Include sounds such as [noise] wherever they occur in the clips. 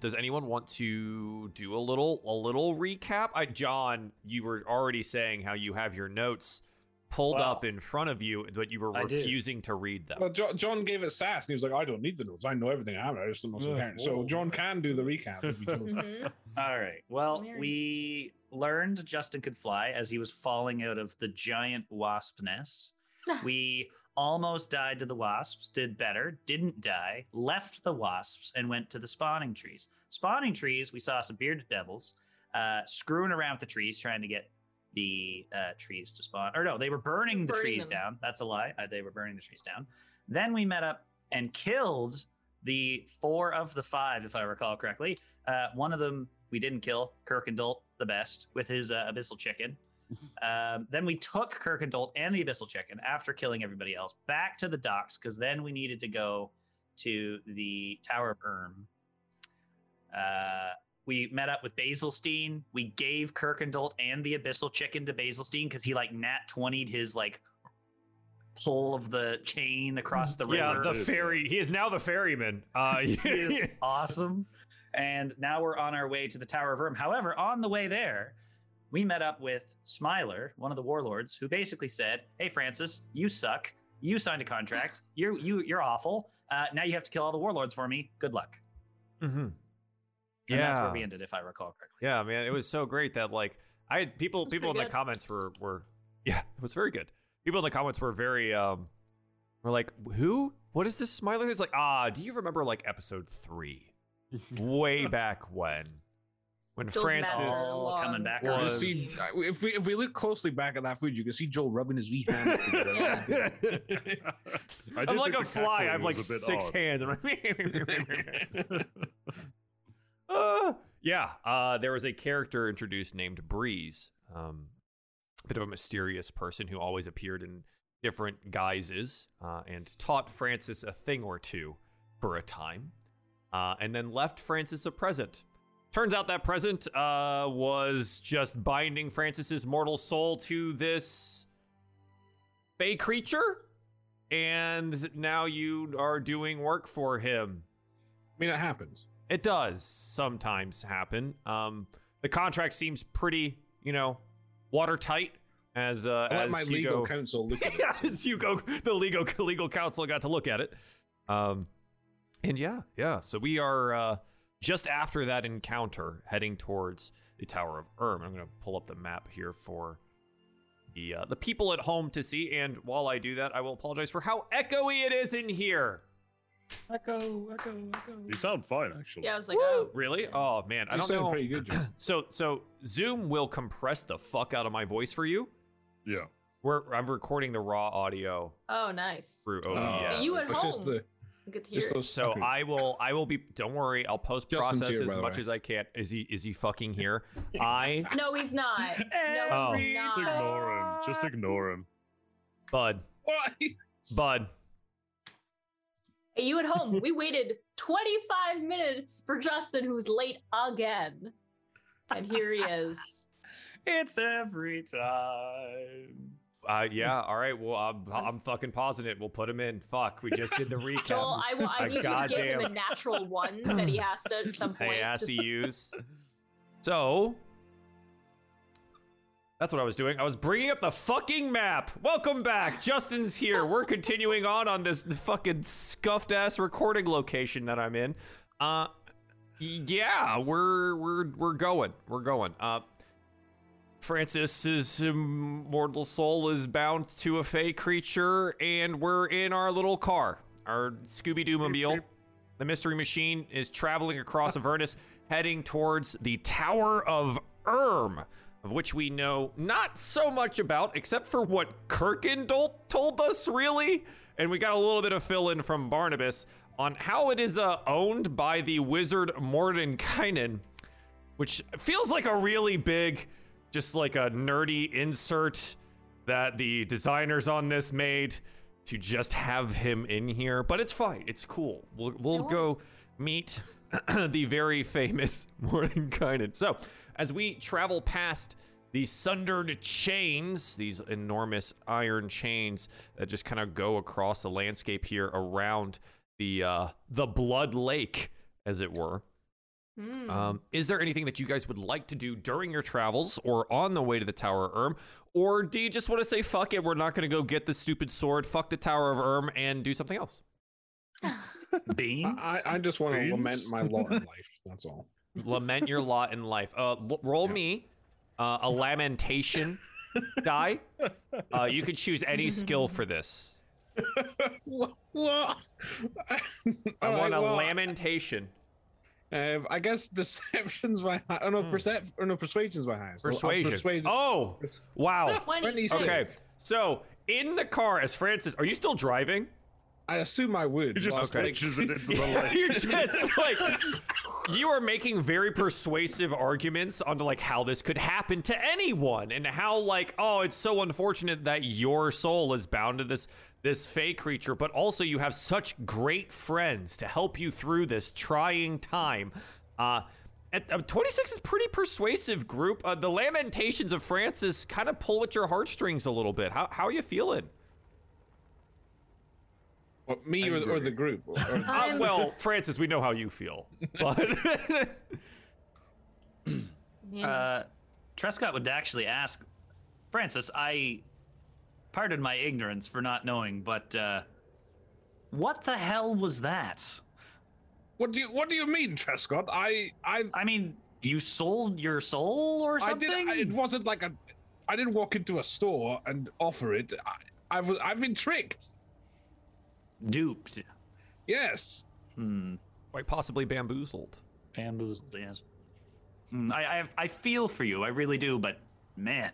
Does anyone want to do a little a little recap? I John, you were already saying how you have your notes pulled Wow. up in front of you, but you were I do. refusing to read them. Well, Jo- John gave it sass, and he was like, "I don't need the notes. I know everything. I have. it. I just don't know some Ugh, parents." So whoa. John can do the recap. If [laughs] he chose. Mm-hmm. [laughs] Mhm. All right. Well, Mary. we learned Justin could fly as he was falling out of the giant wasp nest. we almost died to the wasps, did better, didn't die, left the wasps, and went to the spawning trees. Spawning trees, we saw some bearded devils uh, screwing around with the trees, trying to get the uh, trees to spawn. Or no, they were burning the Burning trees them. down. That's a lie. Uh, they were burning the trees down. Then we met up and killed the four of the five, if I recall correctly. Uh, one of them we didn't kill, Kirkendolt, the best, with his uh, abyssal chicken. Um, then we took Kirkendolt and the abyssal chicken after killing everybody else back to the docks because then we needed to go to the Tower of Erm. Uh, we met up with Basilstein. We gave Kirkendolt and the abyssal chicken to Basilstein because he like nat 20'd his like pull of the chain across the river yeah, the ferry. He is now the ferryman. Uh, [laughs] he [laughs] is awesome. And now we're on our way to the Tower of Erm. However, on the way there, we met up with Smiler, one of the warlords, who basically said, "Hey, Francis, you suck. You signed a contract. You're you you're awful. Uh, now you have to kill all the warlords for me. Good luck." Mhm. And that's where Yeah. we ended, if I recall correctly. Yeah, man, it was so great that like I had people was people in pretty the good. comments were were yeah, it was very good. People in the comments were very um were like, "Who? What is this Smiler?" It's like, "Ah, do you remember like episode 3? [laughs] Way back when when Those Francis matters. All coming back. Was- You around. just see, if we if we look closely back at that food, you can see Joel rubbing his wee [laughs] hands. together. Yeah. I I'm did like think a the fly. cackling I have like was a bit six odd. hands. [laughs] I'm like, uh, yeah. Uh, there was a character introduced named Breeze, um, a bit of a mysterious person who always appeared in different guises uh, and taught Francis a thing or two for a time, uh, and then left Francis a present. Turns out that present uh, was just binding Francis's mortal soul to this fey creature and now you are doing work for him. I mean, it happens. It does sometimes happen. Um, the contract seems pretty, you know, watertight. As uh, I let as my Hugo, legal counsel look at [laughs] it. yeah, as Hugo, the legal legal counsel got to look at it. Um, and yeah, yeah. So we are uh, just after that encounter, heading towards the Tower of Erm. I'm going to pull up the map here for the uh, the people at home to see. And while I do that, I will apologize for how echoey it is in here. Echo, echo, echo. [laughs] You sound fine, actually. yeah, I was like, Woo! oh. really? Oh man, I You don't sound know. pretty [clears throat] good, Justin. So so Zoom will compress the fuck out of my voice for you. Yeah. We're I'm recording the raw audio oh, nice. through Oh, OBS. But you at It's just home. the Good to hear. just it. those So fuckers. I will I will be don't worry, I'll post process Justin's here, as by the much way. as I can. Is he is he fucking here? I No, [laughs] he's not. Oh. No, he's Just not. ignore him. Just ignore him. Bud. [laughs] What? Bud. Hey, you at home? We waited 25 minutes for Justin, who's late again, and here [laughs] he is. It's every time. Uh yeah, all right. Well I'm I'm fucking pausing it. We'll put him in. Fuck. We just [laughs] did the recap. Joel, I, wa- I A need you to give him a goddamn- natural one that he has to [laughs] at some I point. asked Just to use. So that's what I was doing. I was bringing up the fucking map. Welcome back, Justin's here. We're continuing on on this fucking scuffed ass recording location that I'm in. Uh, yeah, we're we're we're going. We're going. Uh, Francis's immortal soul is bound to a fey creature, and we're in our little car, our Scooby Doo mobile. The mystery machine is traveling across Avernus, heading towards the Tower of Erm, of which we know not so much about, except for what Kirkendall told us, really. And we got a little bit of fill in from Barnabas on how it is uh, owned by the wizard Mordenkainen which feels like a really big, just like a nerdy insert that the designers on this made to just have him in here. But it's fine. It's cool. We'll, we'll go meet [clears throat] the very famous [laughs] Mordenkainen. So, as we travel past these sundered chains, these enormous iron chains that just kind of go across the landscape here around the uh, the Blood Lake, as it were Mm-hmm. Hmm. Um, is there anything that you guys would like to do during your travels or on the way to the Tower of Erm? Or do you just want to say, fuck it, we're not going to go get the stupid sword, fuck the Tower of Erm, and do something [laughs] else? Beans. I, I I just want to Beans? lament my [laughs] lot in life. That's all. Lament your lot in life. Uh, l- roll Yeah. me uh, a lamentation die. Uh, you could choose any skill for this. What? [laughs] what? I All right, want a well, lamentation. I have- I guess [laughs] deceptions by high. Oh no, percep- or no persuasion's by highest. So uh, I'll Hmm. Persuasion. persuade- Oh, wow. 26. Okay. Yes. So, in the car, as Francis, are you still driving? I assume I would. He just but, like, pitches it into the [laughs] lake. You're just like you are making very persuasive arguments onto like how this could happen to anyone and how like oh it's so unfortunate that your soul is bound to this this fey creature but also you have such great friends to help you through this trying time. Uh at, uh, 26 is pretty persuasive group. Uh, the lamentations of Francis kind of pull at your heartstrings a little bit. How, how are you feeling? what, me or, or the group. Or, or- [laughs] Uh, I'm- well, Francis, we know how you feel, but [laughs] Man, Uh, Trescott would actually ask Francis, I pardon my ignorance for not knowing, but uh, what the hell was that? what do you What do you mean, Trescott? I I I mean, you sold your soul or I something? did. I, it wasn't like a. I didn't walk into a store and offer it. I, I was. I've been tricked. Duped. Yes. Hmm. quite possibly bamboozled. Bamboozled, yes. Hmm, I, I, I feel for you, I really do, but man,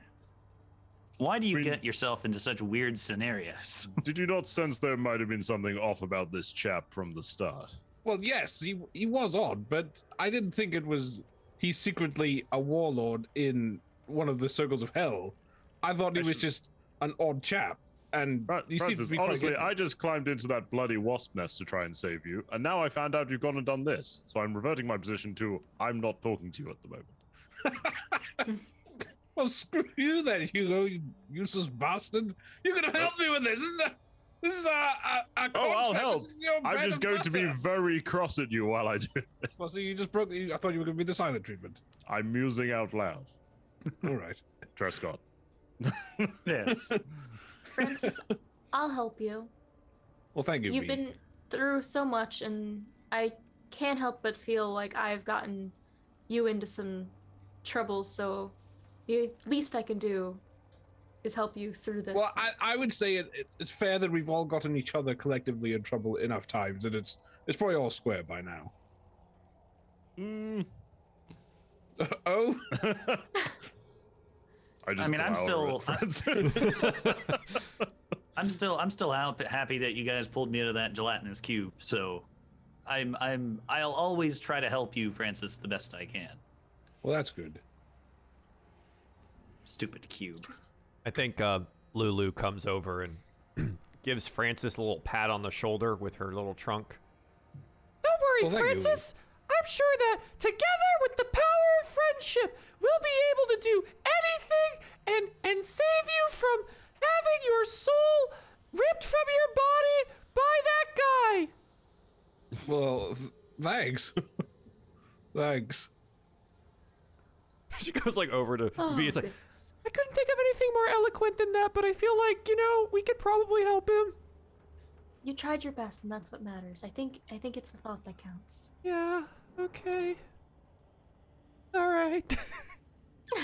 why do you Really? get yourself into such weird scenarios? [laughs] [laughs] Did you not sense there might have been something off about this chap from the start? Well, yes. He he was odd, but I didn't think it was. He's secretly a warlord in one of the circles of hell. I thought he I was should- just an odd chap, and Fra- he seemed to Francis, be quite honestly, good. I just climbed into that bloody wasp nest to try and save you, and now I found out you've gone and done this. So I'm reverting my position to I'm not talking to you at the moment. Well, screw you then, Hugo, you useless bastard. You're gonna help me with this. This is a, this is a, a, a Oh, I'll contract. help. This is your bread I'm just and going to be butter. very cross at you while I do. Well, so you just broke. You, I thought you were gonna be the silent treatment. I'm musing out loud. All right. Trescott. yes. Francis, I'll help you. Well, thank you. You've V. been through so much, and I can't help but feel like I've gotten you into some trouble, so the least I can do is help you through this. Well, I, I would say it, it, it's fair that we've all gotten each other collectively in trouble enough times, and it's it's probably all square by now. Mm. [laughs] oh, I, just mean, I'm glower at Francis. I'm still I'm still hap- happy that you guys pulled me out of that gelatinous cube. So I'm I'm I'll always try to help you, Francis, the best I can. well, that's good. Stupid cube. I think uh, Lulu comes over and [clears throat] gives Francis a little pat on the shoulder with her little trunk. Don't worry, Well, thank you. Francis. I'm sure that together with the power of friendship, we'll be able to do anything and and save you from having your soul ripped from your body by that guy. Well, th- thanks, [laughs] [laughs] thanks. [laughs] She goes like over to Oh, V. It's like goodness. I couldn't think of anything more eloquent than that, but I feel like you know we could probably help him. you tried your best, and that's what matters. I think I think it's the thought that counts. Yeah, okay. All right. [laughs]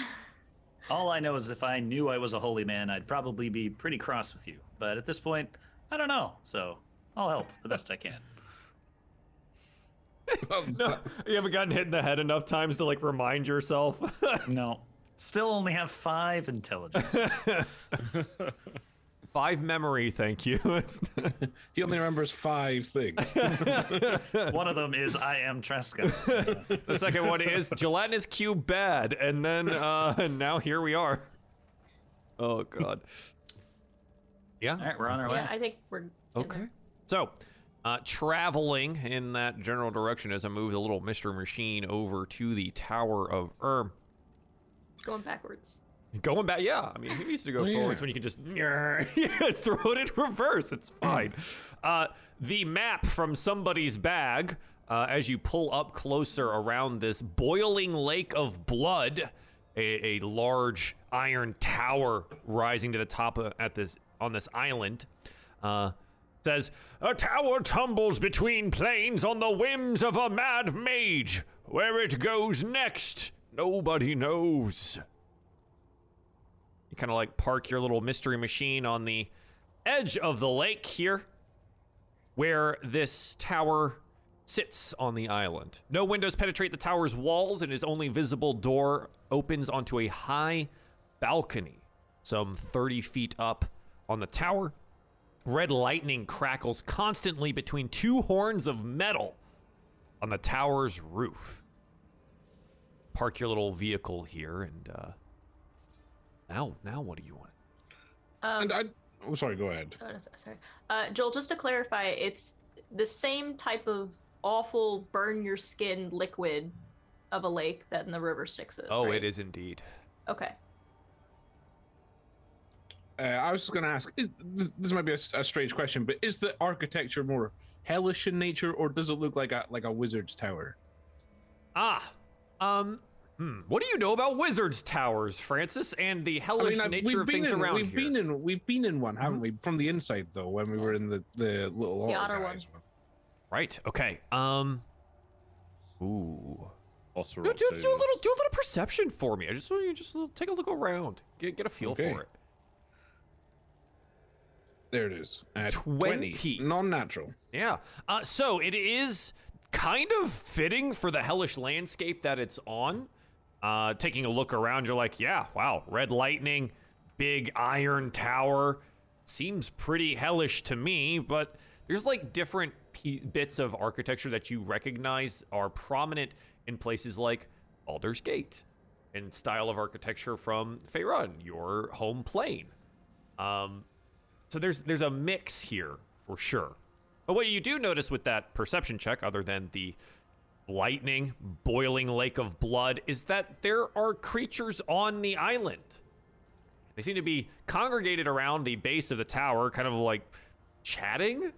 All I know is if I knew I was a holy man, I'd probably be pretty cross with you. But at this point, I don't know. So I'll help the best I can. Well, no, [laughs] you haven't gotten hit in the head enough times to like remind yourself. No. Still only have five [laughs] intelligence. Five memory, thank you. [laughs] It's He only remembers five [laughs] things. Um, One of them is I am Tresca. the second one is gelatinous cube bad, and then uh [laughs] and now here we are. Oh god. Oh, Yeah. All right, we're on our Yeah, way. I think we're in there. Okay. So, uh, traveling in that general direction as I move the little mystery machine over to the Tower of Erm. It's going backwards. Going back, yeah. I mean, who needs to go Oh, forwards yeah. when you can just [laughs] yeah, Hmm. throw it in reverse? It's fine. Uh, the map from somebody's bag uh, as you pull up closer around this boiling lake of blood, a, a large iron tower rising to the top of, at this on this island. Uh, says, A tower tumbles between planes on the whims of a mad mage. Where it goes next, nobody knows. You kind of like park your little mystery machine on the edge of the lake here, where this tower sits on the island. No windows penetrate the tower's walls, and its only visible door opens onto a high balcony, some 30 feet up on the tower. Red lightning crackles constantly between two horns of metal on the tower's roof. Park your little vehicle here, and uh, now, now, what do you want? Um, And I. Oh, sorry. Go ahead. Oh, no, so- sorry. Uh, Joel, just to clarify, it's the same type of awful burn your skin liquid of a lake that in the river Styx is. oh, right? it is indeed. Okay. Uh, I was just going to ask. Is, th- this might be a, s- a strange question, but is the architecture more hellish in nature, or does it look like a like a wizard's tower? Ah, um, hmm. What do you know about wizards' towers, Francis, and the hellish I- nature of things in, around we've here? Mm-hmm. been in we've been in one, haven't we? From the inside though, when we were in the the little The otter otter guys one. Right. Okay. Um. Ooh. Otter Do, do, do a little, Octavius. do a little perception for me. I just want you to just take a look around, get get a feel Okay. for it. There it is. Uh, 20. non-natural. Yeah. Uh, so it is kind of fitting for the hellish landscape that it's on. Uh, taking a look around, you're like, yeah, wow, red lightning, big iron tower, seems pretty hellish to me. But there's like different p- bits of architecture that you recognize are prominent in places like Baldur's Gate, and style of architecture from Faerun, your home plane. Um, so there's there's a mix here for sure. But what you do notice with that perception check, other than the lightning, boiling lake of blood, is that there are creatures on the island. They seem to be congregated around the base of the tower, kind of like chatting,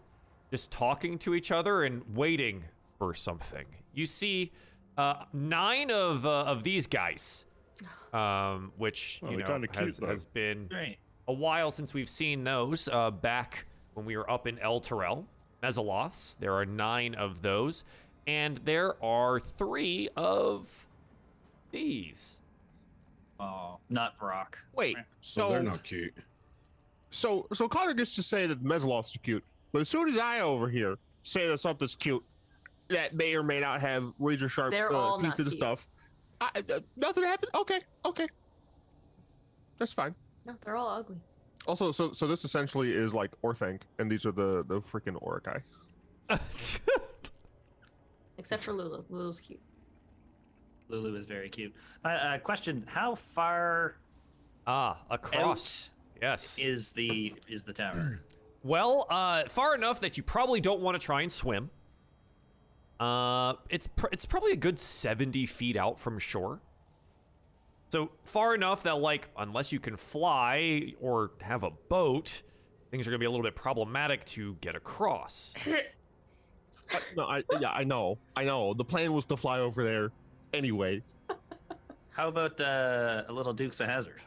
just talking to each other and waiting for something. You see uh, nine of uh, of these guys, um, which Well, you they're know kinda cute, has, though. has been Great. a while since we've seen those. Uh, back when we were up in El Terrell, Mezaloths, there are nine of those, and there are three of these. Oh, not Brock. Wait, So, they're so not cute. so so Connor gets to say that the Mesloths are cute, but as soon as I over here say that something's cute, that may or may not have razor sharp They're uh, all teeth not to the cute. stuff, I, uh, nothing happened. Okay, okay, that's fine. No, they're all ugly. Also, so so this essentially is like Orthanc, and these are the the freaking Orakai. Except for Lulu. Lulu's cute. Lulu is very cute. Uh, uh, question: How far ah, across. Yes. is the is the tower? Well, uh, far enough that you probably don't want to try and swim. Uh, it's pr- it's probably a good seventy feet out from shore. So far enough that like, unless you can fly or have a boat, things are gonna be a little bit problematic to get across. Uh, no, I yeah, I know, I know. The plan was to fly over there anyway. How about uh, a little Dukes of Hazard?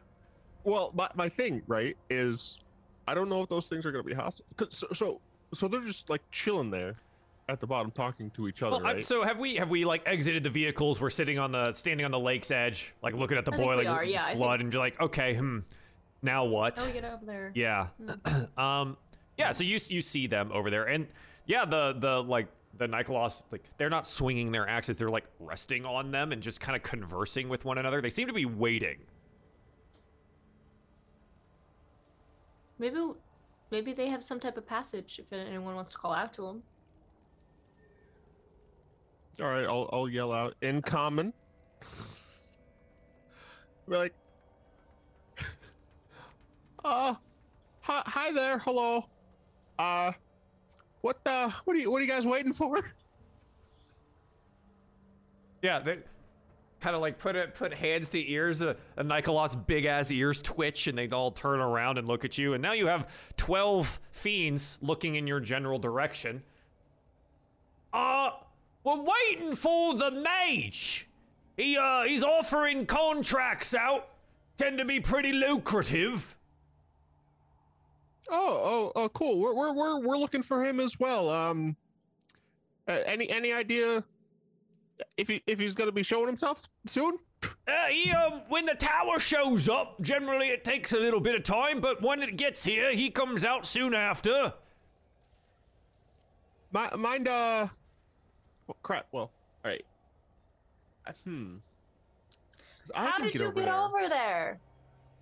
Well, my, my thing, right, is I don't know if those things are going to be hostile. 'Cause So, so so they're just like chilling there at the bottom, talking to each other, Well, I'm- right? so have we have we like exited the vehicles? We're sitting on the standing on the lake's edge, like looking at the I think we boiling are, yeah, I blood, think- Oh, and be like, okay, hmm, now what? How do we get out of there? Yeah. [clears throat] um yeah, so you you see them over there and yeah, the the like the Nikolas like they're not swinging their axes, they're like resting on them and just kind of conversing with one another. They seem to be waiting. Maybe, maybe they have some type of passage if anyone wants to call out to them. All right, I'll I'll yell out in common. Be like, uh, hi, hi there, hello. Uh, what the? What are you? What are you guys waiting for? Yeah, they kind of like put it put hands to ears, uh, a Nikolas big ass ears twitch and they all turn around and look at you and now you have 12 fiends looking in your general direction. Uh We're waiting for the mage. He uh he's offering contracts out. Tend to be pretty lucrative. Oh, oh, oh, cool. We're we're we're we're looking for him as well. Um, a- any any idea if he if he's gonna be showing himself soon? Uh, he um when the tower shows up, generally it takes a little bit of time, but when it gets here, he comes out soon after. Mi- mind uh, oh, crap. Well, all right. I, hmm. 'Cause I How can did you get there. over there?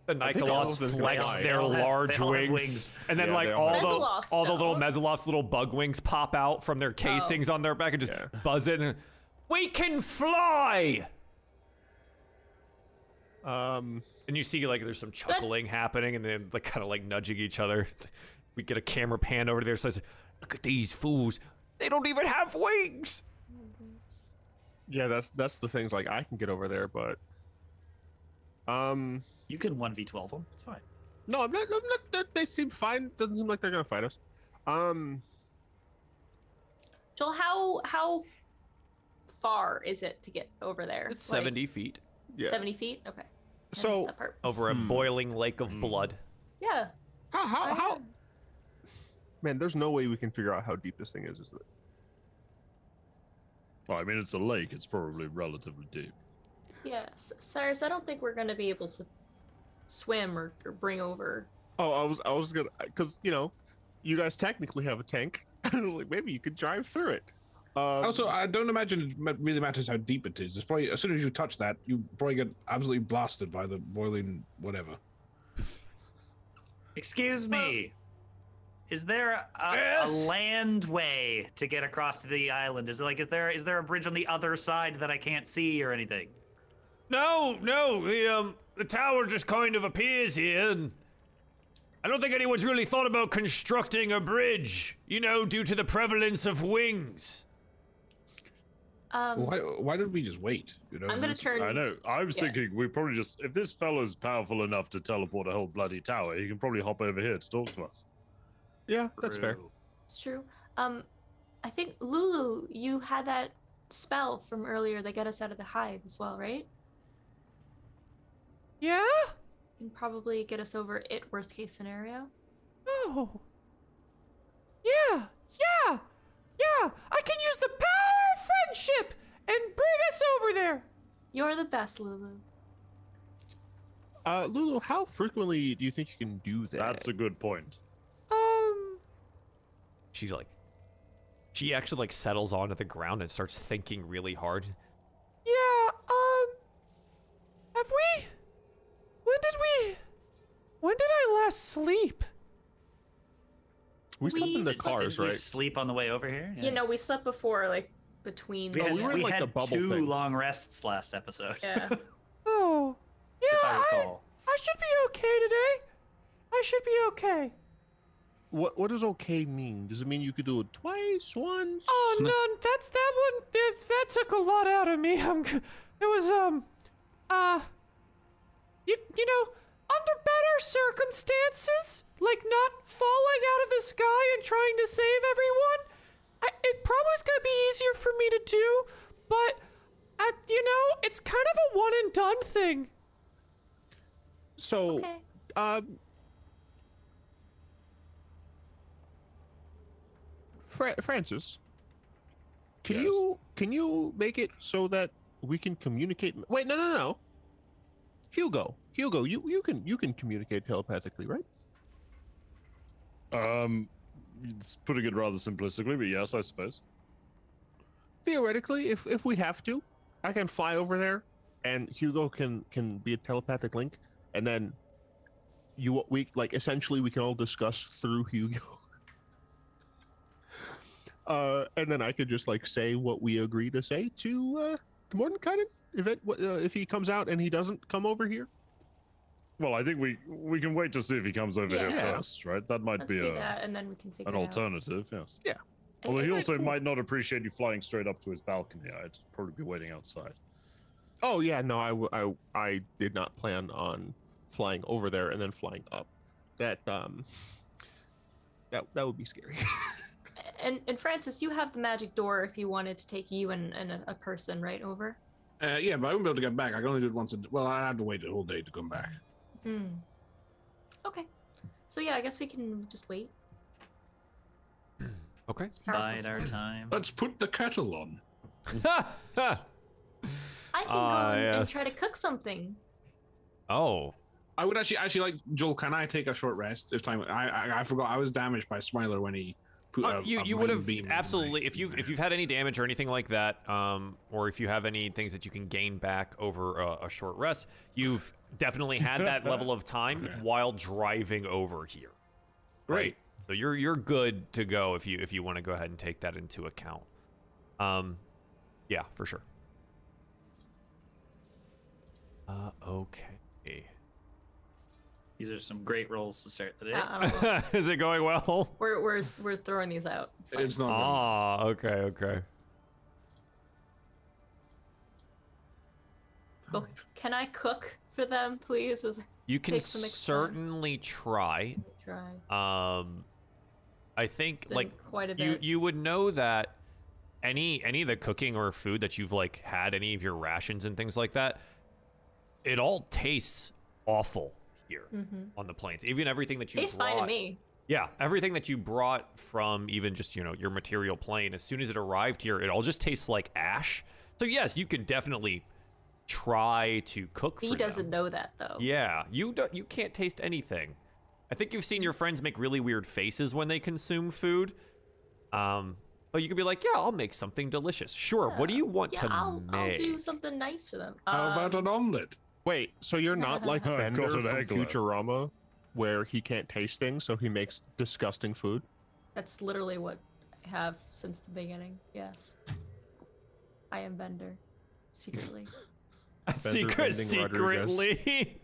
The I think all of Nyctaloths them flex fly. their They all have- large they all have wings, wings. and then Yeah, like they all all have the wings. all the little Mezzalofts Mezzalofts little bug wings pop out from their casings on their back and just buzz it. And, we can fly. Um, And you see like there's some chuckling happening, and then like kind of like nudging each other. We get a camera pan over there, so I say, "Look at these fools! They don't even have wings." yeah, that's that's the things like I can get over there, but um, You can 1v12 them. It's fine. no, I'm not. I'm not. they- They seem fine. Doesn't seem like they're gonna fight us. Um, Joel, how how f- far is it to get over there? It's Like, seventy feet yeah. 70 feet? Okay. I missed So- oh. that part. over Hmm. a boiling lake of blood. Yeah. How how I how? am. Man, there's no way we can figure out how deep this thing is. Is it? Well, I mean, it's a lake. It's probably relatively deep. Yes, Cyrus, I don't think we're gonna be able to swim or, or bring over. Oh, I was I was gonna because you know, you guys technically have a tank. [laughs] I was like, maybe you could drive through it. Um, Also, I don't imagine it ma- really matters how deep it is. It's probably as soon as you touch that, you probably get absolutely blasted by the boiling whatever. Excuse me. Is there a, a Yes? land way to get across to the island? Is it like is there is there a bridge on the other side that I can't see or anything? No, no, the um the tower just kind of appears here and I don't think anyone's really thought about constructing a bridge, you know, due to the prevalence of wings. Um, Why? Why don't we just wait? You know, I'm gonna It's- turn. I know. I was Yeah. thinking we probably just if this fellow's powerful enough to teleport a whole bloody tower, he can probably hop over here to talk to us. yeah, that's fair. It's true. Um, I think Lulu, you had that spell from earlier that got us out of the hive as well, right? Yeah? Can probably get us over it. Worst case scenario. Oh. Yeah, yeah, yeah. I can use the power of friendship and bring us over there. You're the best, Lulu. Uh, Lulu, how frequently do you think you can do that? That's a good point. Um She's like she actually like settles onto the ground and starts thinking really hard. Yeah, um. Have we. When did we. When did I last sleep? we slept in the slept in cars, Didn't we right? sleep on the way over here? Yeah. You know, we slept before, like between. we No, had, we were in, we like, the had bubble two thing. long rests last episode. [laughs] Yeah. Oh. Yeah, [laughs] if I I, recall. I should be okay today. I should be okay. What what does okay mean? Does it mean you could do it twice, once? Oh no, that's that one. That, that took a lot out of me. [laughs] I'm, g- it was um, uh, you you know, under better circumstances, like not falling out of the sky and trying to save everyone, I, it probably is gonna be easier for me to do. But, uh, you know, it's kind of a one and done thing. So, Okay. um, Fra- Francis, can Yes? you can you make it so that we can communicate? Wait, no, no, no. Hugo, Hugo, you you can you can communicate telepathically, right? Um, it's putting it rather simplistically, but yes, I suppose. Theoretically, if if we have to, I can fly over there, and Hugo can can be a telepathic link, and then you we like essentially we can all discuss through Hugo. [laughs] Uh, and then I could just like say what we agree to say to uh, to Mordenkainen if it, uh, if he comes out and he doesn't come over here. Well, I think we we can wait to see if he comes over here Yeah. first, right? That might Let's be see a, that, and then we can figure an it out. alternative. Yes. I Although think he we're also cool. might not appreciate you flying straight up to his balcony. I'd probably be waiting outside. [laughs] Oh yeah, no, I w- I w- I did not plan on flying over there and then flying up. That um, that that would be scary. [laughs] and and Francis, you have the magic door if you wanted to take you and, and a, a person right over. Uh, yeah, but I won't be able to get back. I can only do it once. A d- well, I have to wait a whole day to come back. Hmm. Okay. So yeah, I guess we can just wait. Okay. It's powerful Bide our spells. time. Let's put the kettle on. [laughs] Oh. I can go Ah, and- and try yes. to cook something. Uh, oh. I would actually, actually like Joel. Can I take a short rest if time? I I, I forgot. I was damaged by Smiler when he put Uh, a, you a you would mind have beam in my- absolutely if you've if you've had any damage or anything like that, um, or if you have any things that you can gain back over a, a short rest, you've definitely had [laughs] that level of time Okay. while driving over here. Great. So you're you're good to go if you if you want to go ahead and take that into account. Um, yeah, for sure. Uh, okay. [laughs] These are some great rolls to start the day. Uh-uh. Uh, I don't know. Is it going well? we're, we're, we're throwing these out. It's fine. It's not. wrong. Ah, okay, okay. Well, can I cook for them, please? As I You can Take some extra. certainly try. try. Um, I think Been like quite a you bit. you would know that any any of the cooking or food that you've like had any of your rations and things like that, it all tastes awful here on the plains. Even everything that you Mm. Mm-hmm. Tastes brought, fine to me. Yeah, everything that you brought from even just, you know, your material plane, as soon as it arrived here, it all just tastes like ash. So yes, you can definitely try to cook He for doesn't them. know that, though. Yeah, you don't you can't taste anything. I think you've seen your friends make really weird faces when they consume food. Um but you could be like, "Yeah, I'll make something delicious." Sure. What do you want Yeah, to I'll, I'll make? do something nice for them. How about Um, an omelet? Wait, so you're not [laughs] like I Bender got an from egg left. Futurama, where he can't taste things, so he makes disgusting food. That's literally what I have since the beginning. Yes. I am Bender. [laughs] Secretly. Secret, Bending Rodriguez. secretly.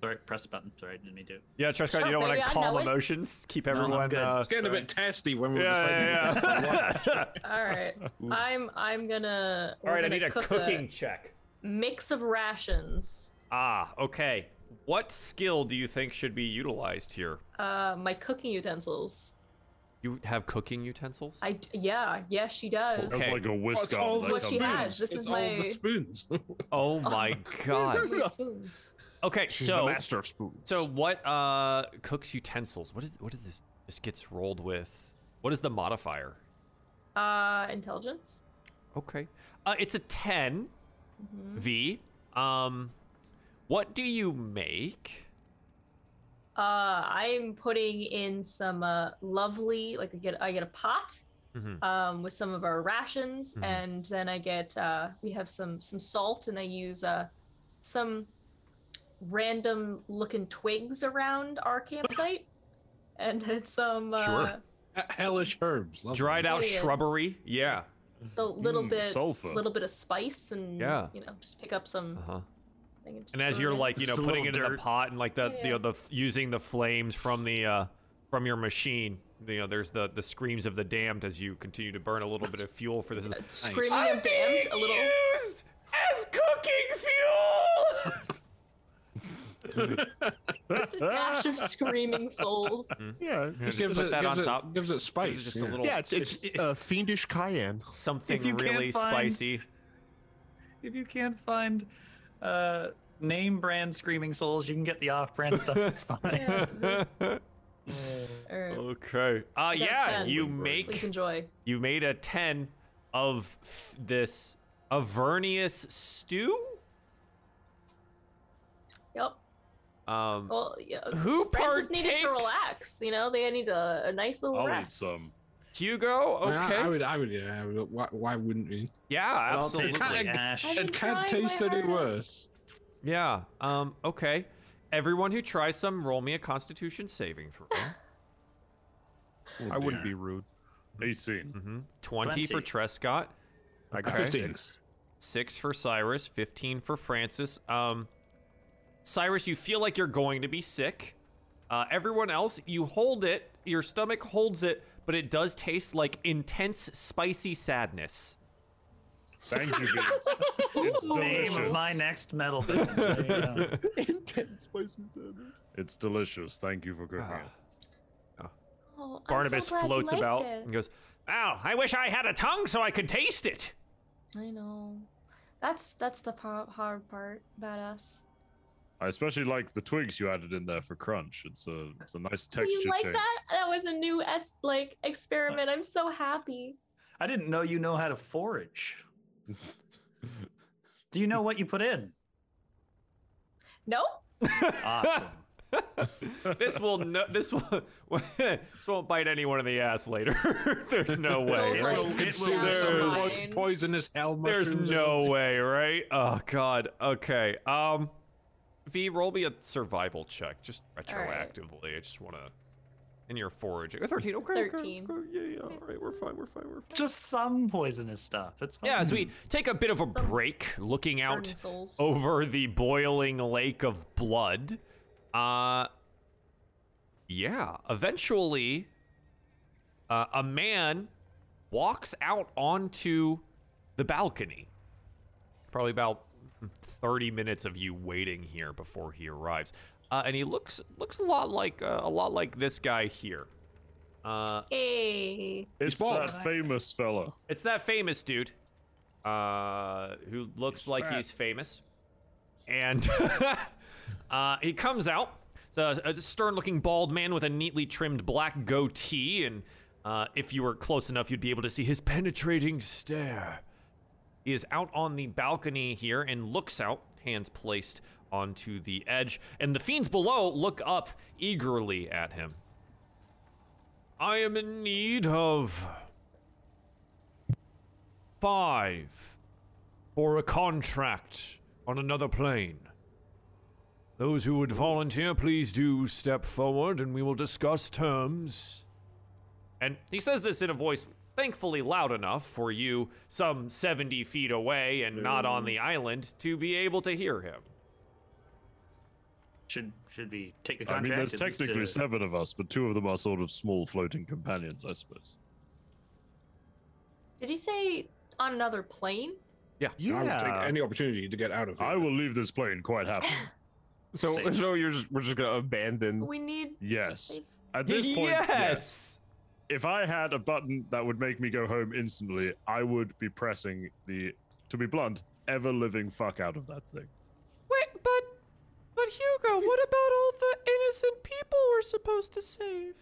Sorry, press the button. Sorry, I didn't mean to. [laughs] yeah, Trust God, Sure, you don't want baby, to I calm know it. emotions. Keep I'm everyone good. uh, It's getting a bit testy when we're [laughs] Yeah, deciding. [laughs] yeah, [laughs] yeah. All right. I'm I'm gonna. All we're right, I gonna need a cook cooking check. mix of rations. Ah, okay. What skill do you think should be utilized here? Uh, my cooking utensils. You have cooking utensils? I d- yeah yeah she does. That's Okay. like mm, a Oh, it's whisk. all on the what she something. has. spoons. This It's is all [laughs] my- the spoons. oh my god. These are my spoons. Okay, She's so the master of spoons. so what uh cooks utensils? What is what is this? This gets rolled with. What is the modifier? Uh, intelligence. Okay. Uh it's a 10 Mm-hmm. V. Um what do you make? Uh, I'm putting in some uh, lovely like I get I get a pot Mhm. um, with some of our rations, Mhm. and then I get uh, we have some some salt, and I use uh, some random looking twigs around our campsite, and then some uh, Sure. Hellish herbs. Lovely. Dried out Period. shrubbery? Yeah. a little Mm, bit sulfur. little bit of spice, and Yeah. you know just pick up some. Uh-huh. thing just And as throw you're it in. like, you know, Just a putting it little in the dirt. pot and like the, Yeah, the, yeah. the using the flames from the uh from your machine, you know, there's the the screams of the damned as you continue to burn a little bit of fuel for this. screaming and damned a little. used as cooking fuel. Just a [laughs] dash of screaming souls. yeah, Yeah, Just just gives put it, that gives on it, top. Gives it [laughs] spice. It's just a yeah. little yeah, it's it's uh, fiendish cayenne. If something you can't really find- spicy. If you can't find uh, name brand Screaming Souls, you can get the off brand stuff. [laughs] It's fine. Yeah. Alright, okay. Uh, yeah, 10. you Please make enjoy. you made a ten of f- this Avernius stew. Yep. Um, Well, yeah. [laughs] who Francis Oh, needed to partakes? relax. You know, they need a, a nice little I'll eat rest. some. Hugo. I mean, I- Okay. I, would. I would. Yeah. I would- why, why wouldn't we? yeah, It all absolutely. tastes like Kinda- ash. I It didn't can't try my taste any hardest. worse. [laughs] Yeah. Um. Okay. Everyone who tries some, roll me a Constitution saving [laughs] throw. I wouldn't be rude. 18. hmm 20 for Twenty. Trescott, I got got Okay. six. six for Cyrus, 15 for Francis. Um, Cyrus, you feel like you're going to be sick. Uh, everyone else, you hold it, your stomach holds it, but it does taste like intense, spicy sadness. Thank you, Vince. [laughs] It's Name of delicious. my next metal band. There you go. Intense spices. It's delicious. Thank you for cooking Ah. it. Oh, I'm so Barnabas glad you floats liked about it. and goes, Wow, I wish I had a tongue so I could taste [laughs] it. I know. That's that's the par- hard part about us. I especially like the twigs you added in there for crunch. It's a it's a nice texture you like change. that? That was a new es- like experiment. I'm so happy. I didn't know you know how to forage. Do you know what you put in? Nope. Awesome. This will no, this will [laughs] this won't bite anyone in the ass later. [laughs] There's no way. Those, like, right? Well, it consider looks some po- fine. poisonous hell There's mushrooms or no way, right? Oh god. Okay. Um V, roll me a survival check, just right. retroactively. I just wanna in your foraging. Oh, 13, okay. okay, 13. okay, Yeah, yeah, all right, we're fine, we're fine, we're fine. [laughs] Just some poisonous stuff. It's fine. Yeah, as we take a bit of a break looking Burning out souls. Oh. over the boiling lake of blood. Uh yeah, eventually uh, a man walks out onto the balcony. Probably about 30 minutes of you waiting here before he arrives. Uh, and he looks looks a lot like uh, a lot like this guy here. Uh, Hey. It's bald. that famous fella. it's that famous dude, uh, who looks like fat. he's famous, and [laughs] uh, he comes out. It's a, a stern-looking bald man with a neatly trimmed black goatee, and uh, if you were close enough, you'd be able to see his penetrating stare. He is out on the balcony here and looks out, hands placed onto the edge, and the fiends below look up eagerly at him. I am in need of five for a contract on another plane. Those who would volunteer, please do step forward and we will discuss terms. And he says this in a voice thankfully loud enough for you, some 70 feet away and not on the island, to be able to hear him. should should we take the I contract? mean, there's at least technically to- seven of us, but two of them are sort of small floating companions, I suppose. Did he say on another plane? something. I would Yeah. take any opportunity to get out of here. I will leave this plane quite happy. So, Same. so you're just, we're just gonna abandon. We need. Mm. yes. Save- At this point, yes. If I had a button that would make me go home instantly, I would be pressing the, to be blunt, ever living fuck out of that thing. Wait, but but Hugo, what about all the innocent people we're supposed to save?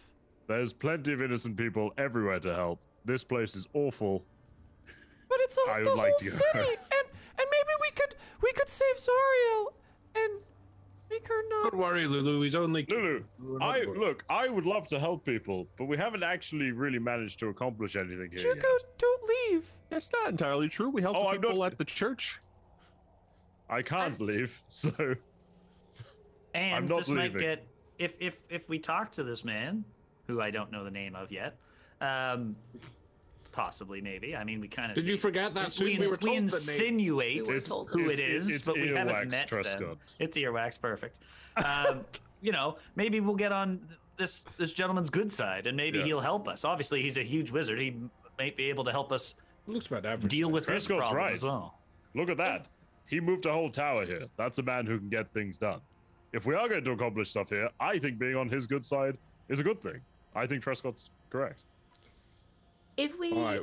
There's plenty of innocent people everywhere to help. This place is awful. But it's all, I would the like whole to- city, and and maybe we could we could save Zariel and make her not. Don't worry, Lulu. He's only Lulu, Lulu, I another one. look, I would love to help people, but we haven't actually really managed to accomplish anything here. Hugo, Yet. don't leave. That's not entirely true. We helped Oh, the I'm not- people at the church. I can't leave, [laughs] so And I'm not this might leaving. get if if if we talk to this man, who I don't know the name of yet, um, possibly maybe. I mean, we kind of Did you forget that we, soon? We were we told the name. insinuate We were it's told who it's, it is, It's but we haven't earwax, met them. Truscott. It's earwax, perfect. Um, [laughs] you know, maybe we'll get on th- this this gentleman's good side, and maybe he'll Yes. help us. Obviously, he's a huge wizard. He m- might be able to help us Looks about average. deal with this Truscott's problem right. as well. Look at that. He moved a whole tower here. That's a man who can get things done. If we are going to accomplish stuff here, I think being on his good side is a good thing. I think Truscott's correct. If we All right.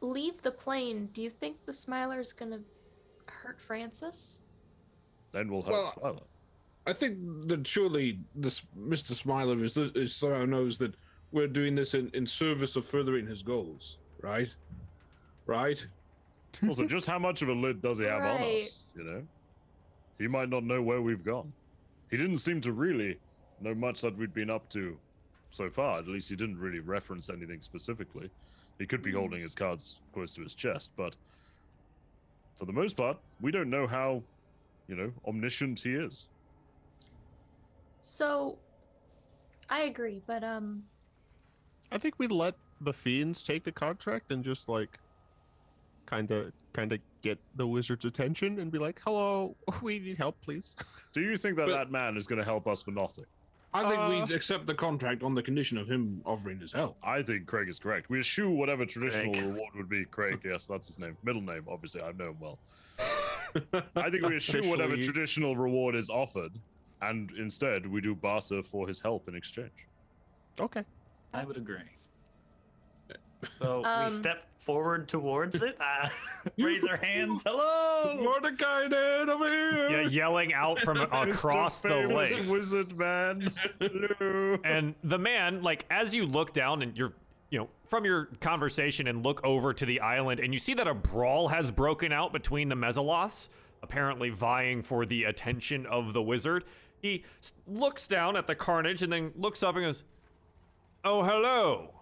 leave the plane, do you think the Smiler's gonna hurt Francis? Then we'll hurt Well, Smiler. I think that surely this Mr. Smiler is, is somehow knows that we're doing this in, in service of furthering his goals, right? Right? Also, just how much of a lid does he have on Right. us? You know, he might not know where we've gone. He didn't seem to really know much that we'd been up to so far. At least he didn't really reference anything specifically. He could be holding his cards close to his chest, but for the most part, we don't know how, you know, omniscient he is. So, I agree, but um, I think we let the fiends take the contract and just like, kind of, kind of get the wizard's attention and be like, "Hello, [laughs] we need help, please." [laughs] Do you think that But- that man is going to help us for nothing? I think Uh, we'd accept the contract on the condition of him offering his help. I think Craig is correct. We eschew whatever traditional Craig. reward would be. Craig, yes, that's his name. Middle name, obviously, I know him [laughs] well. I think we eschew whatever Officially- traditional reward is offered, and instead we do barter for his help in exchange. Okay. I would agree. So Um, we step forward towards it, uh, [laughs] raise our hands. Hello. Mordecai, Dad, over here. Yeah, yelling out [laughs] from across the famous lake. Wizard [laughs] man. Hello. and the man like as you look down and you're you know from your conversation and look over to the island and you see that a brawl has broken out between the mezaloths apparently vying for the attention of the wizard he s- looks down at the carnage and then looks up and goes oh hello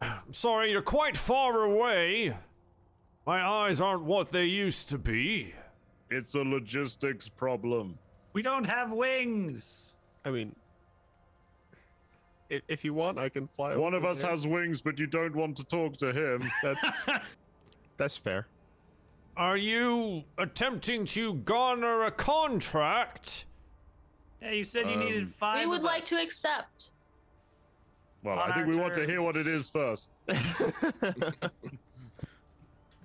[clears throat] sorry you're quite far away my eyes aren't what they used to be It's a logistics problem. We don't have wings. I mean, if, if you want, I can fly. One over of us there. has wings, but you don't want to talk to him. [laughs] That's [laughs] that's fair. are you attempting to garner a contract Yeah, you said you Um, needed five. We would of like to us. accept. Well, On I think our we want to hear what it is first. Well,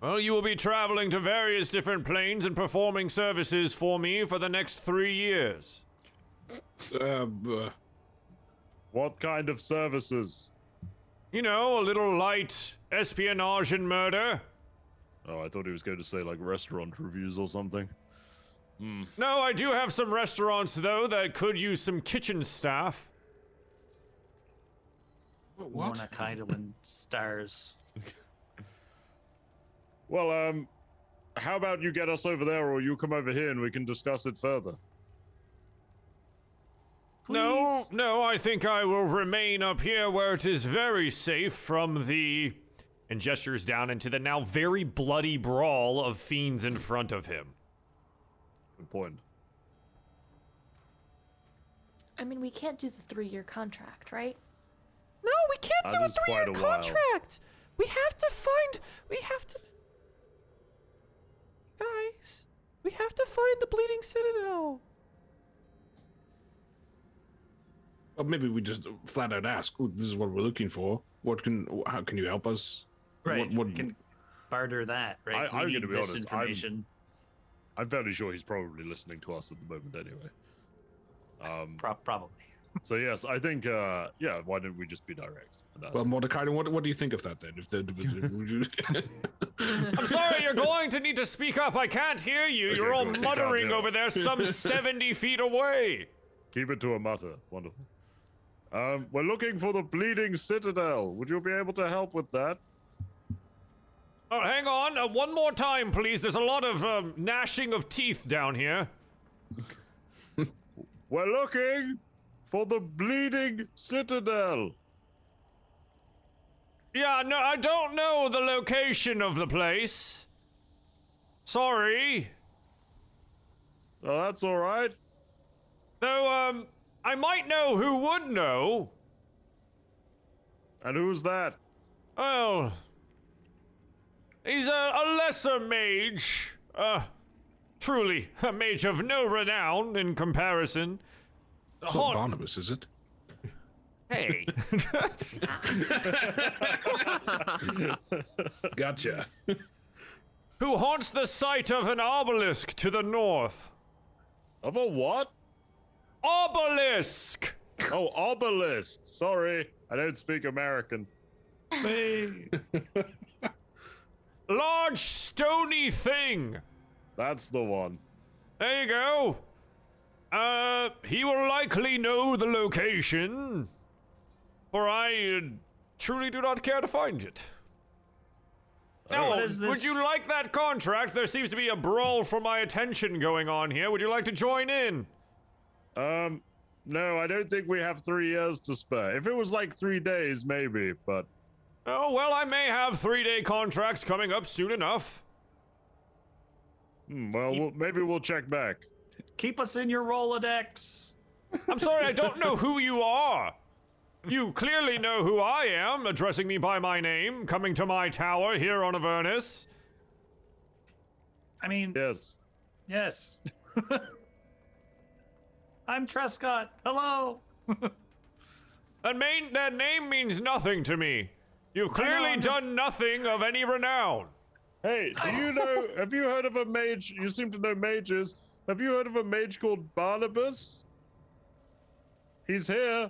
Oh, you will be traveling to various different planes and performing services for me for the next three years. Uh, buh. Oh, What kind of services? You know, a little light espionage and murder. Oh, I thought he was going to say like restaurant reviews or something. No, I do have some restaurants, though, that could use some kitchen staff. what? Mona Kaidelin [laughs] stars. Well, um, how about you get us over there, or you come over here and we can discuss it further? No, no, I think I will remain up here where it is very safe from the. And gestures down into the now very bloody brawl of fiends in front of him. Good point. I mean, we can't do the three-year contract, right? No, we can't That do a Uh, is quite three-year a while. contract. We have to find. We have to. Guys, we have to find the Bleeding Citadel. Or Uh, maybe we just flat out ask, look, this is what we're looking for. What can, how can you help us? Right. What, we what, can barter that, right? I- I'm we gonna need be this honest, I'm- information. I'm fairly sure he's probably listening to us at the moment, anyway. Um, Pro- probably. so yes, I think uh, yeah. Why didn't we just be direct? and ask? well, Mordecai, what, what do you think of that then? If there, would you- I'm sorry, you're going to need to speak up. I can't hear you. Okay, you're all good. muttering Goddamn. over there, [laughs] some 70 feet away. Keep it to a mutter. Wonderful. Um, we're looking for the Bleeding Citadel. Would you be able to help with that? Oh, hang on. Uh, one more time, please. There's a lot of um, gnashing of teeth down here. We're looking for the Bleeding Citadel. Yeah, no, I don't know the location of the place. Sorry. Oh, that's all right. Though, um, I might know who would know. And who's that? Well, he's a, a lesser mage. Uh, truly, a mage of no renown in comparison. It's Haunt- not Barnabas, is it? Hey. Gotcha. who [laughs] haunts the site of an obelisk to the north. Of a what? Obelisk! Oh, obelisk. Sorry, I don't speak American. Large stony thing. That's the one. There you go. Uh, he will likely know the location, for I uh, truly do not care to find it. Now, What is would this? you like that contract? There seems to be a brawl for my attention going on here. Would you like to join in? Um, no, I don't think we have three years to spare. If it was like three days, maybe, but Oh, well, I may have three day contracts coming up soon enough. hmm, well, we'll maybe we'll check back. Keep us in your Rolodex. I'm sorry, I don't know who you are. You clearly know who I am, addressing me by my name, coming to my tower here on Avernus. I mean, Yes. yes. [laughs] I'm Trescott. Hello. That, main, that name means nothing to me. You've clearly I'm just- done nothing of any renown. Hey, do you [laughs] know? have you heard of a mage? You seem to know mages. Have you heard of a mage called Barnabas? He's here.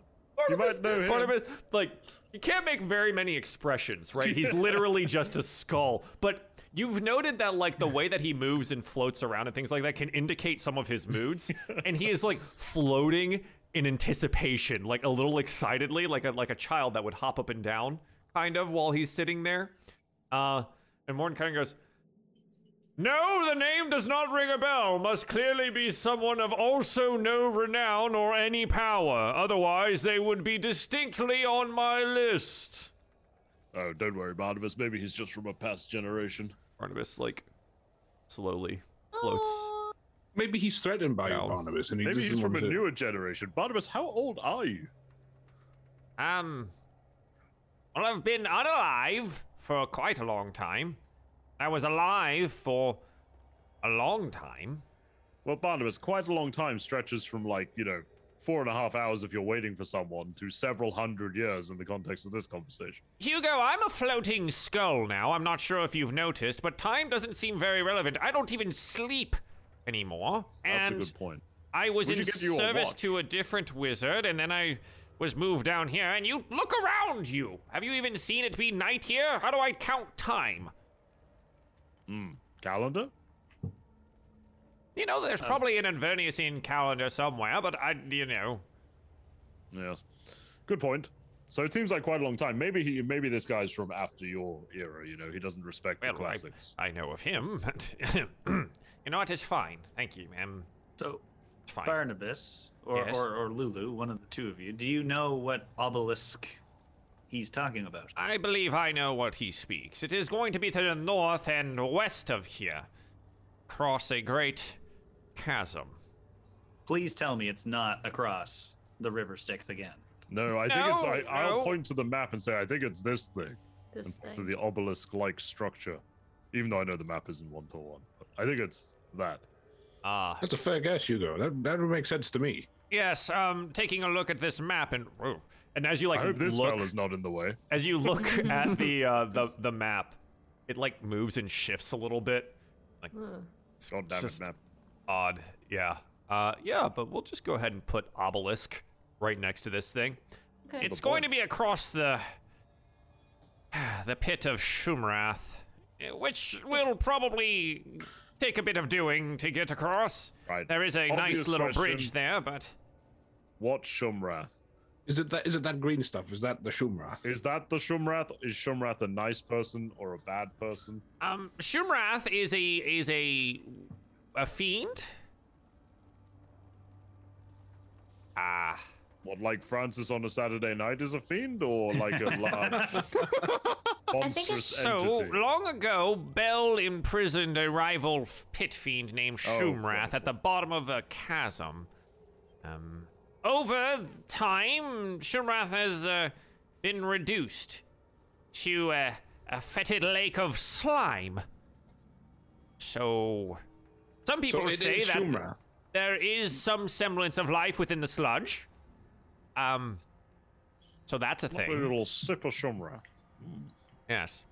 You might know him. Barnabas, like, He can't make very many expressions, right? He's literally just a skull. But you've noted that like the way that he moves and floats around and things like that can indicate some of his moods. and he is like floating in anticipation, like a little excitedly, like a like a child that would hop up and down, kind of, while he's sitting there. Uh and Morton kind of goes, no, the name does not ring a bell. Must clearly be someone of also no renown or any power. Otherwise, they would be distinctly on my list. Oh, don't worry, Barnabas. Maybe he's just from a past generation. Barnabas, like, slowly floats. Maybe he's threatened by Well, you, Barnabas, and he Maybe doesn't he's from a want to. newer generation. Barnabas, how old are you? Um. Well, I've been unalive for quite a long time. I was alive for a long time. Well, Barnabas, quite a long time stretches from like, you know, four and a half hours if you're waiting for someone to several hundred years in the context of this conversation. Hugo, I'm a floating skull now. I'm not sure if you've noticed, but time doesn't seem very relevant. I don't even sleep anymore. That's and a good point. I was We in should get you a service watch. to a different wizard, and then I was moved down here. And you look around you. Have you even seen it be night here? How do I count time? Calendar? You know, Um, there's probably an Invernessian calendar somewhere, but I, you know, Yes. Good point. So it seems like quite a long time. Maybe he, maybe this guy's from after your era. You know, he doesn't respect the well, classics. I, I know of him, but [clears throat] you know what? It's fine. Thank you, ma'am. So It's fine. Barnabas or, Yes. or or Lulu, one of the two of you, do you know what obelisk he's talking about? I believe I know what he speaks. It is going to be to the north and west of here, cross a great chasm. Please tell me it's not across the river Styx again. No, I think it's. No, I, I'll no. point to the map and say I think it's this thing, This and point to thing. the obelisk-like structure. Even though I know the map isn't one to one, but I think it's that. Ah, That's a fair guess, Hugo. That that would make sense to me. Yes, um, taking a look at this map and whoa. and as you like I hope this look fella's not in the way. as you [laughs] look at the uh, the the map, it like moves and shifts a little bit. God damn just- it, map. Odd, yeah, uh, yeah. But we'll just go ahead and put obelisk right next to this thing. Okay. It's going to be across the the pit of Shumrath, which will probably take a bit of doing to get across. Right. There is a nice Obvious little question. bridge there, but What Shumrath? Is it that? Is it that green stuff? Is that the Shumrath? Is that the Shumrath? Is Shumrath a nice person or a bad person? Um, Shumrath is a is a a fiend. Ah, What, like Francis on a Saturday night is a fiend, or like a large monstrous so entity? long ago, Bell imprisoned a rival f- pit fiend named Oh, Shumrath fuck. at the bottom of a chasm. Um, over time, Shumrath has uh, been reduced to a, a fetid lake of slime. So, some people so it say is that Shumrath. there is some semblance of life within the sludge. Um, so that's a Lovely thing. little sip of Shumrath. Yes.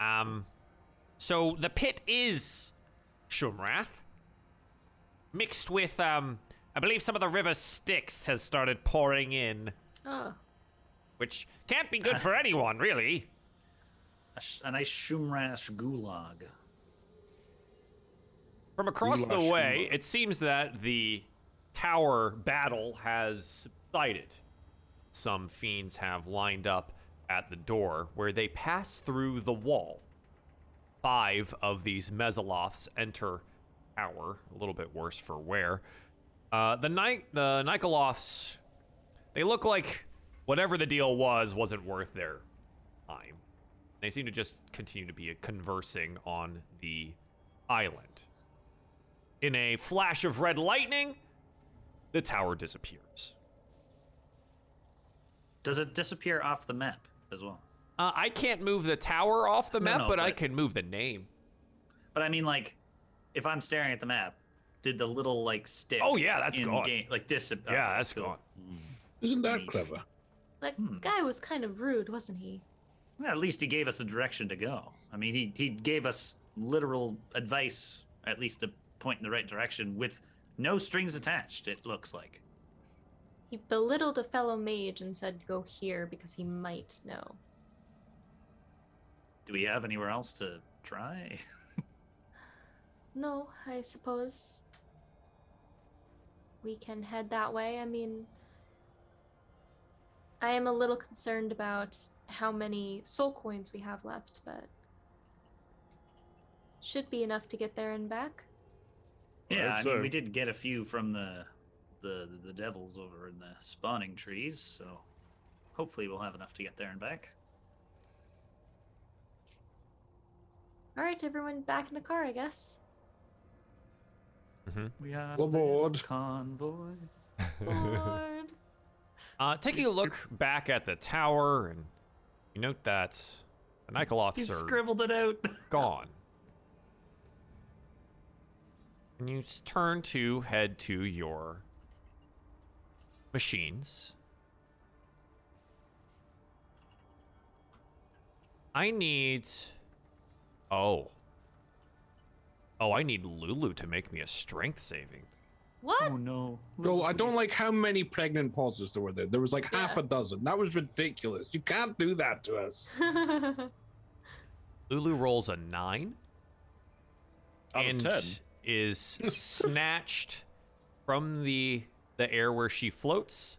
Um, so the pit is Shumrath, mixed with um, I believe some of the river Styx has started pouring in, Oh, which can't be good for anyone, really. A, sh- a nice Shumrash gulag. From across the Goulash way, Shumrath. it seems that the tower battle has subsided. Some fiends have lined up at the door where they pass through the wall. Five of these mezoloths enter tower, a little bit worse for wear. Uh, the Ni- the Nikoloths, they look like whatever the deal was wasn't worth their time. They seem to just continue to be conversing on the island. In a flash of red lightning, the tower disappears. Does it disappear off the map as well? Uh, I can't move the tower off the No, map, no, but, I but- can move the name. But I mean, like, if I'm staring at the map, did the little like stick? Oh, yeah, that's in gone. Game, like disappear. yeah, that's gone. Isn't that Neat. clever? that Hmm. guy was kind of rude, wasn't he? Well, at least he gave us a direction to go. I mean, he he gave us literal advice, at least to point in the right direction, with no strings attached. It looks like. He belittled a fellow mage and said, "Go here because he might know." Do we have anywhere else to try? No, I suppose we can head that way. I mean, I am a little concerned about how many soul coins we have left, but should be enough to get there and back. Yeah, I I'd mean, say. we did get a few from the, the the devils over in the spawning trees, so hopefully we'll have enough to get there and back. All right, everyone, back in the car, I guess. We are Aboard. convoy. Lord. Uh, taking a look back at the tower, and you note that the Nikoloths You are scribbled it out. gone. And you s- turn to head to your machines. I need. Oh. Oh, I need Lulu to make me a strength saving. What? [laughs] Oh no. No, I don't like how many pregnant pauses there were there. There was like half Yeah. a dozen. That was ridiculous. You can't do that to us. [laughs] Lulu rolls a nine. Out and of ten. [laughs] is snatched from the the air where she floats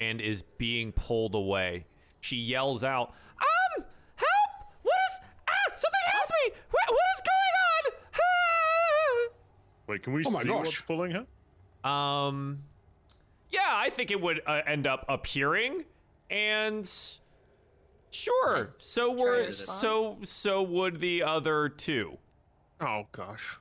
and is being pulled away. She yells out, "Um, help! What is ah? Something has me! What, what is going on?" Wait, can we Oh my see gosh. what's pulling her? Ah!" Um, yeah, I think it would uh, end up appearing, and sure. So Try were to so so would the other two. Oh gosh.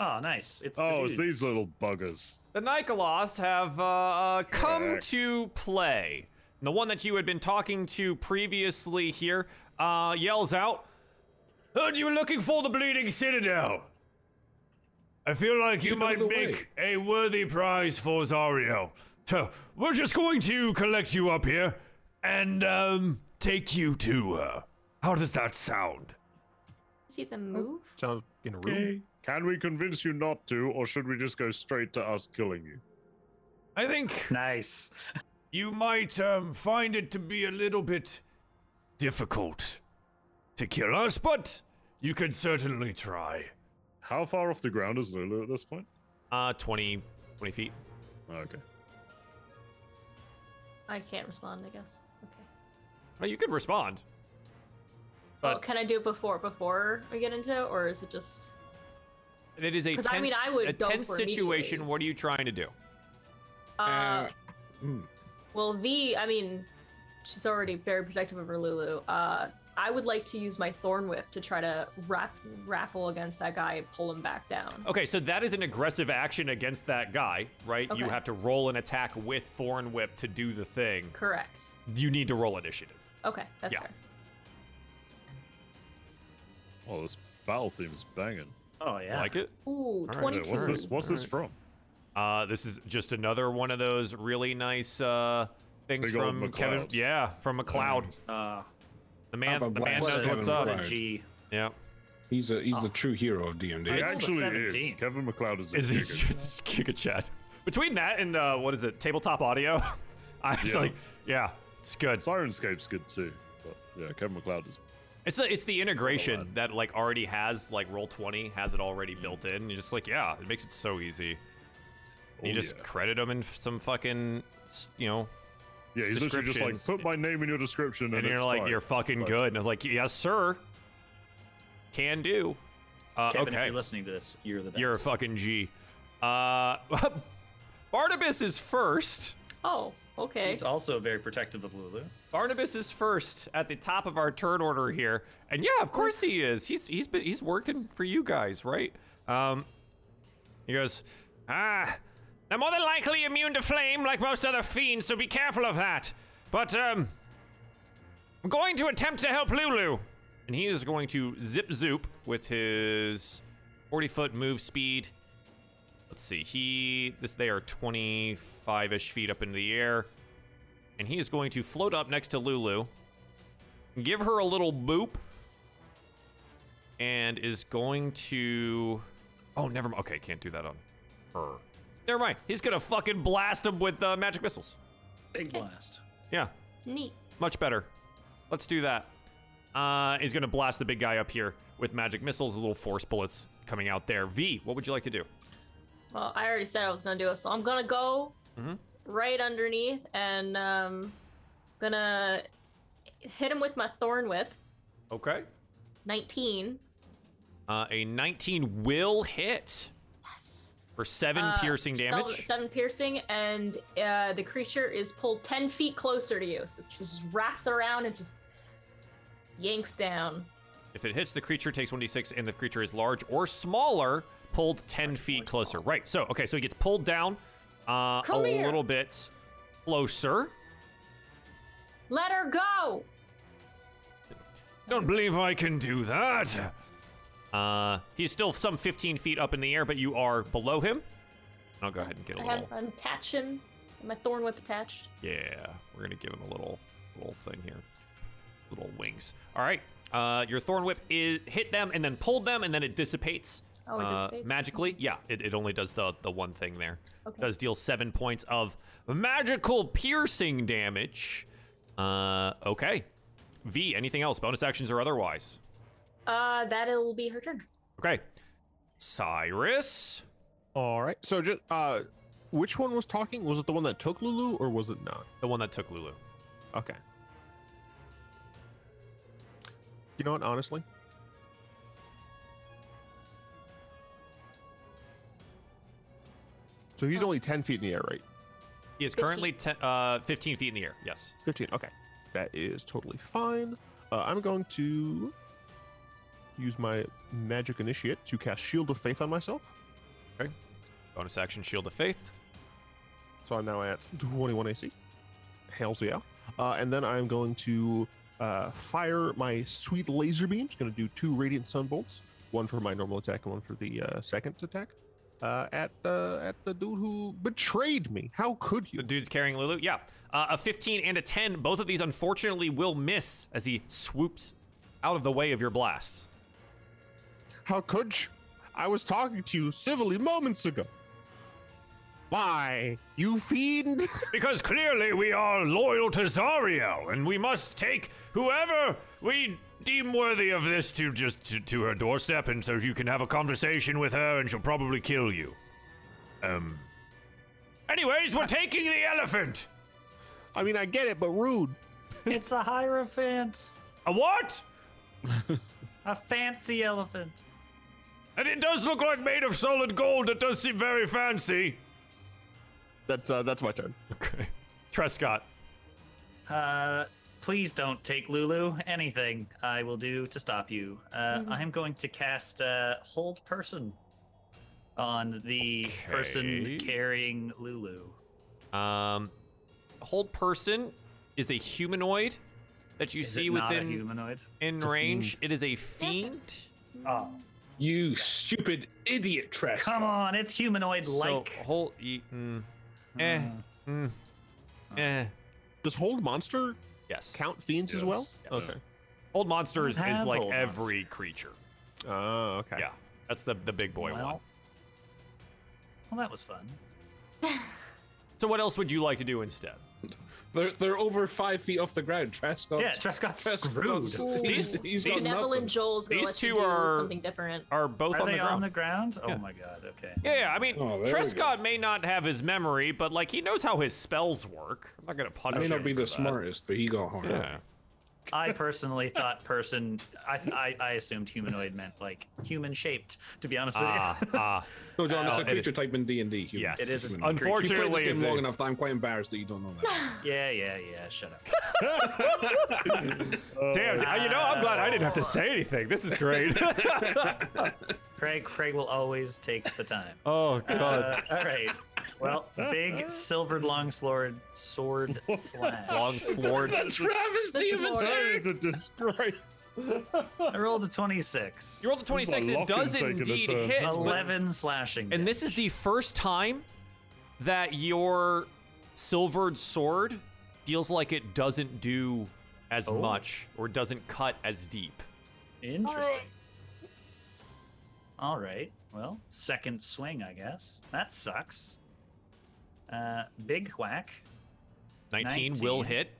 Oh, nice. It's Oh, the it's these dudes. little buggers. The Nikoloths have uh, uh, come Correct. to play. And the one that you had been talking to previously here uh, yells out, Heard you were looking for the Bleeding Citadel. I feel like you, You know might the make a worthy prize for Zario. So we're just going to collect you up here and um, take you to her. How does that sound? See them move? Sound in a room. Can we convince you not to, or should we just go straight to us killing you? I think Nice. You might um, find it to be a little bit difficult to kill us, but you could certainly try. How far off the ground is Lulu at this point? Oh, Uh, 20, 20 feet. Okay. I can't respond, I guess. Okay. Oh, you could respond. well, can I do it before before we get into it, or is it just? It is a 'Cause tense, I mean, I would a go tense for situation. immediately. What are you trying to do? Uh, Uh, hmm. well, V. I mean, she's already very protective over Lulu. Uh, I would like to use my thorn whip to try to rap, raffle against that guy and pull him back down. Okay, so that is an aggressive action against that guy, right? You Okay. have to roll an attack with Thorn Whip to do the thing. Correct. You need to roll initiative. Okay, that's Yeah. fair. Oh, this battle theme's banging. Oh yeah. Like it? Ooh, right, Wait, 22. what's this? What's this from? Uh, this is just another one of those really nice uh, things Big old from Kevin. McLeod. Yeah, from McLeod. Uh, The man, Have a the man blast. knows a- what's Seven up. what a Right. G. Yeah. He's a he's the true hero of DMD. He It's actually is. 17. Kevin McLeod is a Is he giga. just kick a chat? Between that and uh, what is it, tabletop audio? [laughs] I was Yeah. like, yeah, it's good. Sirenscape's good too. But yeah, Kevin McLeod is It's the it's the integration that like already has like roll twenty has it already built in. You're just like, yeah, it makes it so easy. oh, you just yeah. credit them in some fucking, s- you know, Yeah, he's literally just like, descriptions. put my name in your description and, and you're it's like, fine." you're fucking It's like- good. And I was like, yes, sir. Can do. Uh, Kevin, if okay. you're listening to this, you're the best. You're a fucking G. Uh, [laughs] Barnabas is first. Oh, okay. He's also very protective of Lulu. Barnabas is first at the top of our turn order here, and yeah, of course he is. He's he's been he's working for you guys, right? Um, he goes, ah, they're more than likely immune to flame, like most other fiends, so be careful of that. But um, I'm going to attempt to help Lulu, and he is going to zip zoop with his 40 foot move speed. Let's see, he this they are 25 ish feet up into the air and he is going to float up next to Lulu, give her a little boop, and is going to. Oh, never mind. Okay, can't do that on her. Never mind. He's gonna fucking blast him with uh, magic missiles. Big blast. Yeah, Neat. much better. Let's do that. Uh, he's gonna blast the big guy up here with magic missiles, little force bullets coming out there. V, what would you like to do? Well, I already said I was gonna do it, so I'm gonna go Mhm. right underneath and um, gonna hit him with my thorn whip. Okay. 19. Uh, a 19 will hit Yes. for seven Uh, piercing seven- damage. Seven, piercing, and uh, the creature is pulled 10 feet closer to you. So it just wraps around and just yanks down. If it hits the creature, takes 1d6, and the creature is large or smaller, pulled 10 feet closer. Right. So, okay, so he gets pulled down uh, a Come here. little bit closer. Let her go! Don't believe I can do that. Uh, he's still some 15 feet up in the air, but you are below him. I'll go ahead and get a I little. have, I'm attaching my thorn whip attached. Yeah, we're gonna give him a little little thing here, little wings. All right, uh, your thorn whip is hit them and then pulled them and then it dissipates. Oh, it uh, dissipates? magically. Yeah, it, it only does the the one thing there. Okay. Does deal seven points of magical piercing damage. Uh, okay. V, anything else? Bonus actions or otherwise? Uh, that'll be her turn. Okay. Cyrus. All right. So just uh, which one was talking? Was it the one that took Lulu, or was it not? The one that took Lulu. Okay. You know what? Honestly, so he's only ten feet in the air, right? He is currently ten, uh, 15 feet in the air. Yes. 15. Okay. That is totally fine. Uh, I'm going to use my magic initiate to cast Shield of Faith on myself. Bonus action, Shield of Faith. So I'm now at 21 AC. Hells yeah. Uh, and then I'm going to uh, fire my sweet laser beam. It's going to do two radiant sunbolts, one for my normal attack and one for the uh, second attack. Uh, at the at the dude who betrayed me. How could you? The dude's carrying Lulu. Yeah. Uh, a 15 and a 10. Both of these, unfortunately, will miss as he swoops out of the way of your blast. How could you? I was talking to you civilly moments ago. Why, you fiend? [laughs] Because clearly we are loyal to Zario, and we must take whoever we deem worthy of this to just to, to her doorstep, and so you can have a conversation with her, and she'll probably kill you. Um. Anyways, we're taking the elephant. I mean, I get it, but rude. it's a hierophant. A what? A fancy elephant. And it does look like made of solid gold. It does seem very fancy. [laughs] That's uh, that's my turn. Okay, Trescott. Uh, please don't take Lulu. Anything I will do to stop you. Uh, I am going to cast uh, Hold Person on the person Okay. carrying Lulu. Um, hold person is a humanoid that you Is see it not a within humanoid? in a range. It is a fiend. Ah. Oh, You stupid idiot, Trash. come on! It's humanoid So like. hold. E- mm, eh. Hmm. Mm, Oh. eh. Does hold monster Yes. count fiends as well? Yes. Okay. Hold monsters I don't is have like hold every creature. Oh, okay. Yeah. That's the the big boy one. well, well, that was fun. So what else would you like to do instead? They're, they're over five feet off the ground. Trash got Yeah, Trescott's Trash screwed. got- He's, Ooh. he's got These- Neville nothing. and Joel's gonna These let two you do are- something different. Are both Are on they the ground? on the ground? Oh my god. Okay. yeah, yeah, I mean, Oh, there we go. Trescott may not have his memory, but like he knows how his spells work. I'm not gonna punish I may him. not be for the that. smartest, but he got hard. Yeah. [laughs] I personally thought person. I, I I assumed humanoid meant like human shaped. To be honest with you. Ah, ah. No, John, it's Uh, a it- creature type in D and D. Yes. It is a Humanoid. creature. You played this Unfortunately, game long it's- enough that I'm quite embarrassed that you don't know [laughs] that. [laughs] Yeah, yeah, yeah. Shut up. Uh, [laughs] Damn, I- [laughs] you know, I'm glad I didn't have to say anything. This is [laughs] great. Craig, Craig will always take the time. oh god. Uh, all right. Well, big silvered longsword sword slash. [laughs] Long sword. travesty of a That is a disgrace. I rolled a twenty-six. You rolled a 26. It Locke does is taking a indeed turn. hit. but- eleven slashing. And this is the first time that your silvered sword feels like it doesn't do as Oh. much or doesn't cut as deep. damage. interesting. All right. Well, second swing, I guess. That sucks. Uh, big whack, 19, will 19. hit.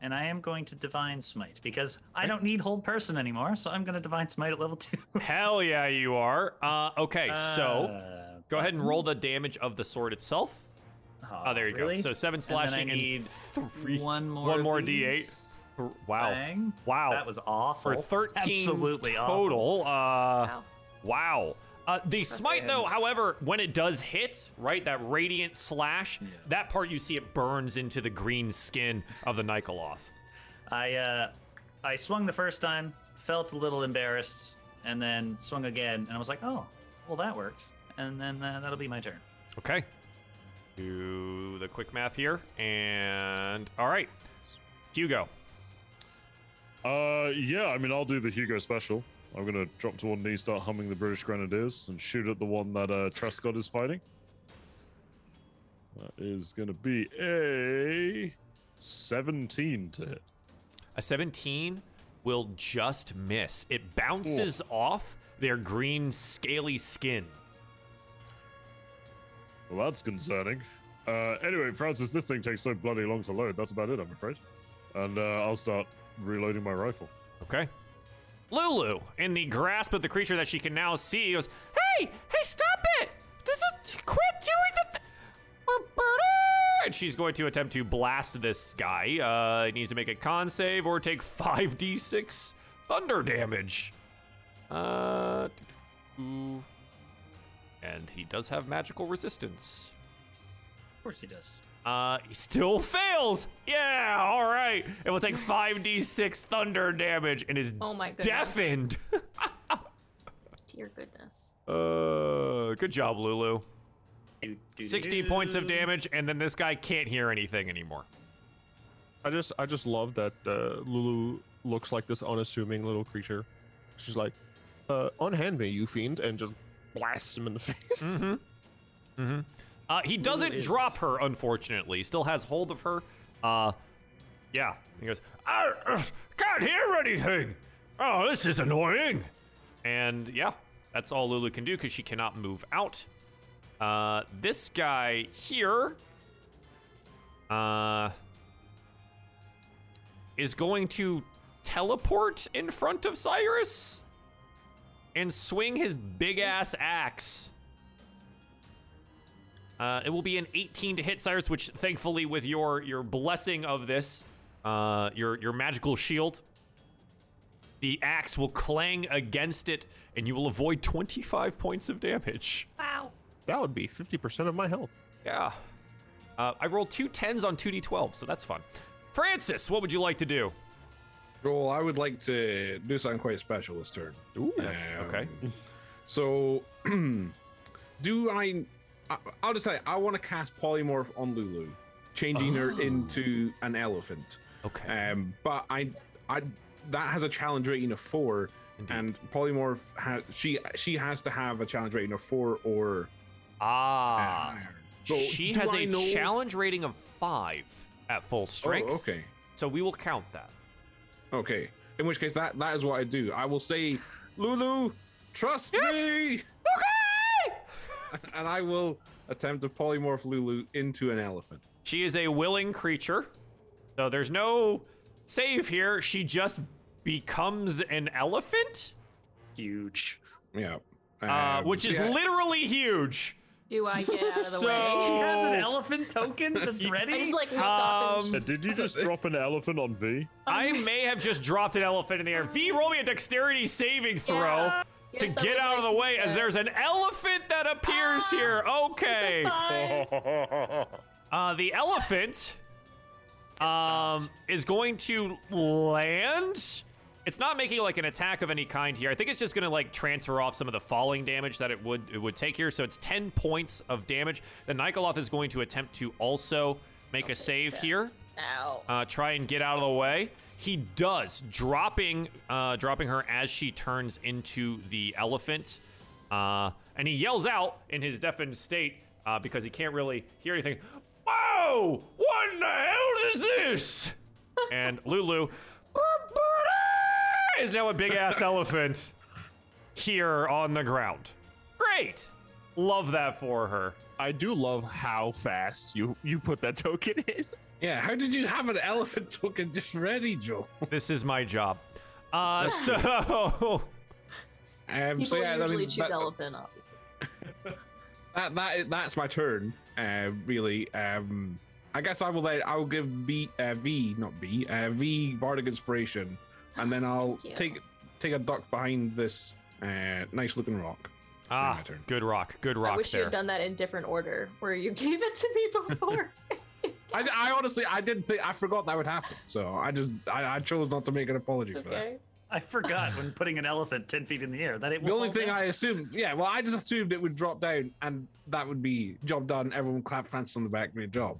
and I am going to divine smite because I don't need hold person anymore, so I'm going to divine smite at level two. Hell yeah, you are. Uh, okay, so Uh, go ahead and roll the damage of the sword itself. Oh, there you really? go. So seven And then I slashing and, need three. one more. one of more these. d8. Wow. Bang. Wow. That was for awful. 13 Absolutely awful. total. Uh, Wow. Wow. Uh, the smite, though, hands. however, when it does hit, right, that radiant slash, that part you see it burns into the green skin of the Nikoloth. I uh, I swung the first time, felt a little embarrassed, and then swung again, and I was like, oh, well that worked, and then uh, that'll be my turn. Okay. Do the quick math here. And all right. Hugo. Uh, yeah, I mean, I'll do the Hugo special. I'm gonna drop to one knee, start humming the British Grenadiers, and shoot at the one that uh, Truscott is fighting. That is gonna be a 17 to hit. A 17 will just miss. It bounces off their green, scaly skin. Well, that's concerning. Uh, anyway, Francis, this thing takes so bloody long to load. That's about it, I'm afraid. And uh, I'll start reloading my rifle. Okay. Lulu, in the grasp of the creature that she can now see, goes, Hey, hey, stop it! This is. Quit doing the. Th- We're burning! And she's going to attempt to blast this guy. Uh, it needs to make a con save or take [laughs] 5d6 thunder damage. Uh. ooh. And he does have magical resistance. Of course he does. Uh, he still fails. Yeah, all right. It will take 5d6 thunder damage and is Oh my goodness. deafened. Dear goodness. [laughs] Uh, good job, Lulu. Do, do, 16 do. points of damage, and then this guy can't hear anything anymore. I just I just love that uh, Lulu looks like this unassuming little creature. She's like, uh, unhand me, you fiend, and just blasts him in the [laughs] face. Uh, he doesn't is- drop her, unfortunately. Still has hold of her. Uh, yeah. He goes, I uh, can't hear anything. Oh, this is annoying. And yeah, that's all Lulu can do because she cannot move out. Uh, this guy here uh, is going to teleport in front of Cyrus and swing his big ass axe. Uh, it will be an 18 to hit Cyrus, which thankfully, with your your blessing of this, uh, your your magical shield, the axe will clang against it, and you will avoid 25 points of damage. Wow. That would be fifty percent of my health. Yeah. Uh, I rolled two tens on 2d12, so that's fun. Francis, what would you like to do? Joel, I would like to do something quite special this turn. Ooh, okay. Um, So, [clears throat] do I? I- I'll just say I want to cast polymorph on Lulu, changing Oh. her into an elephant. Okay. Um, but I, I that has a challenge rating of four, and polymorph has she she has to have a challenge rating of four or. um, Ah. So she do has I a know- challenge rating of five at full strength. Oh, okay. So we will count that. Okay. In which case, that that is what I do. I will say, Lulu, trust me. [laughs] Okay. and I will attempt to polymorph Lulu into an elephant. She is a willing creature. So there's no save here. She just becomes an elephant, [laughs] Huge. Yeah. uh, Um, which is yeah. literally huge. Do I get out of the way? Oh. He has an So elephant [laughs] token just ready. I just like look up Um, and Uh, did you just drop an elephant on V? Oh, I may have just dropped an elephant in the air. V, roll me a dexterity saving throw to Yes, I get would out of like the to way do as that. Ah, there's an elephant that appears here. Okay. Bye. [laughs] Uh, the elephant um, is going to land. It's not making like an attack of any kind here. I think it's just going to like transfer off some of the falling damage that it would it would take here. So it's 10 points of damage. The Nikoloth is going to attempt to also make a save here. Ow. Uh, try and get out of the way. He does, dropping uh, dropping her as she turns into the elephant. Uh, and he yells out in his deafened state uh, because he can't really hear anything. Whoa! What in the hell is this? and Lulu is now a big ass elephant here on the ground. Great! Love that for her. I do love how fast you you put that token in. Yeah, how did you have an elephant [laughs] token just ready, Joe? This is my job. Uh, so [laughs] Um, so People yeah, I usually mean, choose that, elephant, obviously. that, that that's my turn. Uh, really. Um, I guess I will let I will give B uh, V not B uh, V bardic inspiration, and then I'll Ah, you. take take a duck behind this uh, nice looking rock. ah, my turn. good rock, good I rock wish you there. had done that in different order, where you [laughs] gave [laughs] it to me before. I, I honestly I didn't think I forgot that would happen, so I just I, I chose not to make an apology It's for that. okay. I forgot when putting an elephant 10 feet in the air that it The will only fall thing down. I assumed, yeah, well, I just assumed it would drop down, and that would be job done. Everyone clap France on the back, great job.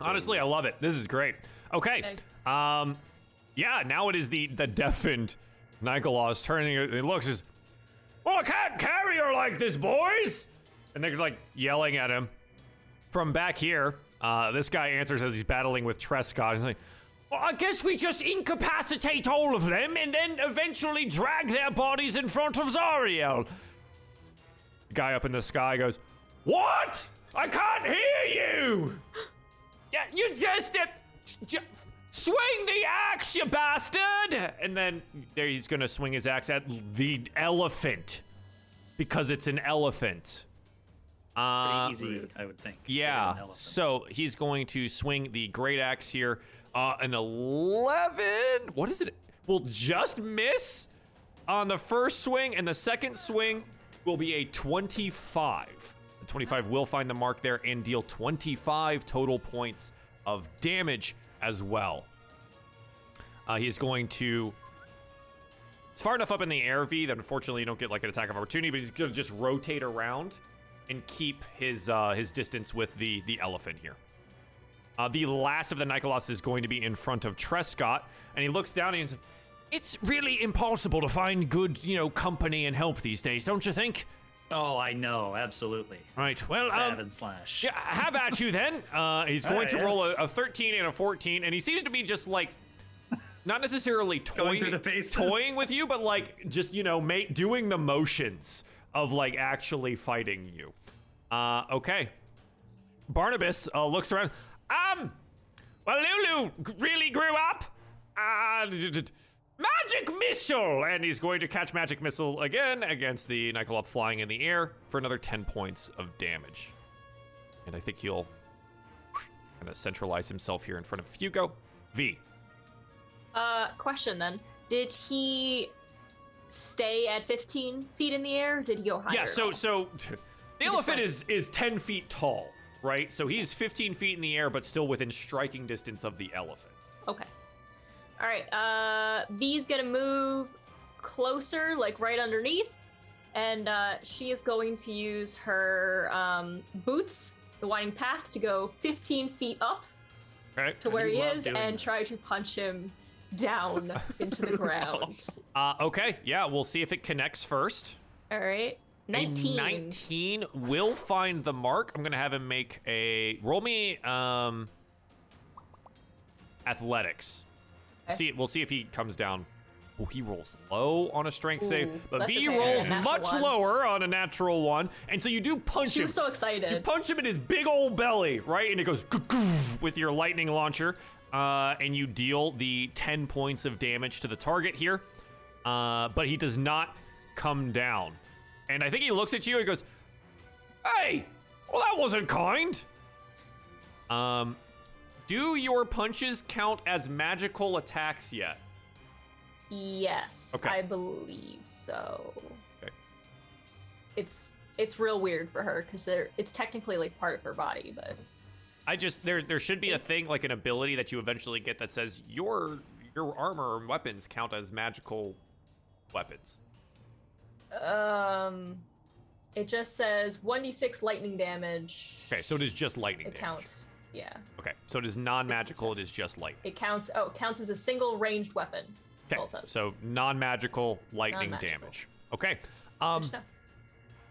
Honestly, I love it. This is great. Okay. Um, yeah. Now it is the the deafened Nikolaus turning. He looks is, oh, I can't carry her like this, boys. And they're like yelling at him from back here. Uh, this guy answers as he's battling with Trescott. He's like, well, I guess we just incapacitate all of them and then eventually drag their bodies in front of Zariel. The guy up in the sky goes, What? I can't hear you! [gasps] Yeah, you just uh, j- swing the axe, you bastard! And then there he's gonna swing his axe at the elephant because it's an elephant. Uh, Pretty easy, I would think. to hit an yeah. elephant. So he's going to swing the great axe here. Uh, an 11. What is it? Will just miss on the first swing, and the second swing will be a 25. The 25 will find the mark there and deal 25 total points of damage as well. Uh, he's going to. It's far enough up in the air, V, that unfortunately you don't get like an attack of opportunity, but he's gonna just rotate around and keep his uh, his distance with the the elephant here. Uh, the last of the Nikoloths is going to be in front of Trescott, and he looks down and he's like, "It's really impossible to find good, you know, company and help these days, don't you think?" Oh, I know, absolutely. Right. Well, Stab um, and slash. yeah, how about you then? Uh, he's going to yes. roll a, a 13 and a 14, and he seems to be just like, not necessarily toying, through the paces. toying [laughs] with you, but like just, you know, mate, doing the motions of like actually fighting you. Uh, okay. Barnabas uh, looks around. Um, well, Lulu g- really grew up. Uh, d- d- d- magic missile! And he's going to catch magic missile again against the Nicolop flying in the air for another 10 points of damage. And I think he'll kind of centralize himself here in front of Fugo. V. Uh, question then: Did he stay at 15 feet in the air? Or did he go higher? Yeah, at so [laughs] all? so the elephant is is 10 feet tall, right? So he's 15 feet in the air, but still within striking distance of the elephant. Okay. All right. Uh, V's gonna move closer, like right underneath, and uh, she is going to use her um, boots, the winding path, to go 15 feet up Okay. to where do he love is doing and try this. to punch him [laughs] down into the ground. Uh, okay, yeah, we'll see if it connects first. All right. A 19. 19 will find the mark. I'm gonna have him make a roll me um athletics. Okay. See, we'll see if he comes down. Oh, he rolls low on a strength Ooh, save, but that's V okay. rolls Natural much one. lower on a natural one, and so you do punch She him. was so you excited. punch him in his big old belly, right? And it goes "Goo-goo" with your lightning launcher, uh, and you deal the 10 points of damage to the target here. Uh, but he does not come down. And I think he looks at you and goes, Hey, well, that wasn't kind. Um, do your punches count as magical attacks yet? Yes, Okay. I believe so. Okay. It's it's real weird for her because they're it's technically like part of her body, but I just there there should be a thing like an ability that you eventually get that says your your armor and weapons count as magical weapons. um, it just says 1d6 lightning damage. Okay, so it is just lightning it damage. counts. Yeah, Okay, so it is non-magical. It is just lightning. it counts. Oh, it counts as a single ranged weapon. Okay, Well, it does. so non-magical lightning Non-magical. damage. Okay, [laughs] um, Gotcha.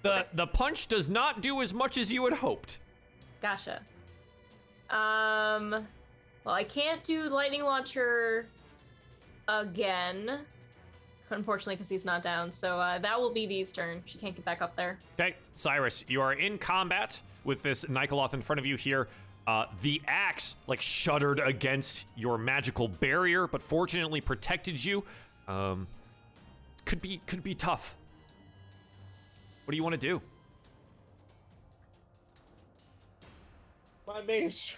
the the punch does not do as much as you had hoped. Gotcha. Um, well, I can't do lightning launcher again. unfortunately, because he's not down. So uh, that will be Dee's turn. She can't get back up there. Okay, Cyrus, you are in combat with this Nikoloth in front of you here. Uh, the axe like shuddered against your magical barrier, but fortunately protected you. Um, could be could be tough. What do you want to do? My mace.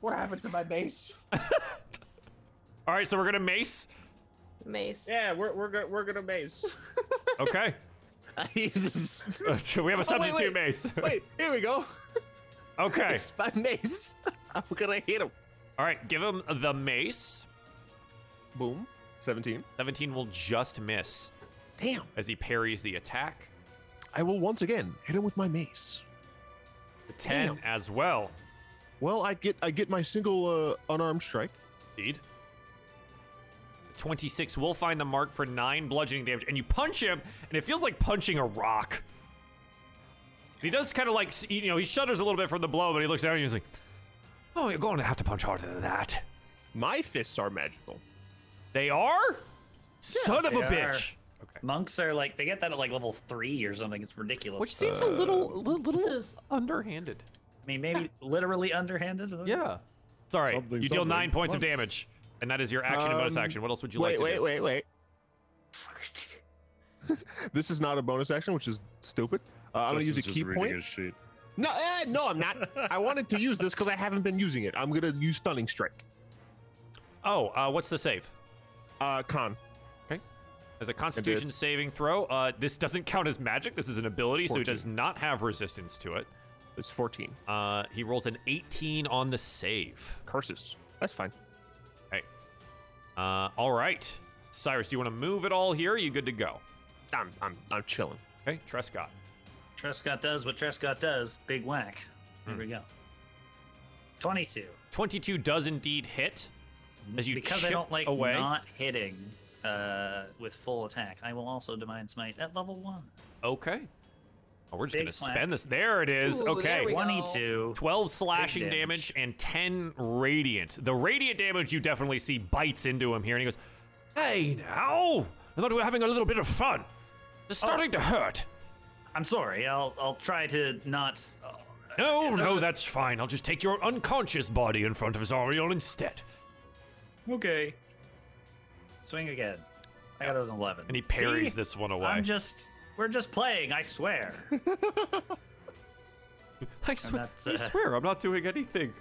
What happened to my mace? All right, so we're gonna mace. Mace. Yeah, we're we're gonna we're gonna [laughs] mace. [laughs] Okay, [laughs] I just- we have a Oh, wait, substitute wait. mace. [laughs] Wait, here we go. [laughs] okay, It's my mace. [laughs] I'm gonna hit him. all right, give him the mace. Boom. 17. 17 will just miss Damn. as he parries the attack. I will once again hit him with my mace. 10 Damn. as well. Well, I get I get my single uh, unarmed strike. Indeed. 26 will find the mark for 9 bludgeoning damage, and you punch him, and it feels like punching a rock. He does kind of like, you know, he shudders a little bit from the blow, but he looks down and he's like, Oh, you're going to have to punch harder than that. My fists are magical. They are? Son of a they are. bitch. Okay. Monks are like they get that at like level three or something. It's ridiculous. Which seems a little, little, This is underhanded. I mean, [laughs] maybe literally underhanded. Yeah. Sorry. Something, you deal 9 something. points of Monks. damage, and that is your action and bonus Um, action. What else would you like wait, to wait, do? wait, wait. this is not a bonus action, which is stupid. Uh, I'm gonna use a Justin's just key reading point. his sheet. No, eh, no, I'm not. I wanted to use this because I haven't been using it. I'm gonna use stunning strike. Oh, uh, what's the save? Uh, con. As a constitution saving throw, uh, this doesn't count as magic. This is an ability, so he 14. does not have resistance to it. It's 14. Uh, he rolls an 18 on the save. Curses. That's fine. Uh, all right. Cyrus, do you want to move at all here? you good to go? I'm I'm I'm chilling. Okay, Trescott. Trescott does what Trescott does. Big whack. Hmm. Here we go. Twenty-two. 22 does indeed hit. As you because chip I don't like away. not hitting uh, with full attack, I will also divine smite at level one. Okay. Oh, we're just Big going to slap. spend this. There it is. Ooh, okay. there we go. Twenty-two. 12 slashing damage. damage. and 10 radiant. The radiant damage you definitely see bites into him here, and he goes, Hey, now! I thought we were having a little bit of fun. It's starting to hurt. I'm sorry. I'll I'll try to not. uh, No, no, that's fine. I'll just take your unconscious body in front of Zariel instead. Okay. Swing again. I got an eleven. And he parries See? this one away. I'm just. We're just playing. I [laughs] swear. I, swe- that's, I uh, swear, I'm not doing anything.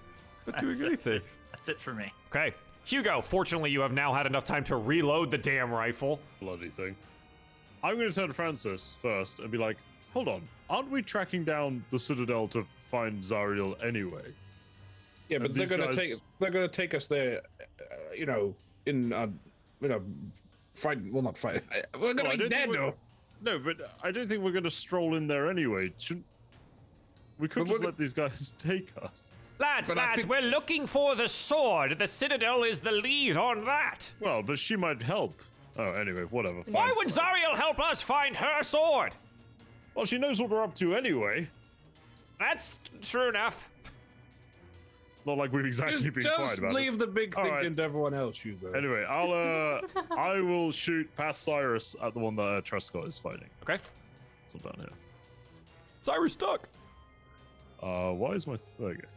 I'm not doing That's it. anything. That's it for me. Okay. Hugo, fortunately, you have now had enough time to reload the damn rifle. bloody thing. I'm going to turn to Francis first and be like, hold on, aren't we tracking down the Citadel to find Zariel anyway? Yeah, but And they're these gonna guys- take they're gonna take us there, uh, you know, in uh, you know, fight. Well, not fight. [laughs] We're Well, gonna I be don't dead think we're- though. No, but I don't think we're going to stroll in there anyway. Shouldn't... We could But just we're- let these guys [laughs] take us. Lads, But I lads, think- we're looking for the sword. The Citadel is the lead on that. Well, but she might help. Oh, anyway, whatever. Why fine. would Zariel help us find her sword? Well, she knows what we're up to anyway. That's true enough. Not like we've exactly Just, been quiet just about leave it. the big All thing right. into everyone else, Hugo. Anyway, [laughs] I'll uh, I will shoot past Cyrus at the one that uh, Trescott is fighting. Okay. So down here. Cyrus stuck. Uh, why is my th- okay?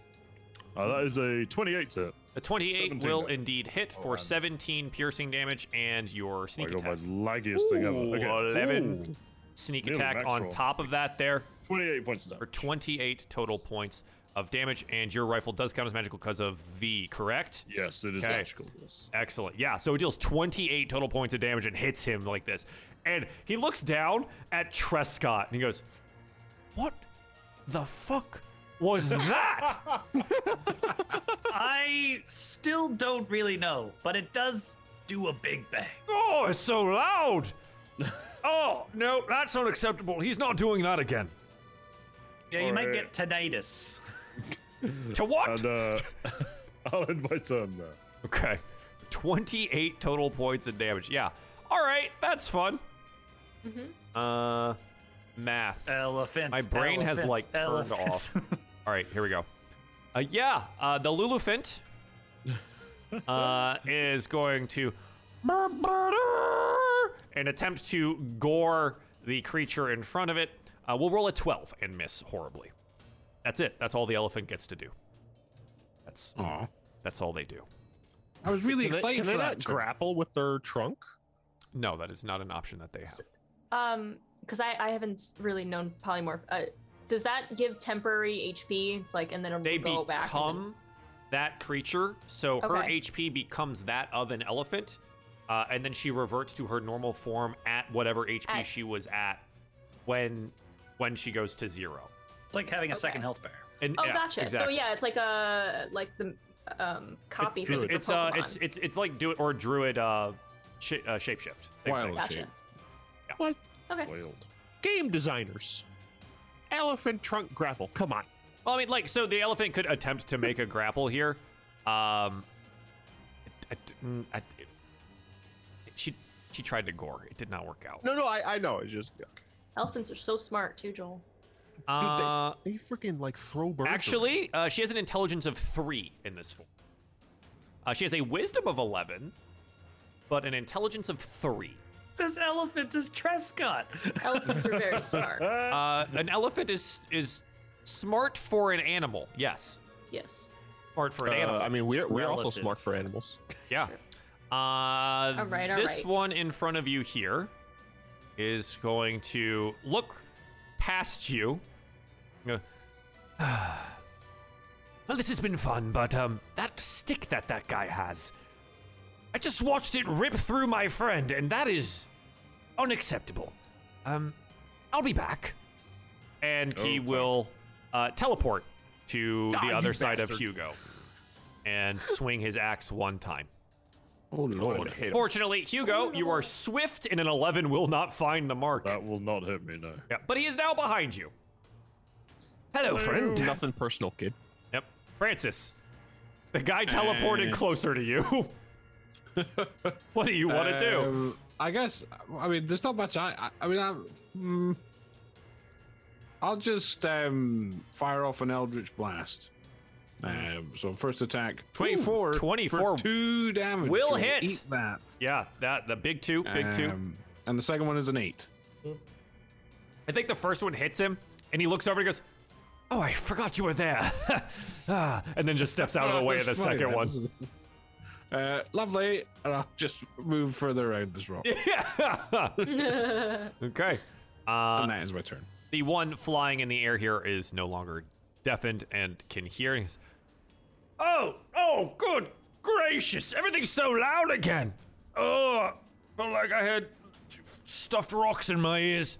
Uh, that is a 28 to hit. The 28 17 will damage. indeed hit for and- 17 piercing damage and your I sneak got my attack. laggiest thing Ooh, ever. Okay. 11. Ooh, Sneak Nearly attack max on roll. top of that there 28 points of for damage. 28 total points of damage. And your rifle does count as magical because of V, correct? Yes, it is Okay. magical. Yes. Excellent. Yeah. So it deals 28 total points of damage and hits him like this. And he looks down at Trescott and he goes, What the fuck was that? I still don't really know, but it does do a big bang. Oh, it's so loud. Oh, no, that's unacceptable. He's not doing that again. Yeah, you might Alright. get tinnitus. To what? And [laughs] uh, I'll end my turn there. okay. [laughs] 28 total points of damage. Yeah. All right, that's fun. Uh math. Uh, Elephant. My brain has, elephant, like, turned [laughs] elephant. All right, here we go. Uh, yeah, uh, the Lulufint uh, is going to. and attempt to gore the creature in front of it. Uh, we'll roll a 12 and miss horribly. That's it. That's all the elephant gets to do. That's Aw. that's all they do. I was really Can they, excited can they for not that. grapple with their trunk? No, that is not an option that they have. Um, because I I haven't s- really known polymorph. Uh, does that give temporary HP? It's like and then it'll They go back. and then- become that creature, so her Okay. HP becomes that of an elephant, uh, and then she reverts to her normal form at whatever HP At- she was at when when she goes to zero. It's like having a second Okay. health bar. And Oh, yeah, gotcha. exactly. So yeah, it's like a like the um copy It's thing. druid. for It's uh, it's Pokemon. it's it's like do or druid uh, sh- uh shapeshift. Same Wild thing. Gotcha. shape. Okay. Wild. Game designers. Elephant trunk grapple. Come on. Well, I mean, like, so the elephant could attempt to [laughs] make a grapple here. Um, it- it- mm, I- it- she she tried to gore. It did not work out. No, no, I, I know. It's just Elephants are so smart too, Joel. Uh, they freaking like throw birds. actually, uh, she has an intelligence of three in this form. Uh, she has a wisdom of eleven, but an intelligence of three. This elephant is Trescott. Elephants are very smart. Uh, an elephant is is smart for an animal. Yes, Yes. smart for Uh, an animal. I mean, we're we're also Relative. smart for animals. Yeah. Uh, right, all this right. one in front of you here is going to look past [sighs] you. Uh, well, this has been fun, but um, that stick that that guy has, I just watched it rip through my friend, and that is unacceptable. Um, I'll be back, and he Oh, fuck. will uh, teleport to Ah, the you other side of bastard. Hugo and swing his axe one time. Oh lord. hate 'em. Fortunately, Hugo, you are swift and an 11 will not find the mark. That will not hit me, no. Yeah, but he is now behind you. Hello, friend. Nothing personal, kid. Yep. Francis, the guy teleported Uh. closer to [laughs] you. what do you want to do? Um, I guess. I mean, there's not much. I. I, I mean, I'm. mm, I'll just um, fire off an Eldritch Blast. Um, so first attack, twenty-four. 24. for two damage. Will Joel. hit. Eat that. Yeah, that the big two, big two. Um, And the second one is an eight. I think the first one hits him, and he looks over and he goes, "Oh, I forgot you were there," [laughs] Ah, and then just steps out of the way of the That's funny, second that one. is- Uh, lovely, and I'll just move further around this rock. [laughs] Yeah. [laughs] okay. Uh, and that is my turn. the one flying in the air here is no longer deafened and can hear. And he's, oh, oh, good gracious! Everything's so loud again. Oh, felt like I had stuffed rocks in my ears.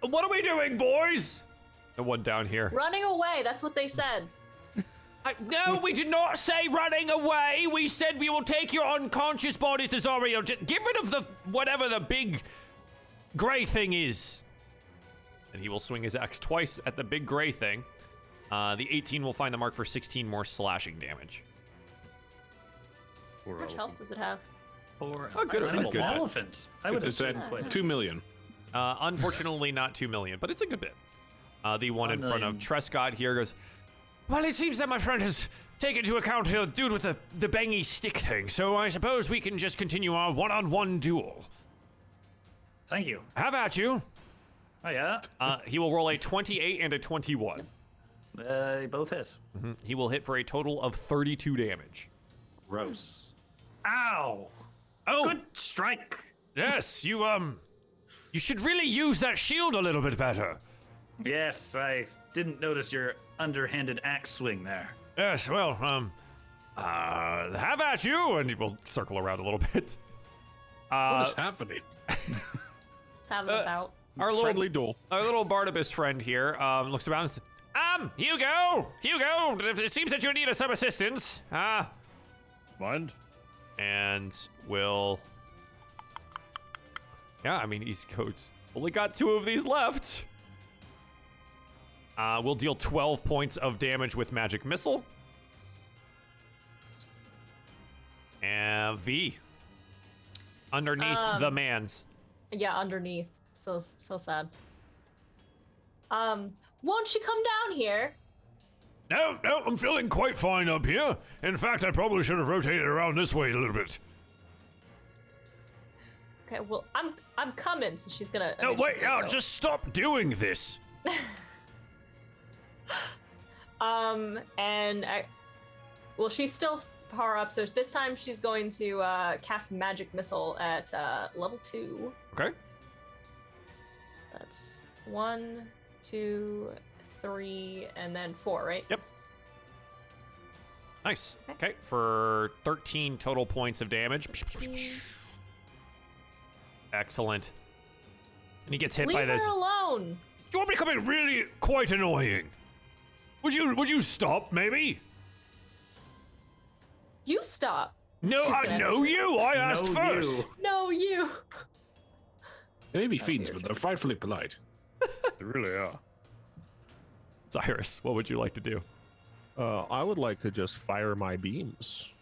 What are we doing, boys? The one down here. Running away. That's what they said. I, no, we did not say running away. We said we will take your unconscious bodies to Zoriel. Just get rid of the whatever the big gray thing is. And he will swing his axe twice at the big gray thing. Uh, the 18 will find the mark for 16 more slashing damage. Poor How much health elephant. does it have? Or Oh, good, a that's single good. elephant. I would It's assume at quite- two million. Uh, unfortunately, not 2 million, but it's a good bit. Uh, the one One in front of million. Trescott here goes, Well, it seems that my friend has taken into account the dude with the, the bangy stick thing, so I suppose we can just continue our one on one duel. Thank you. Have at you. Oh yeah. Uh, he will roll a 28 and a 21. Uh, they both hit. He will hit for a total of 32 damage. Gross. Ow! Oh, Good strike. yes, you um, you should really use that shield a little bit better. Yes, I didn't notice your underhanded axe swing there. Yes, well, um, uh, have at you, and we'll circle around a little [laughs] bit. What Uh, is happening? Have it about. our little Friendly duel. our little Barnabas friend here um, looks around and says, Um, Hugo! Hugo! It seems that you need some assistance. Ah. Mind? and will. Yeah, I mean, East Coast only got two of these left. Uh, we'll deal 12 points of damage with Magic Missile. And V. Underneath Um, the man's. Yeah, underneath. So so sad. Um, won't you come down here? No, no, I'm feeling quite fine up here. In fact, I probably should have rotated around this way a little bit. Okay, well, I'm I'm coming. So she's gonna. I No, mean, she's wait, gonna no, go. just stop doing this. Um, and I, well, she's still far up, so this time she's going to uh, cast magic missile at uh, level two. Okay. So that's one, two, three, and then four, right? Yep. Nice. Okay, for 13 total points of damage. Excellent. And he gets hit by Leave this. her alone. You're becoming really quite annoying. Would you would you stop maybe? You stop. No, I gonna- know you. I asked No, first. you. No, you. [laughs] They may be fiends, but they're frightfully polite. They really are. Cyrus, what would you like to do? Uh, I would like to just fire my beams.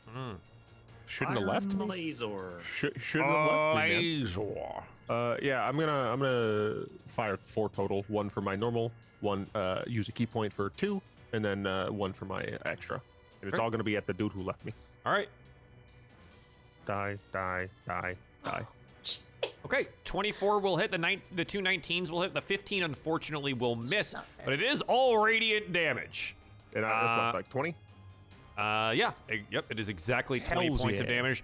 Shouldn't have left me. Laser. Sh- shouldn't have left me, man. Uh, yeah, I'm gonna I'm gonna fire four total. One for my normal, one uh, use a key point for two, and then uh, one for my extra. And it's all gonna be at the dude who left me. All right. Die, die, die, die. Okay, 24 will hit the nine, the two 19s will hit the 15 unfortunately will miss, not fair. but it is all radiant damage. And I that's Uh, not like twenty. Uh, yeah. eh, Yep. It is exactly 20 Hells points of yeah. damage.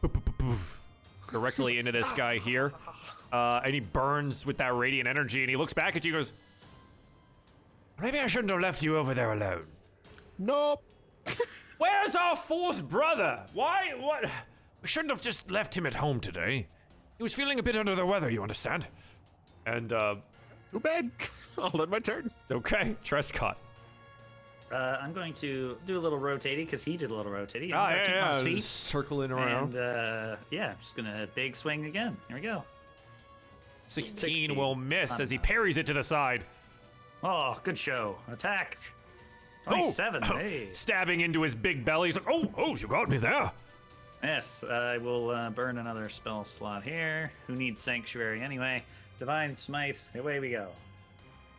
Poof, poof, poof, poof. Directly into this guy here. Uh, and he burns with that radiant energy and he looks back at you and goes, Maybe I shouldn't have left you over there alone. Nope. Where's our fourth brother? Why? What? We shouldn't have just left him at home today. He was feeling a bit under the weather, you understand? And, uh, Too bad. [laughs] I'll let my turn. okay, [laughs] Trescott. Uh, I'm going to do a little rotating because he did a little rotating. I'm Ah, gonna yeah, keep on yeah, his feet. circling around. And uh, yeah, just gonna big swing again. Here we go. 16, 16. will miss Not as he enough. parries it to the side. Oh, good show. Attack. Oh, [coughs] Twenty-seven. oh, Hey. Stabbing into his big belly. He's like, oh, oh, you got me there. Yes, I will uh, burn another spell slot here. Who needs sanctuary anyway? Divine smite. Away we go.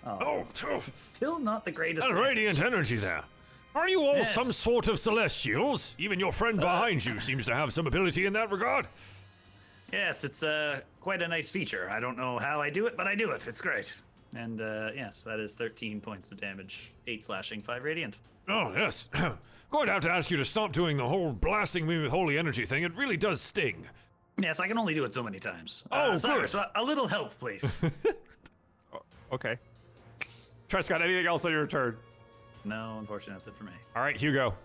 Oh, phew, Still not the greatest. that damage. radiant energy there. Are you all Yes. Uh, some sort of celestials? Even your friend behind you seems to have some ability in that regard. Yes, it's uh, quite a nice feature. I don't know how I do it, but I do it. It's great. And uh, yes, that is 13 points of damage. 8 slashing, 5 radiant. Oh, yes. [clears throat] Going to have to ask you to stop doing the whole blasting me with holy energy thing. It really does sting. Yes, I can only do it so many times. Oh, uh, good. Cyrus, a, a little help, please. Okay. Trescott, anything else on your turn? no, unfortunately, that's it for me. All right, Hugo.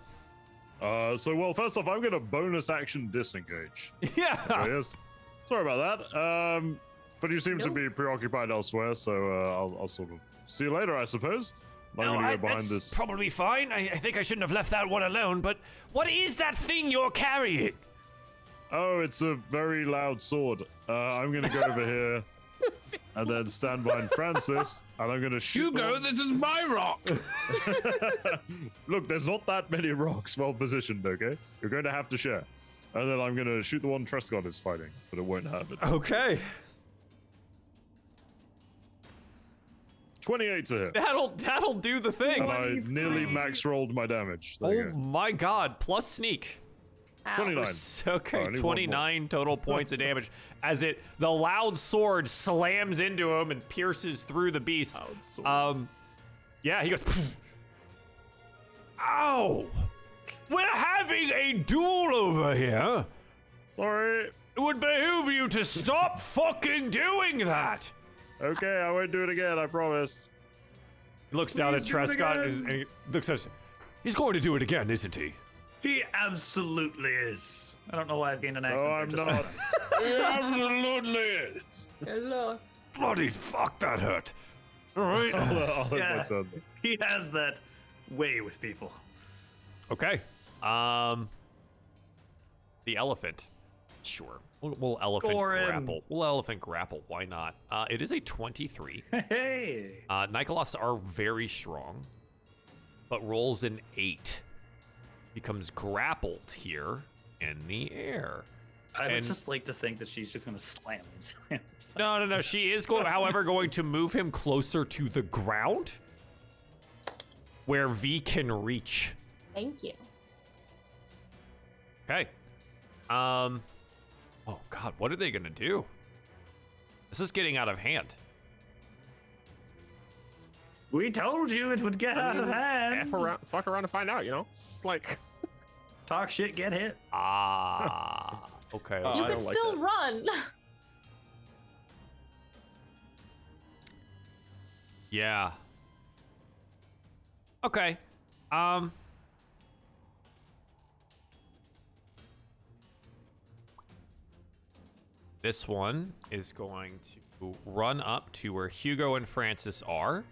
Uh, so, well, first off, I'm going to bonus action disengage. [laughs] Yeah. There he is. Sorry about that. Um, but you seem to No. be preoccupied elsewhere, so uh, I'll, I'll sort of see you later, I suppose. I'm No, going to I- go behind that's this. probably fine. I, I think I shouldn't have left that one alone, but what is that thing you're carrying? Oh, it's a very loud sword. Uh, I'm going to go [laughs] over here and then stand behind Francis, and I'm going to shoot. the Hugo, one- this is my rock. Look, there's not that many rocks well positioned, okay? You're going to have to share. And then I'm going to shoot the one Trescott is fighting, but it won't have Oh. it. Okay. 28 to hit. That'll that'll do the thing. And I nearly max rolled my damage. There you Oh go. my god, plus sneak. [laughs] Ow. 29. Oh, I Okay, need one more. 29 total points of [laughs] damage as it the loud sword slams into him and pierces through the beast. Um Yeah, he goes [laughs] "Pff." Ow! We're having a duel over here. Sorry. It would behoove you to stop fucking doing that. Okay, I won't do it again, I promise. He looks down Please at do it Trescott and again. and he looks at us. He's going to do it again, isn't he? He absolutely is. I don't know why I've gained an accent. No, there, I'm just- not. Absolutely. Hello. Bloody fuck, that hurt. All right. I'll, I'll have Yeah. my turn. then. [laughs] He has that way with people. [laughs] Okay. Um, the elephant. Sure. We'll, we'll elephant Gorin. grapple. We'll elephant grapple. Why not? Uh, it is a 23. Hey. Uh, Nikoloffs are very strong, but rolls an eight. Becomes grappled here in the air. I would And- just like to think that she's just going to slam him. [laughs] Slam him. slam No, no, no. She is going, however, going to move him closer to the ground where V can reach. Thank you. Okay. Um. Oh God, what are they gonna do? This is getting out of hand. We told you it would get out of hand. F around, fuck around to find out, you know? It's like, Talk shit, get hit. Ah. Okay. Oh, you I could don't like still that. run. Yeah. Okay. Um. This one is going to run up to where Hugo and Francis are.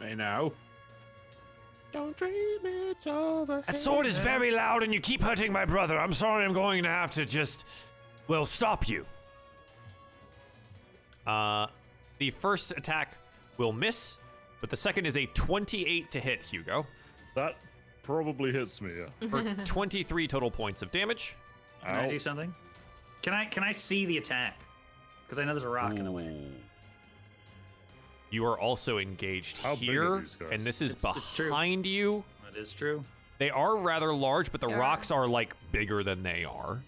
Hey now. don't dream it's over. That sword is very loud and you keep hurting my brother. I'm sorry, I'm going to have to just, well, stop you. Uh, the first attack will miss, but the second is a 28 to hit, Hugo, That probably hits me. Yeah. for Mm-hmm. 23 total points of damage. Can I do something? Can I can I see the attack? Because I know there's a rock in the way. You are also engaged How big are here, these guys? and this is It's- it's true. behind you. That is true. They are rather large, but the They are. rocks are like bigger than they are.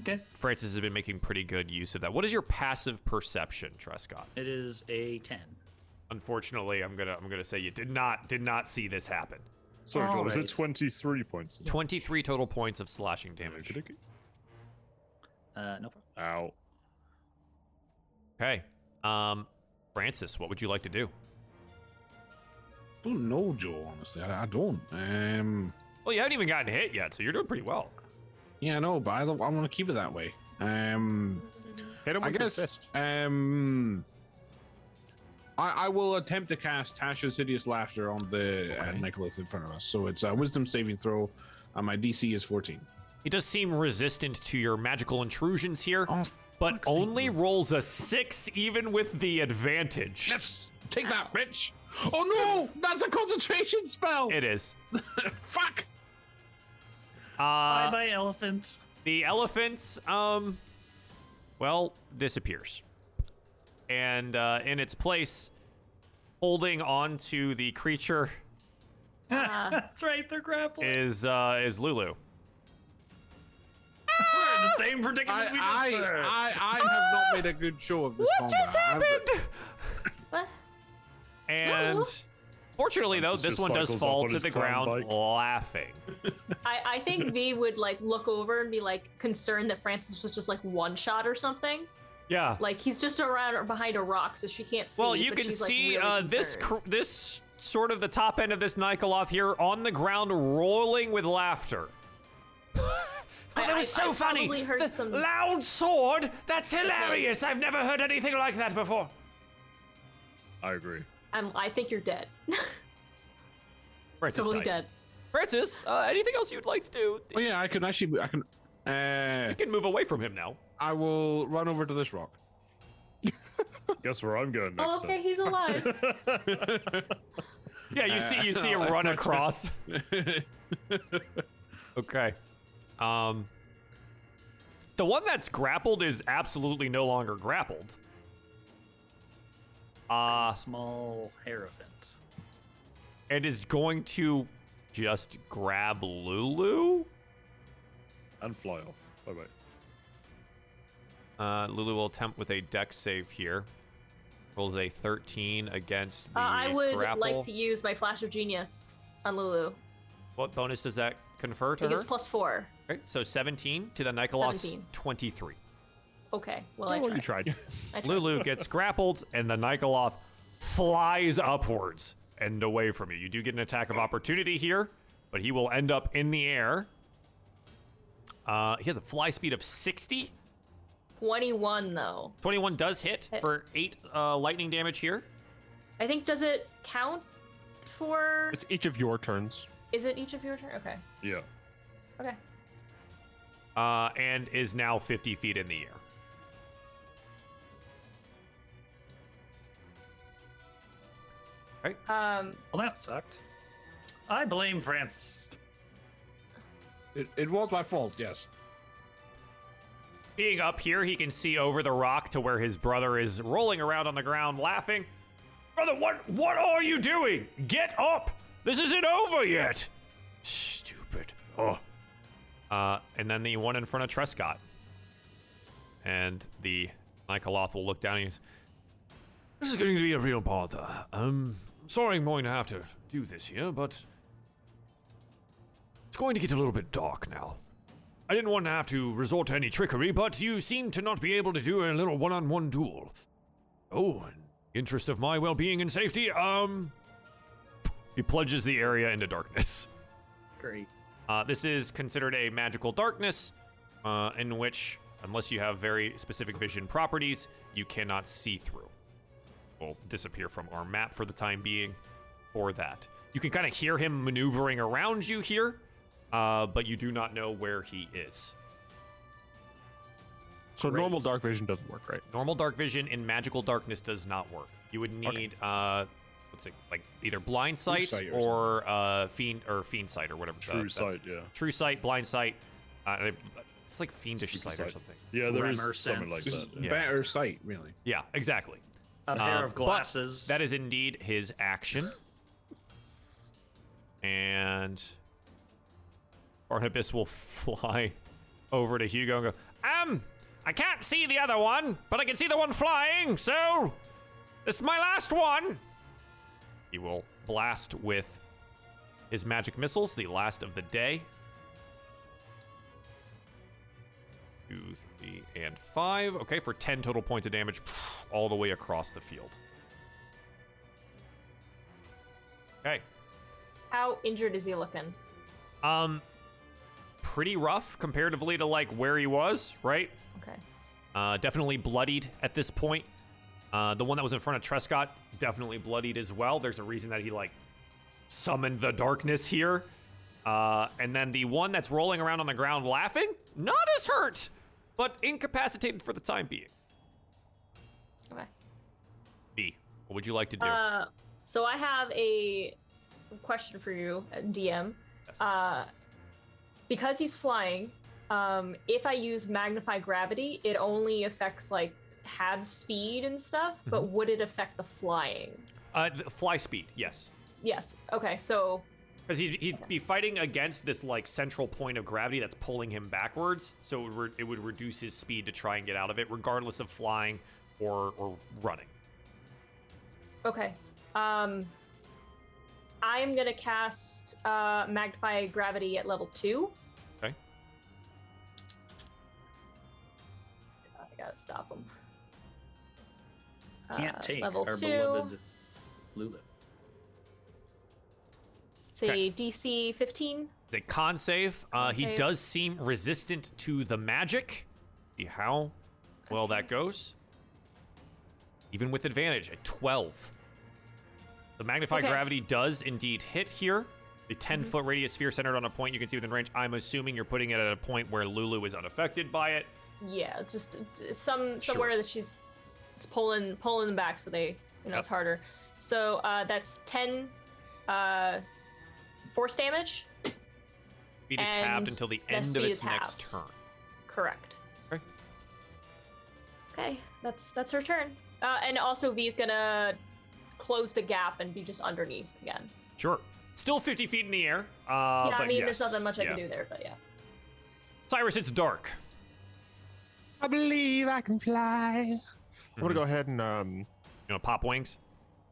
Okay. Francis has been making pretty good use of that. What is your passive perception, Trescott? It is a ten. unfortunately i'm gonna i'm gonna say you did not did not see this happen Sorry, Joel. Is it Alright. 23 points? 23 total points of slashing damage Okey-dokey. Uh, no problem. Ow. okay um francis what would you like to do don't know, Joe. Honestly, I, I don't. Um, well you haven't even gotten hit yet so you're doing pretty well yeah, no, but I, I want to keep it that way. Um, Hit him I with your guess. fist. Um, I, I will attempt to cast Tasha's hideous laughter on the uh, Okay. Nicolith in front of us. So it's a Wisdom saving throw. Uh, my DC is 14. he does seem resistant to your magical intrusions here but Oh, fuck's sake. only rolls a six even with the advantage Yes, take that, bitch! Oh no, that's a concentration spell. it is Fuck. Bye uh bye elephant. [laughs] the elephant um well disappears and uh in its place holding on to the creature That's right, they're grappling. is uh is Lulu. We're in the same I, predicament we just were. I, I, I have not made a good show of this. Ah! Oh, What just happened? What? And fortunately though, Francis this just one does cycles off fall on to his the clown ground bike. laughing. I, I [laughs] think V would like look over and be like concerned that Francis was just like one shot or something. Yeah. Like he's just around or behind a rock, so she can't see. Well, you but can she's, like, see really uh this cr- concerned. this sort of the top end of this Nikoloth here on the ground rolling with [laughs] laughter. Oh, I- I- I probably heard some- loud sword! That's hilarious! I've never heard anything like that before. I agree. I'm, I think you're dead. [laughs] Francis totally died. dead. Francis, uh, anything else you'd like to do? Oh yeah, I can actually. I can. Uh, You can move away from him now. I will run over to this rock. [laughs] Guess where I'm going next. Oh, okay, [laughs] he's [laughs] alive. Yeah, you [laughs] see you see him Uh, run across. I Okay. Um The one that's grappled is absolutely no longer grappled. Uh Ah. Small elephant. and is going to just grab Lulu. [laughs] And fly off. Bye bye. Uh Lulu will attempt with a deck save here. Rolls a 13 against the Uh, I would grapple. like to use my flash of genius on Lulu. What bonus does that confer to her? It gives plus four. Okay, so 17 to the Nikolos 17. 23. Okay, well I Oh, you tried. tried. I tried. Lulu gets grappled, and the Nikoloth flies upwards and away from you. You do get an attack of opportunity here, but he will end up in the air. Uh, he has a fly speed of 60. Twenty-one though. 21 does hit for 8 uh, lightning damage here. I think does it count for? It's each of your turns. Is it each of your turn? Okay. Yeah. Okay. Uh, and is now 50 feet in the air. Um. Well, that sucked. I blame Francis. it, it was my fault. Yes. Being up here, he can see over the rock to where his brother is rolling around on the ground laughing. Brother, what what are you doing? Get up! This isn't over yet. Stupid. Oh. Uh, and then the one in front of Trescott. And the Nycaloth will look down and he goes, This is going to be a real bother. Um, sorry I'm going to have to do this here, but it's going to get a little bit dark now. I didn't want to have to resort to any trickery, but you seem to not be able to do a little one on one duel. Oh, in the interest of my well being and safety, um. He plunges the area into darkness. Great. Uh, this is considered a magical darkness, uh, in which, unless you have very specific vision properties, you cannot see through. Will disappear from our map for the time being, or that you can kind of hear him maneuvering around you here, uh, but you do not know where he is. So normal dark vision doesn't work, right? Normal dark vision in magical darkness does not work. You would need uh, what's it like? Either blind sight sight or or uh, fiend or fiend sight or whatever. True that- that- sight, yeah. true sight, blind sight. Uh, I- it's like fiendish Spooky sight, or sight. something. Yeah, there is Grammar something like sense. that. yeah. Better sight, really. Yeah, exactly. A Um, pair of but glasses. That is indeed his action. and Barnabas will [laughs] fly over to Hugo and go, Um, I can't see the other one, but I can see the one flying, so this is my last one. He will blast with his magic missiles, the last of the day. Two, three, and five. Okay, for 10 total points of damage all the way across the field. Okay. How injured is he looking? Um, pretty rough comparatively to like where he was, right? Okay. Uh, definitely bloodied at this point. Uh, the one that was in front of Trescott definitely bloodied as well. There's a reason that he like summoned the darkness here. Uh, and then the one that's rolling around on the ground laughing, not as hurt, but incapacitated for the time being. Okay. B, what would you like to do? Uh, so I have a question for you, uh, DM. Uh, because he's flying, um, if I use magnify gravity, it only affects like half speed and stuff. But would it affect the flying? Uh, th- fly speed, yes. Yes. Okay. So Because he'd, he'd be fighting against this like central point of gravity that's pulling him backwards, so it would, re- it would reduce his speed to try and get out of it, regardless of flying or or running. okay. Um, I am gonna cast uh, magnify gravity at level two. Okay. I gotta stop him. Can't Uh, take level our two. beloved Lulu. Say Okay. DC 15. It's a con save. Uh, Con he save. does seem resistant to the magic. See how well that goes. Even with advantage, a twelve. The magnified Okay. Mm-hmm. gravity does indeed hit here. The 10 foot radius sphere centered on a point you can see within range. I'm assuming you're putting it at a point where Lulu is unaffected by it. Yeah, just uh, some somewhere that she's it's pulling pulling them back so they you know Yep. it's harder. So uh that's 10 uh force damage. Speed is halved And until the that end of speed its is next halved. turn. Correct. Okay. Okay, that's that's her turn. Uh and also V is going to close the gap and be just underneath again. Sure. Still 50 feet in the air. Uh, yeah, I but mean yes, there's not that much I yeah. can do there, but yeah. Cyrus, it's dark. I believe I can fly. I'm gonna go ahead and um, You know, pop wings.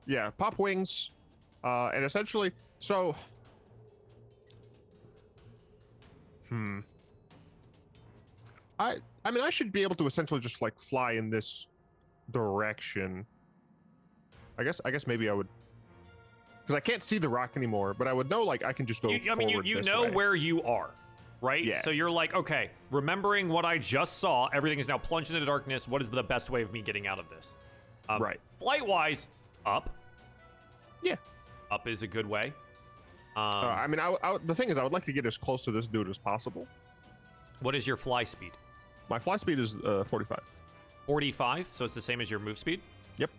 yeah, pop wings, uh, and essentially, so, hmm, I, I mean, I should be able to essentially just like fly in this direction. I guess, I guess maybe I would, because I can't see the rock anymore, but I would know like I can just go. You, I mean, you, forward you this know way. where you are, right? Yeah. So you're like, okay, remembering what I just saw, everything is now plunged into darkness. What is the best way of me getting out of this? Um, Right. Flight wise, up. Yeah. Up is a good way. Um, Uh, I mean, I, w- I w- the thing is, I would like to get as close to this dude as possible. what is your fly speed? My fly speed is uh, 45. 45, so it's the same as your move speed? Yep.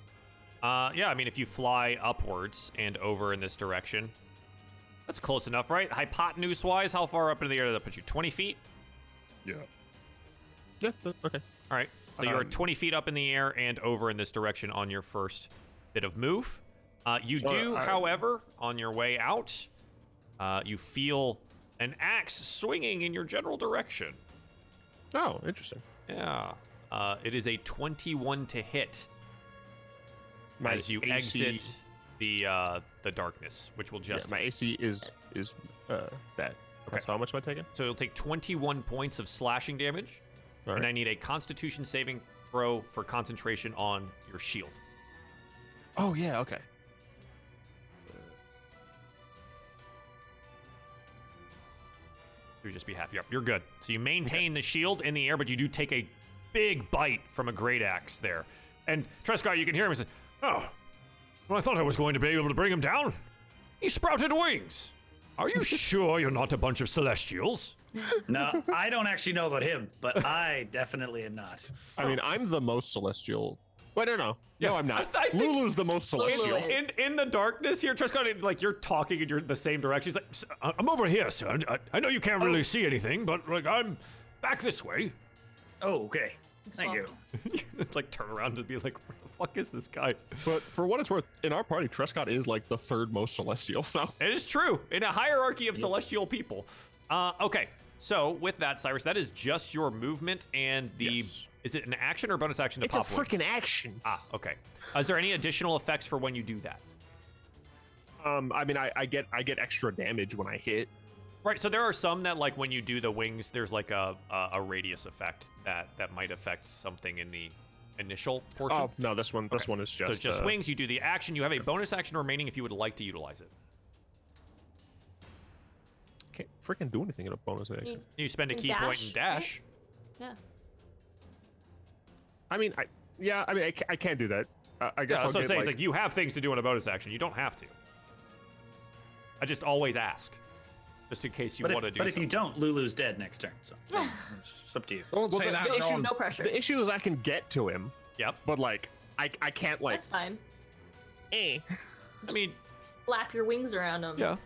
Uh, yeah, I mean, if you fly upwards and over in this direction, that's close enough, right? Hypotenuse wise, how far up into the air did that put you? 20 feet? Yeah. Yeah. th- Okay. All right. So you're Um, 20 feet up in the air and over in this direction on your first bit of move. Uh, you So, do, I- however, on your way out, uh, you feel an axe swinging in your general direction. Oh, interesting. Yeah. Uh, it is a 21 to hit My as you AC exit the uh, the darkness, which will Yeah, just my AC is is uh that. That's how much am I taking? so you'll take 21 points of slashing damage, All and I right. need a Constitution saving throw for concentration on your shield. Oh yeah, okay. You'll just be happy. Yep, you're good. So you maintain the shield in the air, but you do take a big bite from a great axe there. And Trescott, you can hear him say, "Oh, well, I thought I was going to be able to bring him down. He sprouted wings. Are you sure you're not a bunch of Celestials?" No, [laughs] I don't actually know about him, but I definitely am not. I mean, I'm the most celestial. Wait, no, no, no, I'm not. I- I think- Lulu's the most celestial. Lulu in, is. in the darkness here, Trescott, like you're talking in your, the same direction. He's like, "S- I- I'm over here, sir. I, I know you can't really see anything, but like I'm back this way. [laughs] Oh, okay. Thank you. welcome. like turn around to be like, where the fuck is this guy? But for what it's worth, in our party, Trescott is like the third most celestial. [laughs] So It is true in a hierarchy of celestial people. Uh, okay, so with that, Cyrus, that is just your movement and the. Yes. Is it an action or bonus action to pop? ones? action. Ah, okay. Is there any additional effects for when you do that? Um, I mean, I, I get I get extra damage when I hit. Right. So there are some that, like, when you do the wings, there's like a a, a radius effect that that might affect something in the initial portion. Oh no, this one this one is so just it's just uh, wings. You do the action. You have a bonus action remaining if you would like to utilize it. Can't freaking do anything in a bonus action. You spend a And key point dash, and dash. Yeah. I mean, I yeah, I mean, I, ca- I can't do that. I, I guess Yeah, that's I'll what I'm get saying. like, It's like you have things to do in a bonus action. You don't have to. I just always ask, just in case you But, if, want to do. but if something. you don't, Lulu's dead next turn. [laughs] So it's up to you. Don't Well, say the- that. the issue- John. No pressure. the issue is I can get to him, yep. but like I I can't like [laughs] That's fine. eh. I mean, Flap your wings around them. yeah.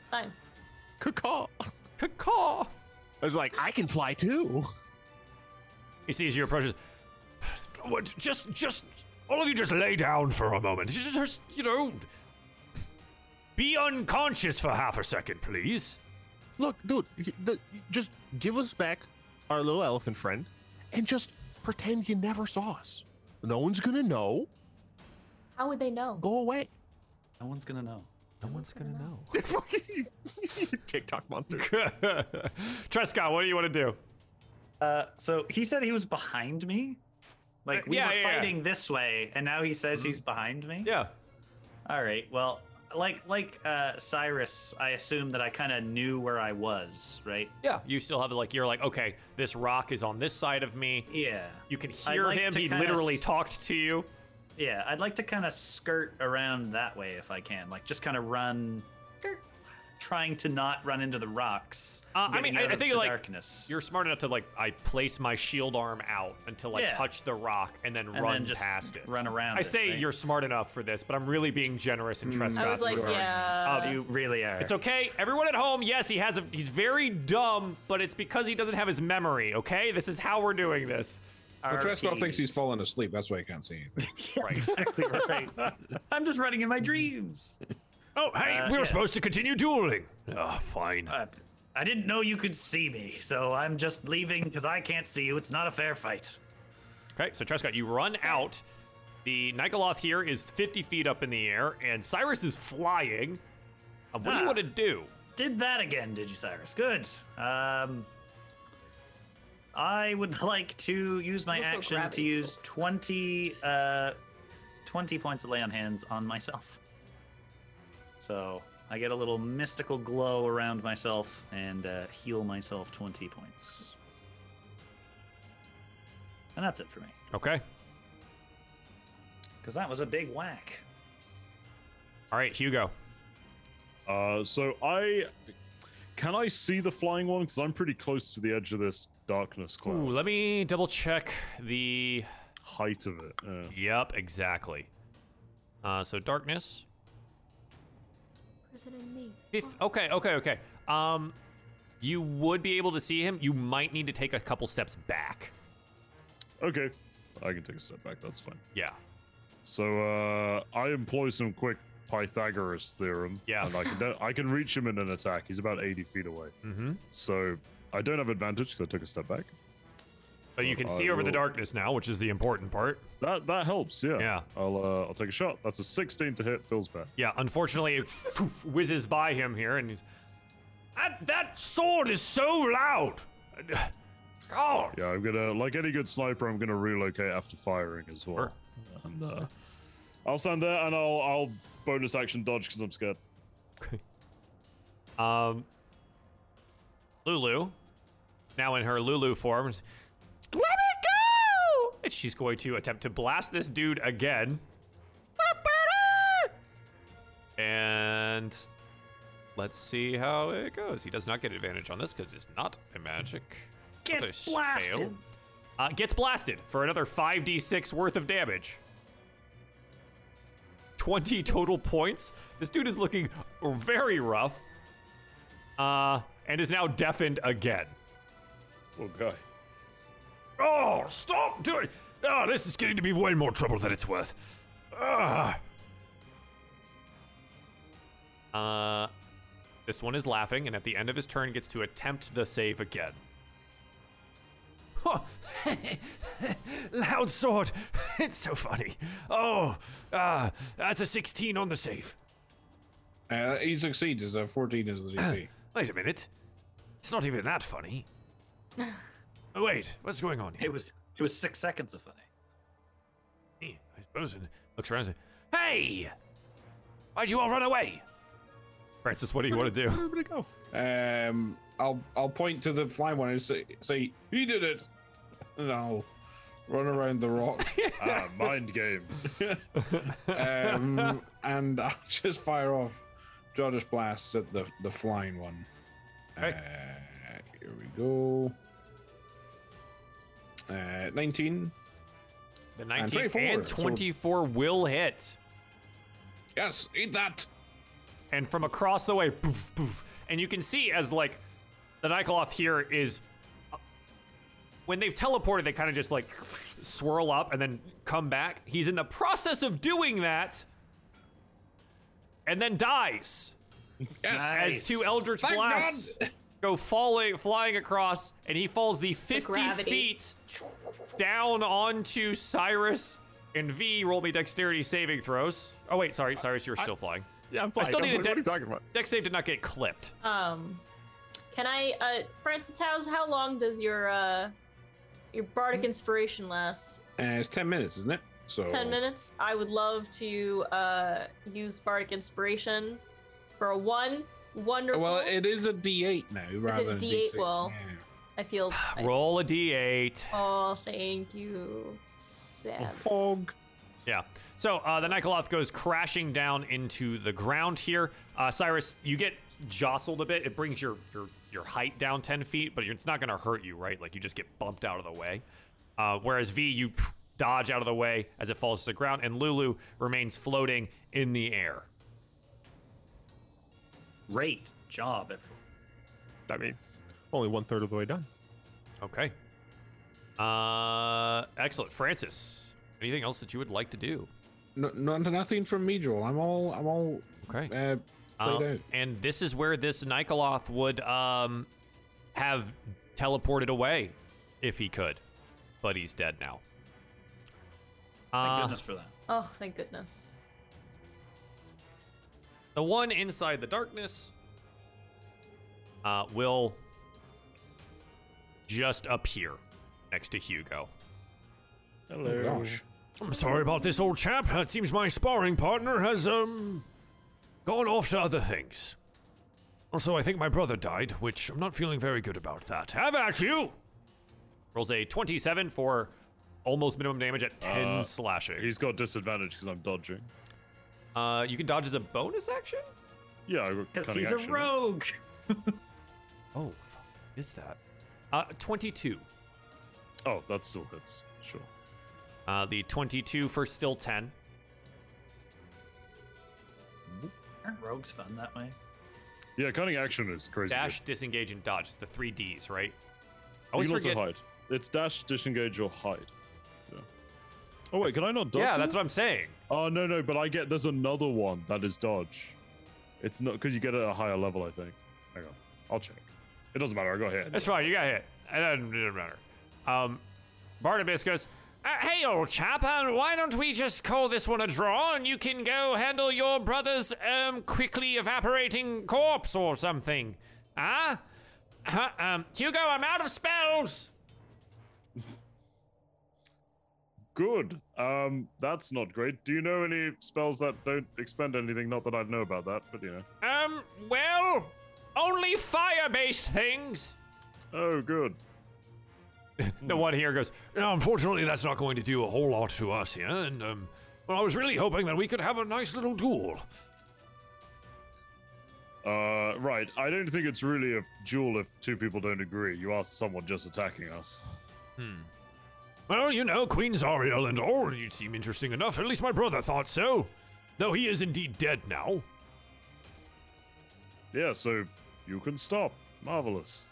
It's fine. Good call. Caw. I was like, I can fly too. He sees you approaches. What? Just, just, all of you, just lay down for a moment. Just, just, you know, be unconscious for half a second, please. Look, dude, y- the- just give us back our little elephant friend, and just pretend you never saw us. No one's gonna know. How would they know? Go away. No one's gonna know. No one's gonna know. Fucking you, you TikTok monsters. [laughs] Trescott, what do you want to do? Uh, so he said he was behind me. Like Uh, we yeah, were yeah, yeah. fighting this way, and now he says he's behind me. Yeah. All right. Well, like like uh, Cyrus, I assume that I kind of knew where I was, right? Yeah. You still have like you're like okay, this rock is on this side of me. Yeah. You can I'd hear like him. to He kinda literally s- talked to you. Yeah. I'd like to kind of skirt around that way if I can, like just kind of run, trying to not run into the rocks. Uh, I getting mean, I- out I of think, the like, darkness. You're smart enough to like I place my shield arm out until I Yeah. touch the rock and then and run then just past it. run around. I it, say right? you're smart enough for this, but I'm really being generous in Trescott's Mm. I was like, regard. yeah. You really are. It's okay. Everyone at home, yes, he has a he's very dumb, but it's because he doesn't have his memory, okay? This is how we're doing this. Well, Trescott RP. [laughs] thinks he's fallen asleep. That's why he can't see anything. Right. exactly [laughs] right. I'm just running in my dreams. oh, hey, Uh, we were yeah. supposed to continue dueling. Oh, fine. Uh, I didn't know you could see me, so I'm just leaving because I can't see you. It's not a fair fight. Okay, so Trescott, you run out. The Nikoloth here is 50 feet up in the air, and Cyrus is flying. Uh, what do Ah. you want to do? Did that again, did you, Cyrus? Good. Um, I would [laughs] like to use my It's also action to gravity use pulled. 20, uh, 20 points of lay on hands on myself. So I get a little mystical glow around myself and uh, heal myself 20 points. And that's it for me. Okay. Because that was a big whack. All right, Hugo. Uh, so I can I see the flying one because I'm pretty close to the edge of this darkness cloud. Ooh, let me double check the. Height of it. Yeah. Yep, exactly. Uh, so darkness. Is it in me? If, okay, okay, okay. Um, you would be able to see him. You might need to take a couple steps back. Okay, I can take a step back. That's fine. Yeah. So uh, I employ some quick Pythagoras theorem. Yeah. And I can I can reach him in an attack. He's about 80 feet away. Mm-hmm. So I don't have advantage because I took a step back. But you can Uh, I see over the will- darkness now, which is the important part. That that helps. Yeah. Yeah. I'll uh, I'll take a shot. That's a 16 to hit. Feels bad. Yeah, unfortunately, it poof, whizzes by him here, and he's. That, that sword is so loud! [sighs] God! Yeah, I'm gonna like any good sniper. I'm gonna relocate after firing as well. And uh, I'll stand there and I'll I'll bonus action dodge because I'm scared. [laughs] Um, Lulu, now in her Lulu form, is, let me go! And she's going to attempt to blast this dude again. And let's see how it goes. He does not get advantage on this because it's not a magic. Get not a spell. blasted. Uh, gets blasted for another 5d6 worth of damage. 20 total points. This dude is looking very rough. Uh, and is now deafened again. Poor guy. Oh, stop doing. Oh, this is getting to be way more trouble than it's worth. Ah. Ugh. Uh, this one is laughing, and at the end of his turn, gets to attempt the save again. Huh. [laughs] Loud sword. [laughs] It's so funny. Oh, uh, that's a 16 on the save. Uh, he succeeds. As a 14 is the DC. Wait a minute. It's not even that funny. Oh, wait, what's going on here? It was it was six seconds of funny. I suppose, and looks around and says, Hey! Why'd you all run away? Francis, what do you want [laughs] to do? Everybody go. Um, I'll I'll point to the flying one and say, say he did it. And I'll run around the rock. [laughs] Ah, mind games. um, and [laughs] I'll just fire off Jardish blasts at the the flying one. Uh, here we go. Uh, 19. The 19 19 and 24, and 24 will hit. Yes, eat that. And from across the way, poof, poof. And you can see as, like, the Nikoloth here is. uh, When they've teleported, they kind of just, like, swirl up and then come back. He's in the process of doing that and then dies. Yes. as two eldritch Thank blasts God. go falling, flying across, and he falls the 50 gravity. feet down onto Cyrus and V. Roll me dexterity saving throws. Oh wait, sorry, Cyrus, you're still flying. Yeah, I'm fine. still I'm need a like, what de- are you talking about? Dex save did not get clipped. Um, can I, uh, Francis, how's how long does your uh, your Hmm? bardic inspiration last? Uh, it's 10 minutes, isn't it? So Ten minutes. I would love to uh use bardic inspiration for a one. Wonderful. Well, it is a D8 now rather a than D8? D6. Well, Yeah. [sighs] I feel. I- Roll a d8. oh, thank you. [laughs] Sad. Pog. Yeah. So uh, the Nikoloth goes crashing down into the ground here. Uh, Cyrus, you get jostled a bit. It brings your your, your height down 10 feet, but it's not going to hurt you, right? Like you just get bumped out of the way. Uh, whereas V, you dodge out of the way as it falls to the ground, and Lulu remains floating in the air. Great job, everyone. I mean, only one third of the way done. Okay. Uh, excellent. Francis, anything else that you would like to do? No, no, nothing from me, Joel. I'm all, I'm all Okay. uh, Uh, played out. and this is where this Nikoloth would um, have teleported away if he could, but he's dead now. Thank Uh, goodness for that. Oh, thank goodness. the one inside the darkness uh, will just appear next to Hugo. Oh, gosh. I'm sorry about this, old chap. It seems my sparring partner has um gone off to other things. Also, I think my brother died, which I'm not feeling very good about that. Have at you! Rolls a 27 for almost minimum damage at 10 Uh, slashing. He's got disadvantage because I'm dodging. Uh, you can dodge as a bonus action? Yeah, I got Because cunning he's a action. rogue. Oh, fuck. Is that? Uh, 22. Oh, that still hits. Sure. Uh, the 22 for still 10. Aren't rogues fun that way? Yeah, cunning action is crazy. Dash, good. disengage, and dodge. It's the three Ds, right? You always can also forget- hide. It's dash, disengage, or hide. Yeah. Oh wait, can I not dodge? yeah, now? that's what I'm saying. Oh no no, but I get there's another one that is dodge. It's not because you get it at a higher level, I think. Hang on, I'll check. It doesn't matter. I got hit. That's fine. You got hit. It doesn't, it doesn't matter. Um, Barnabas goes, uh, "Hey, old chap, uh, why don't we just call this one a draw, and you can go handle your brother's um quickly evaporating corpse or something, huh? Huh? Um, Hugo, I'm out of spells." Good. Um, that's not great. Do you know any spells that don't expend anything? Not that I'd know about that, but you know. Um, well, only fire-based things. Oh, good. The one here goes, no, unfortunately, that's not going to do a whole lot to us here. And, um, well, I was really hoping that we could have a nice little duel. Uh, right. I don't think it's really a duel if two people don't agree. You asked someone just attacking us. Well, you know, Queen Zariel and all, you seem interesting enough. At least my brother thought so. Though he is indeed dead now. Yeah, so you can stop. Marvelous.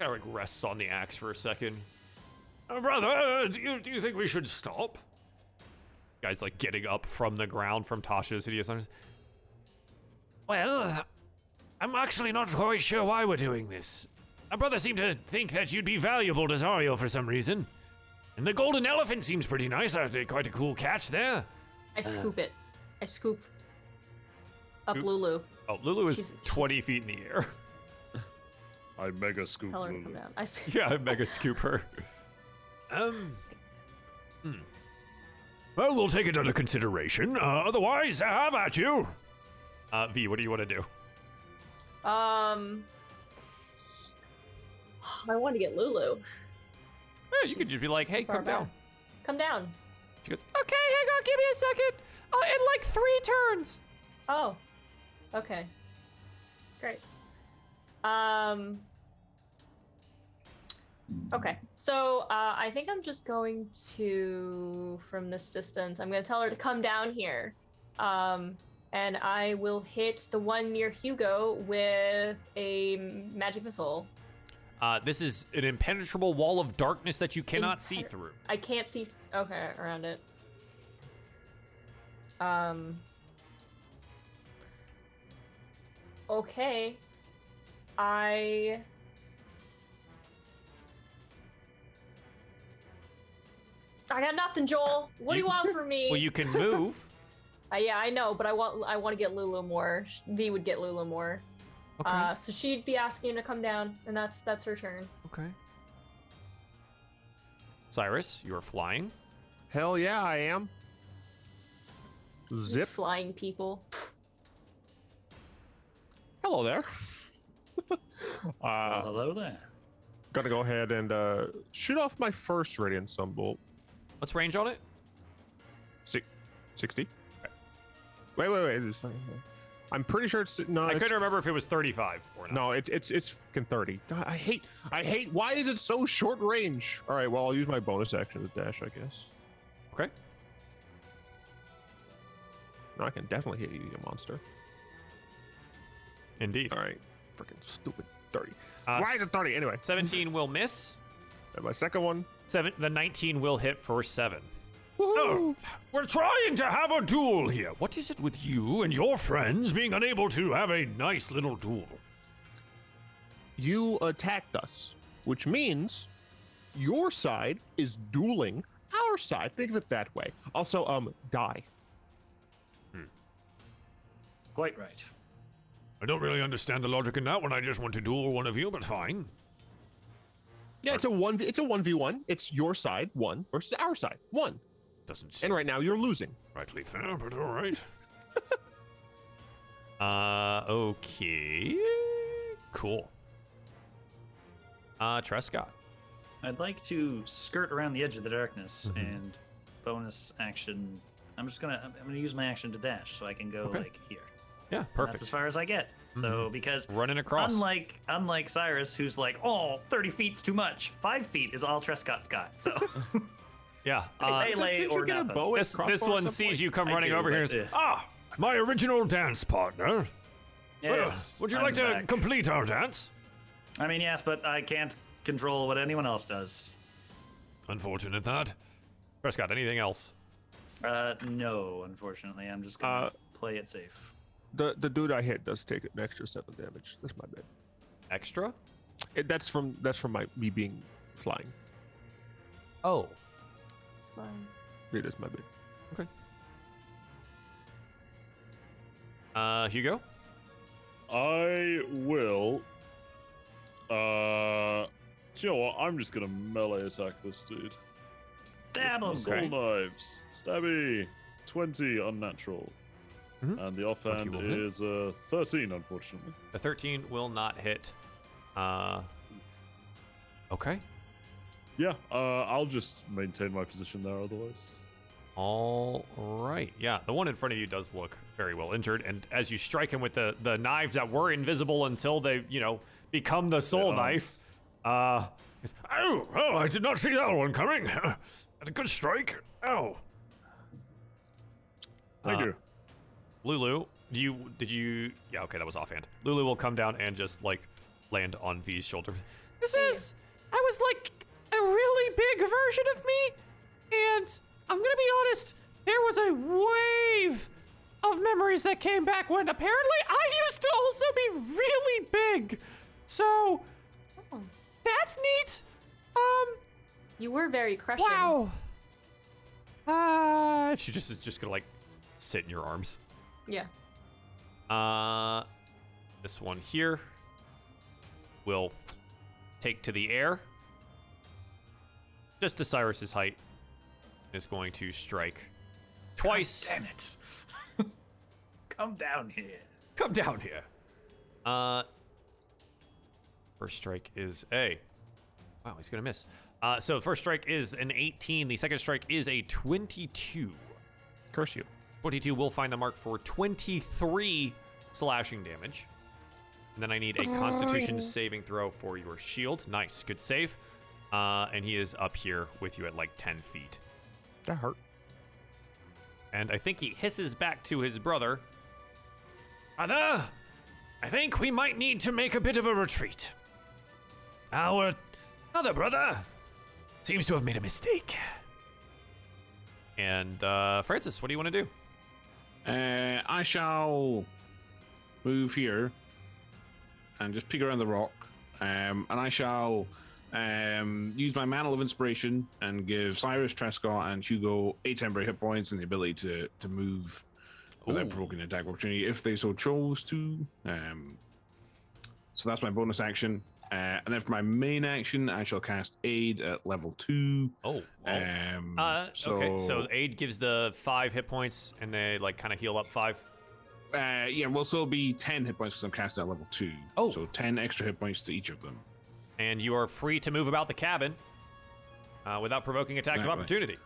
Eric rests on the axe for a second. Uh, brother, do you, do you think we should stop? Guy's like getting up from the ground from Tasha's hideous arms. Well, I'm actually not quite sure why we're doing this. My brother seemed to think that you'd be valuable to Zario for some reason. And the golden elephant seems pretty nice. I did quite a cool catch there. Uh, I scoop it. I scoop up Lulu. Oh, Lulu is She's- she's- 20 feet in the air. [laughs] I mega scoop Tell her to Lulu. come down. I scoop. Yeah, mega scoop her. Um. hmm. Well, we'll take it under consideration. Uh, otherwise, have at you. Uh, V, what do you want to do? [laughs] Um, [sighs] I want to get Lulu. you could just be like, "Hey, Far come back. down." Come down. She goes, Okay, hang on, give me a second. Uh, in like three turns. Oh, okay. Great. Um. Okay, so uh, I think I'm just going to, from this distance, I'm going to tell her to come down here. Um, and I will hit the one near Hugo with a magic missile. Uh, this is an impenetrable wall of darkness that you cannot see Impenetra- through. I can't see. Okay, around it. Um. Okay. I. I got nothing, Joel. What do you You- want from me? [laughs] Well, you [laughs] can move. Uh, yeah, I know, but I want I want to get Lulu more. Sh- V would get Lulu more. Okay. Uh, so she'd be asking him to come down, and that's that's her turn. okay. Cyrus, you are flying. Hell yeah, I am. Just Zip. flying people. Hello there. Well, [laughs] uh, hello there. gonna go ahead and uh, shoot off my first radiant sunbolt. What's range on it? Six, 60. Wait, wait, wait. it's fine. I'm pretty sure it's no. I it's- couldn't remember if it was 35 or not. No, it, it's it's fucking thirty. God, I hate, I hate. Why is it so short range? All right, well, I'll use my bonus action to dash, I guess. Okay. No, I can definitely hit you, you monster. Indeed. All right, freaking stupid thirty. Uh, why is it thirty anyway? 17 will miss. And my second one. Seven. The 19 will hit for seven. Oh. Woohoo! We're trying to have a duel here. What is it with you and your friends being unable to have a nice little duel? You attacked us, which means your side is dueling our side. Think of it that way. Also, um, die. Quite right. I don't really understand the logic in that one. I just want to duel one of you, but fine. Yeah, it's a one. It's a one v one. It's your side one versus our side one. Doesn't seem And right now you're losing. rightly fair, but all right. uh, okay. Cool. Uh, Trescott. I'd like to skirt around the edge of the darkness Mm-hmm. and bonus action. I'm just gonna. I'm- I'm gonna use my action to dash so I can go Okay. like here. Yeah, And That's as perfect. Mm-hmm. far as I get. So because Running across. unlike unlike Cyrus, who's like, oh, 30 feet's too much. Five feet is all Trescott's got. So yeah. [laughs] Uh, [laughs] Melee Didn't you or get a nothing. bow and this, crossbow this at one some sees point? you come I running do, over here and but, says, ugh. Ah, my original dance partner. yes, Ugh, would you I'm like to back. complete our dance? I mean, yes, but I can't control what anyone else does. Unfortunate that. Prescott, anything else? Uh, no, unfortunately, I'm just gonna Uh, play it safe. The the dude I hit does take an extra seven damage. That's my bad. Extra? It, that's from that's from my me being flying. Oh. It's fine. It is my bit. Uh, Hugo? I will. Uh, do you know what? I'm just gonna melee attack this dude. Dab him. Soul knives, stabby, twenty unnatural, Mhm. and the offhand will hit. is uh, thirteen, unfortunately. The 13 will not hit. Uh, okay. Yeah, uh, I'll just maintain my position there. Otherwise, All right. Yeah, the one in front of you does look very well injured, and as you strike him with the the knives that were invisible until they, you know, become the soul knife, arms. uh, it's- oh, oh, I did not see that one coming. [laughs] Had a good strike. Oh, thank Uh, you. Lulu, do you did you? Yeah, okay, that was offhand. Lulu will come down and just like land on V's shoulder. This is. I was like a really big version of me, and I'm gonna be honest, there was a wave of memories that came back when apparently I used to also be really big. So, that's neat. Um, You were very crushing. wow. Uh, She just is just gonna like sit in your arms. Yeah. Uh, this one here will take to the air. Just to Cyrus's height is going to strike twice. Damn it. Come down here. Come down here. Uh, first strike is a. Wow, he's gonna miss. Uh, so first strike is an 18. The second strike is a 22. Curse you. 22 will find the mark for 23 slashing damage. And then I need a constitution saving throw for your shield. Nice. Good save. Uh, and he is up here with you at like 10 feet. That hurt. And I think he hisses back to his brother. Other, I think we might need to make a bit of a retreat. Our other brother seems to have made a mistake. And uh, Francis, what do you want to do? Uh, I shall move here and just peek around the rock. Um, and I shall um, use my mantle of inspiration and give Cyrus Trescott and Hugo eight temporary hit points and the ability to to move without Ooh. provoking an attack opportunity if they so chose to. Um, so that's my bonus action. Uh, and then for my main action, I shall cast Aid at level two. Oh, well, Um, Uh, okay, so aid gives the five hit points, and they like kind of heal up five. Uh, yeah, well, so it'll be 10 hit points because I'm casting at level 2. Oh. So 10 extra hit points to each of them. And you are free to move about the cabin uh, without provoking attacks of Exactly. opportunity.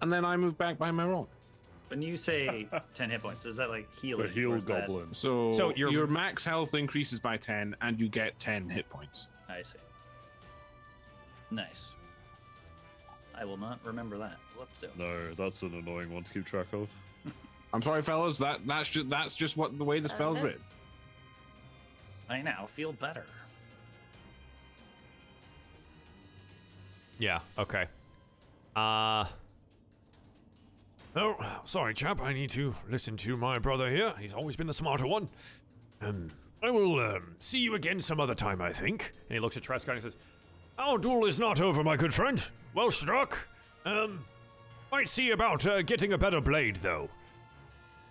And then I move back by my roll. When you say [laughs] 10 hit points, is that like The healing? or heal is that- goblin. So, So your- your... max health increases by 10 and you get 10 hit points. I see. Nice. I will not remember that. Let's do it. No, that's an annoying one to keep track of. I'm sorry, fellas. That that's just that's just what the way the spell's that's- written. I now feel better. Yeah. Okay. Uh. Oh, sorry, chap. I need to listen to my brother here. He's always been the smarter one. Um, I will um, see you again some other time, I think. And he looks at Trescott and says, "Our duel is not over, my good friend. Well struck. Um, might see about uh, getting a better blade, though."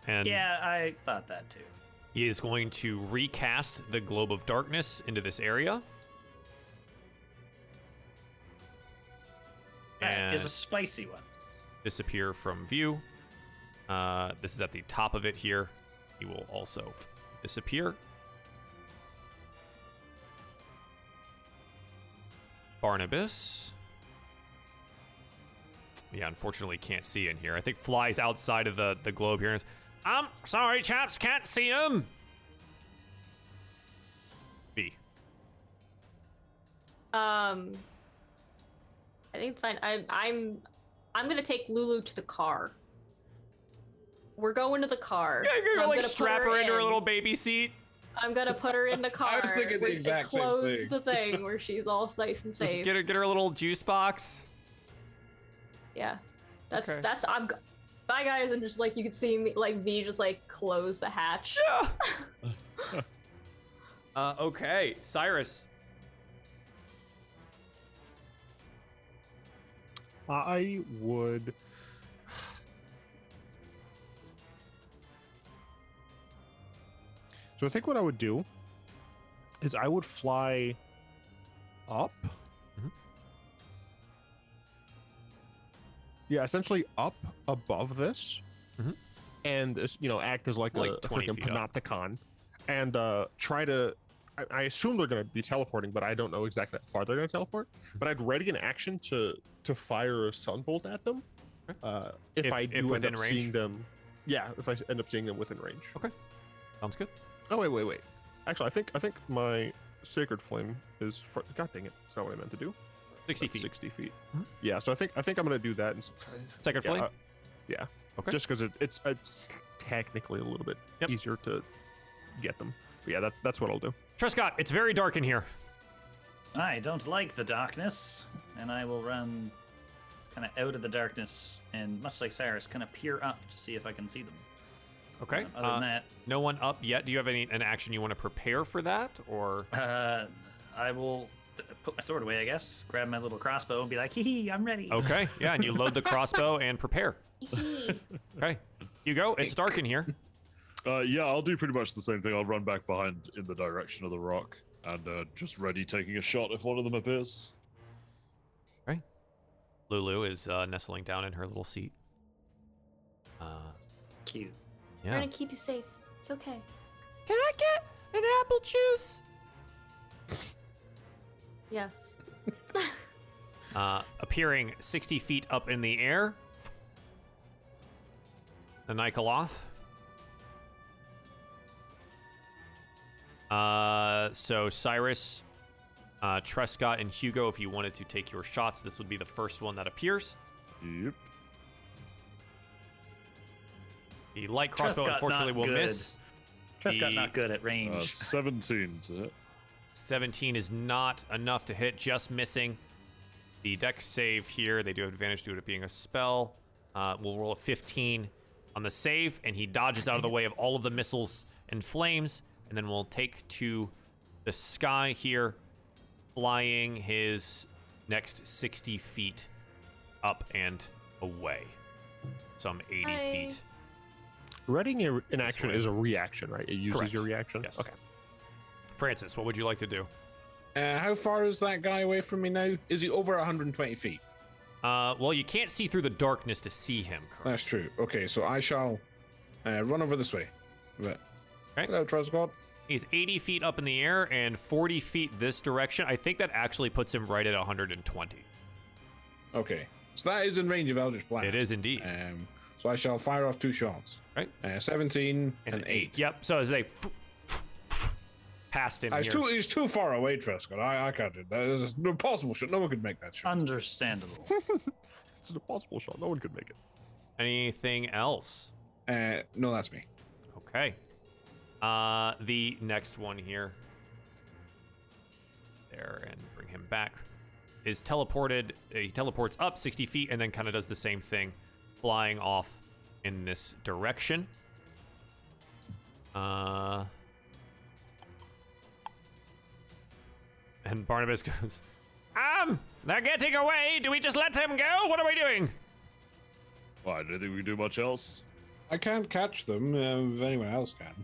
And Mm. Yeah, I thought that too. he is going to recast the globe of darkness into this area. That is a And- spicy one. disappear from view. Uh, this is at the top of it here. He will also disappear. Barnabas. Yeah, unfortunately can't see in here. I think flies outside of the, the globe here. and is, I'm sorry, chaps, can't see him. B. Um, I think it's fine. I'm I'm I'm gonna take Lulu to the car. We're going to the car. I'm like gonna put strap her into her in. little baby seat. I'm gonna put her in the car. I was thinking the and exact same close thing. the thing where she's all nice and safe. Get her get her little juice box. Yeah, that's Okay. that's I'm. g- Bye guys, and just like you could see me, like V just like close the hatch. Uh, okay, Cyrus. I would. So I think what I would do is I would fly up. Mhm. Yeah, essentially up above this, Mhm. and uh, you know act as like, Like a, a 20 freaking feet up. panopticon, and uh, try to. I, I assume they're going to be teleporting, but I don't know exactly how far they're going to teleport. But I'd ready an action to to fire a sunbolt at them. Uh, if, If- I if do end within up range? seeing them, yeah, if I s- end up seeing them within range. Sounds good. Oh wait, wait, wait. Actually, I think I think my sacred flame is. Fr- God dang it! That's not what I meant to do. 60 That's feet. Sixty feet. Mhm. Yeah. So I think I think I'm gonna do that. And, s- Second yeah. flame. uh, yeah. Okay. Just because it, it's it's technically a little bit Yep. easier to get them. But yeah, that that's what I'll do. Trescott, it's very dark in here. I don't like the darkness, and I will run kind of out of the darkness and, much like Cyrus, kind of peer up to see if I can see them. Okay. Uh, other than no one up yet. Do you have any an action you want to prepare for that, [laughs] or that, uh, I will th- put my sword away, I guess, grab my little crossbow, and be like, hee hee, I'm ready. Oh. okay? Yeah, and you load the crossbow and [laughs] prepare. Okay, you go. It's dark in here. Uh, yeah, I'll do pretty much the same thing. I'll run back behind in the direction of the rock and uh, just ready taking a shot if one of them appears. Lulu is uh, nestling down in her little seat. Uh, Cute. yeah. We're gonna keep you safe. It's okay. Can I get an apple juice? Yes. uh, appearing 60 feet up in the air. The Nikoloth. Uh, so Cyrus, uh, Trescott, and Hugo, if you wanted to take your shots, this would be the first one that appears. Yep. The light crossbow, Trescott, unfortunately, not will good. miss. Trescott The- not good at Uh, range. 17 to hit. 17 is not enough to hit, just missing. The deck save here, they do have advantage due to it being a spell. Uh, we'll roll a 15 on the save, and he dodges out of the way of all of the missiles and flames. And then we'll take to the sky here, flying his next 60 feet up and away. Some 80 Hi. feet. Readying a, an action action is is a reaction, right? It uses Correct. your reaction. Yes. Okay. Francis, what would you like to do? Uh, how far is that guy away from me now? Is he over 120 feet? Uh, well, you can't see through the darkness to see him, correct? That's true. Okay, so I shall uh, run over this way. But Okay. hello, Truscott. He's 80 feet up in the air and 40 feet this direction. I think that actually puts him right at 120. Okay, so that is in range of Eldritch Blast. It is indeed. Um, so I shall fire off two shots. Right. Uh, 17 and, eight. Yep. So as they passed him Uh, here, it's too it's too far away, Truscott. I, I can't do that. This is impossible shot. No one could make that shot. Understandable. It's an impossible shot. No one could make it. anything else? Uh, no, that's me. Okay. Uh, the next one here. There and bring him back. Is teleported. uh, He teleports up 60 feet and then kind of does the same thing, flying off in this direction. Uh. And Barnabas [laughs] goes, Um, they're getting away. Do we just let them go? What are we doing? [laughs] Well, Oh, I don't think we can do much else. I can't catch them uh, if anyone else can.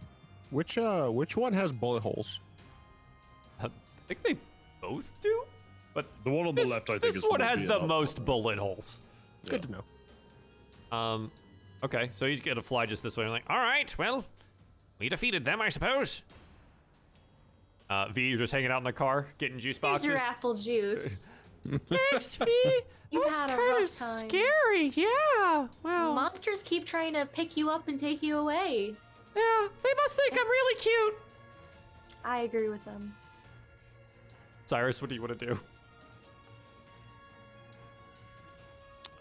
Which uh, which one has bullet holes? I think they both do. But The one on the this, left, I think, this is one would has be the enough. most bullet holes. Good to know. Um, okay, so he's gonna fly just this way. I'm like, all right, well, we defeated them, I suppose. Uh, V, you're just hanging out in the car, getting juice Here's boxes. your [laughs] apple juice. Thanks, V. You was had a kind of rough time. scary, yeah. Well, Monsters keep trying to pick you up and take you away. yeah, they must think I'm really cute. I agree with them. Cyrus, what do you want to do?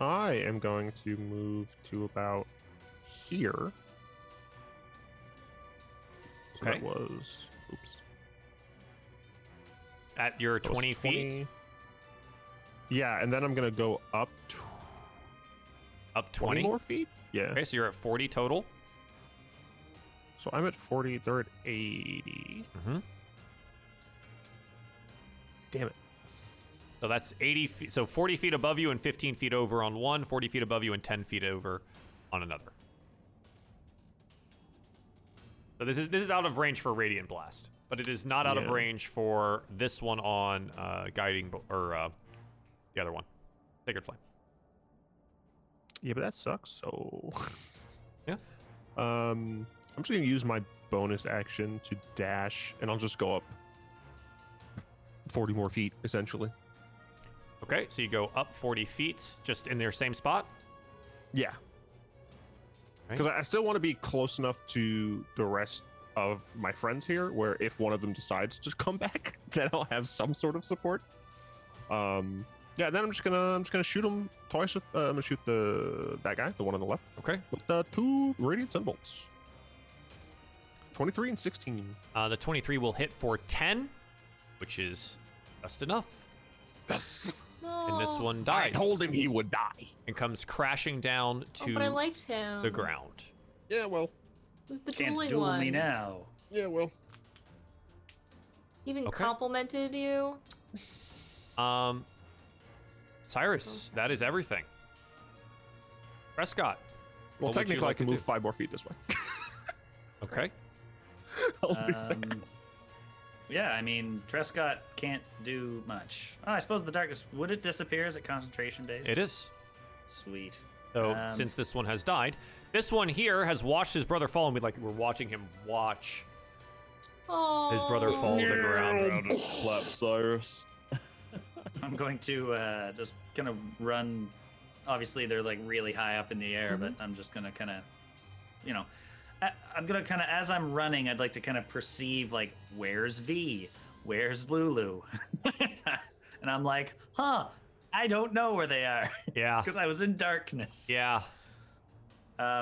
I am going to move to about here. So Okay. that was oops. At your that was 20 feet, 20. Yeah, and then I'm gonna go up tw- up 20 20. more feet. Yeah. Okay, so you're at 40 total. So I'm at 40, they're at 80. Mm-hmm. Damn it. So that's 80 feet. So 40 feet above you and 15 feet over on one, 40 feet above you and 10 feet over on another. So this is this is out of range for radiant blast, but it is not out of Yeah. range for this one on uh, guiding bo- or uh, the other one, sacred flame. Yeah, but that sucks. So. [laughs] Yeah. Um, I'm just gonna use my bonus action to dash, and I'll just go up forty more feet, essentially. Okay, so you go up 40 feet, just in their same spot. Yeah. Right. Because I I still want to be close enough to the rest of my friends here, where if one of them decides to come [laughs] back, then I'll have some sort of support. Um, yeah. Then I'm just gonna I'm just gonna shoot him twice. with- Uh, I'm gonna shoot the that guy, the one on the left, Okay. with the two radiant sun bolts. Twenty-three and sixteen. Uh, the 23 will hit for 10, which is just enough. [laughs] Yes. And this Oh, one I dies. told him he would die. And comes crashing down Oh, to but I liked him. the ground. Yeah. Well. It was the Can't dueling duel one. me now. Yeah. Well. He Even Okay. complimented you. Um, Cyrus, that is everything. Prescott. What would Well, you technically, like I can to move do? five more feet this way. [laughs] Okay. I'll do Uh, that. Um, yeah, I mean, Trescott can't do much. Oh, I suppose the darkness would it disappear? Is it concentration days? It is. Sweet. So Um, since this one has died, this one here has watched his brother fall, and we like we're watching him watch Oh. his brother fall to the ground. Round and slap Cyrus. I'm going to uh, just kind of run. Obviously, they're like really high up in the air, but I'm just gonna kind of, you know, I, I'm gonna kind of as I'm running, I'd like to kind of perceive like where's V, where's Lulu, [laughs] and I'm like, huh, I don't know where they are Yeah. because I was in darkness. Ah. Yeah.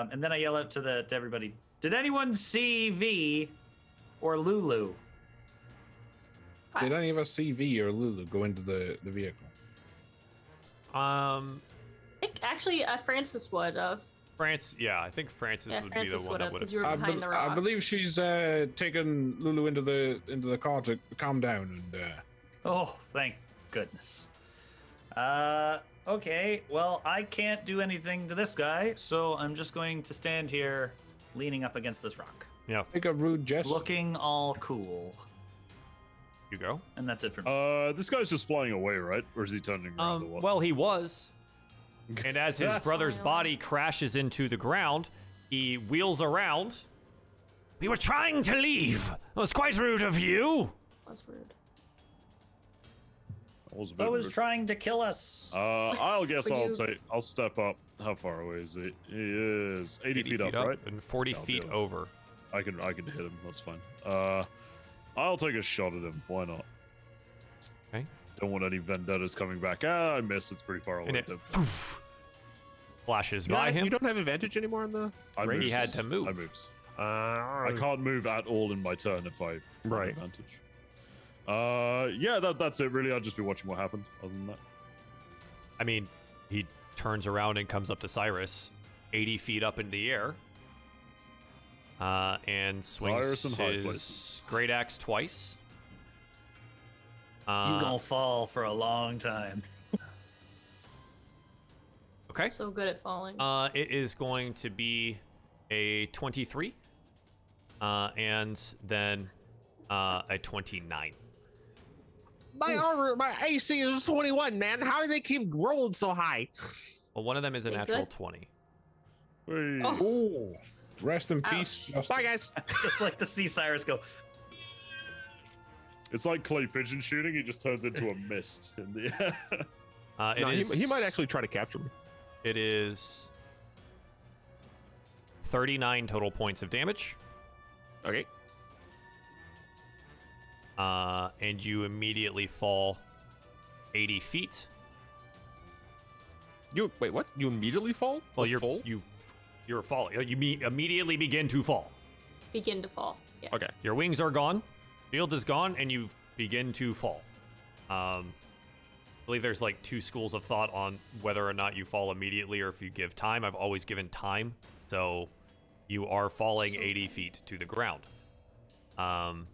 Um, and then I yell out to the to everybody, did anyone see V or Lulu? Did any of us see V or Lulu go into the, the vehicle? Um, I think actually uh, Francis would have. France. Yeah, I think Francis Yeah, would Francis be the one would've, that would 'cause you have. were- I, Behind bel- the I rock. believe she's uh, taken Lulu into the into the car to calm down and uh, Oh, thank goodness. Uh, okay. Well, I can't do anything to this guy, so I'm just going to stand here, leaning up against this rock, make a rude gesture. looking all cool. You go. And that's it for me. Uh, this guy's just flying away, right? Or is he turning around? or Um, what? well, he was. And as [laughs] his brother's Smile. body crashes into the ground, he wheels around. We were trying to leave. It was quite rude of you. That's rude. I was, a bit I was rude. trying to kill us. Oh, Uh, [laughs] I'll guess Were I'll you- take. I'll step up. How far away is it? He is 80, 80 feet, up, right? And 40 Yeah, I'll feet do it. over. I can I can hit him. That's fine. Uh, I'll take a shot at him. Why not? Okay. Don't want any vendettas coming back. Ah, I miss. It's pretty far And away. it poof, flashes You don't by have- him. You don't have advantage anymore on the. I He moved. had to move. I moved. Uh, I can't move at all in my turn if I have Right. advantage. Uh, yeah, that, that's it. Really, I'd just be watching what happened. Other than that, I mean, he turns around and comes up to Cyrus, 80 feet up in the air, uh, and swings Cyrus in high his places. great axe twice. Uh, you gonna fall for a long time. [laughs] okay. So good at falling. Uh, it is going to be a 23, uh, and then uh, a 29. My armor, my AC is 21, man. How do they keep rolling so high? Well, one of them is a Hey, natural good. 20. Whee. Oh. Oh, rest in peace. Justin. Bye, guys. just like to see Cyrus go. it's like clay pigeon shooting. He just turns into a mist in the air. [laughs] Uh, it No, he, is- he might actually try to capture me. It is 39 total points of damage. Okay. uh, and you immediately fall 80 feet. You wait. What? You immediately fall? Well, With you're full? you you're falling. You me- immediately begin to fall. Begin to fall. Yeah. okay. Your wings are gone, shield is gone, and you begin to fall. Um, I believe there's like two schools of thought on whether or not you fall immediately or if you give time. I've always given time, so you are falling 80 feet to the ground. Um,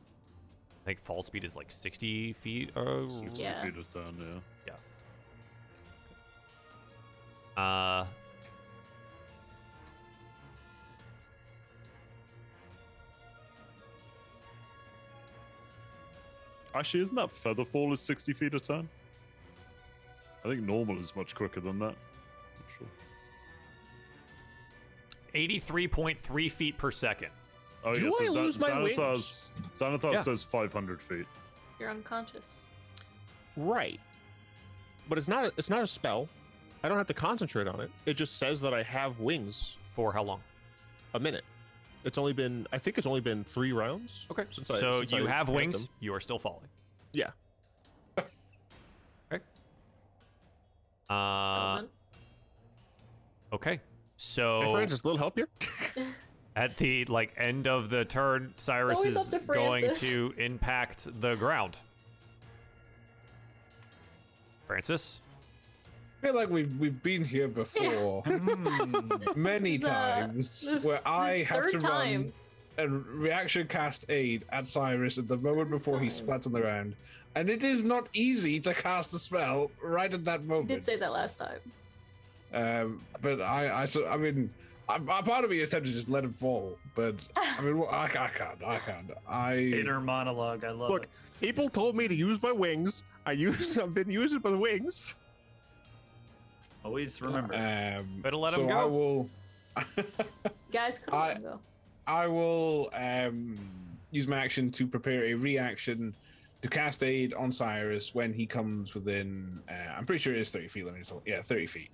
I think fall speed is like 60 feet. Uh, Sixty Yeah. feet of turn, yeah. Uh. Actually, isn't that feather fall is 60 feet a turn? I think normal is much quicker than that. Not sure. 83.3 feet per second. Oh, Do yeah, I so Xan- lose my Xanathars, Xanathar Yeah. says 500 feet. You're unconscious. Right. But it's not a, it's not a spell. I don't have to concentrate on it. It just says that I have wings For how long? a minute. It's only been I think it's only been 3 rounds. Okay. Since I- so since you I have had wings. them. You are still falling. Yeah. Okay. Uh, Element. okay. Hey So Francis, little help here? at the like end of the turn, Cyrus always is up to going Francis. to [laughs] impact the ground. Francis, I feel like we've we've been here [laughs] before many This is, uh, [laughs] times the- where I the have third to time. run and reaction cast aid at Cyrus at the moment before he splats on the ground. And it is not easy to cast a spell right at that You moment. did say that last time. [laughs] Um, but I, I, so, I mean, I, I, part of me is tempted to just let him fall, but I mean, wha- I, I can't, I can't. I Inner monologue. I love Look, it. people told me to use my wings. I use [laughs] I've been using my wings. Always remember. um, Better let so him I go. will, [laughs] You guys could I- have though. I will um, use my action to prepare a reaction to cast aid on Cyrus when he comes within. Uh, I'm pretty sure it is thirty feet. Let me just yeah, thirty feet.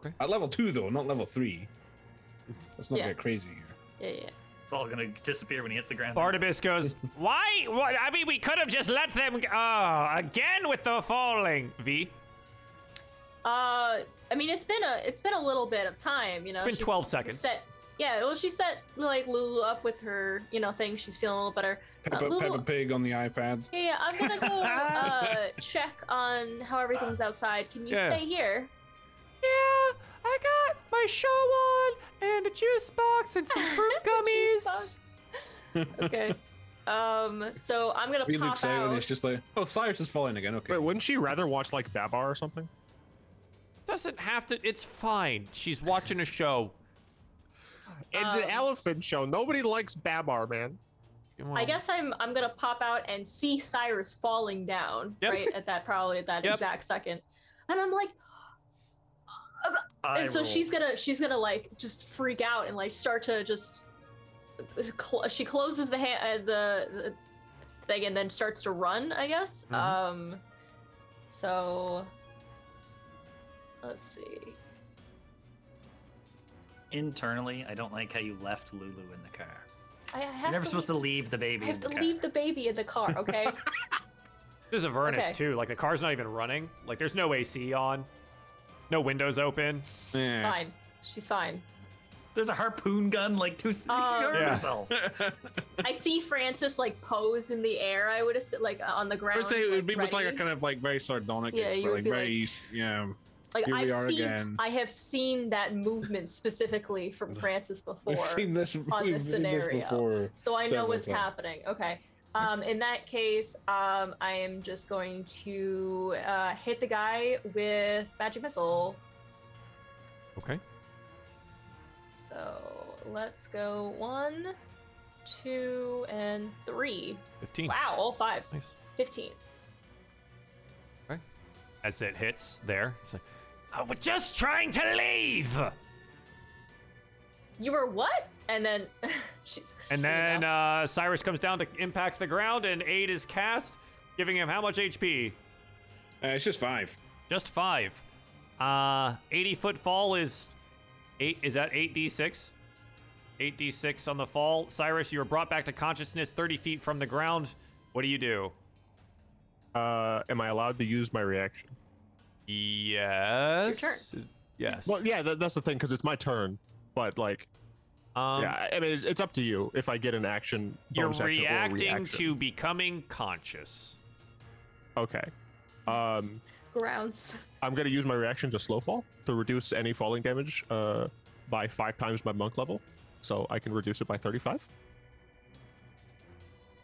Okay. At level two though, not level three. Let's not Yeah. get crazy here. Yeah, yeah. It's all gonna disappear when he hits the ground. Barnabas goes, Why? What? I mean, we could have just let them go. Oh, again with the falling. V. Uh, I mean, it's been a it's been a little bit of time, you know. been she's 12 seconds. Set, yeah, well, she set like Lulu up with her, you know, thing. She's feeling a little better. Uh, Peppa, Lulu- Peppa Pig on the iPad. Yeah, yeah, I'm [laughs] gonna go uh, check on how everything's outside. Can you Yeah. stay here? Yeah, I got my show on and a juice box and some fruit [laughs] Juice gummies. box. [laughs] okay. Um, so I'm gonna He pop looks out and out. it's just like, oh, Cyrus is falling again. Okay. Wait, wouldn't she rather watch like Babar or something? Doesn't have to. It's fine. She's watching a show. It's Um, an elephant show. Nobody likes Babar, man. I guess I'm I'm gonna pop out and see Cyrus falling down Yep. right at that probably at that Yep. exact second, and I'm like, and so she's gonna she's gonna like just freak out and like start to just cl- she closes the hand uh, the, the thing and then starts to run i guess Mm-hmm. Mhm. um so let's see Internally, I don't like how you left Lulu in the car. i, I have You're never to supposed to leave, leave the baby i in have to the car. leave the baby in [laughs] the car okay There's Avernus Okay. too. Like the car's not even running. Like there's no AC on, no windows open. Yeah. fine she's fine There's a harpoon gun like two. she hurt Yeah. herself. i see francis like pose in the air i would have like on the I ground would say it would be with like a ready. kind of like very sardonic, Yeah, expression, you would like be very, like- yeah. Like, Here we I've are seen, again. I have seen that movement specifically [laughs] from Francis before. We've seen this. on we've this seen scenario. this before. so I know several what's times. happening. Okay. Um, in that case, um, I am just going to uh, hit the guy with magic missile. Okay. So let's go one, two, and three. 15. Wow, all fives. Nice. Fifteen. As it hits there, it's like, I was just trying to leave. You were what? And then [laughs] she's. And then uh, Cyrus comes down to impact the ground, and aid is cast, giving him how much HP? Uh, it's just five. Just five. Uh, 80 foot fall is eight. Is that 8d6? 8d6 on the fall. Cyrus, you are brought back to consciousness 30 feet from the ground. What do you do? Uh, am I allowed to use my reaction? Yes. turn. Yes. Well, yeah, that, that's the thing because it's my turn. But like, um, yeah, I mean, it's, it's up to you if I get an action. You're bonus action or reacting reaction. to becoming conscious. Okay. Um, grounds. I'm gonna use my reaction to slow fall to reduce any falling damage uh, by five times my monk level, so I can reduce it by 35.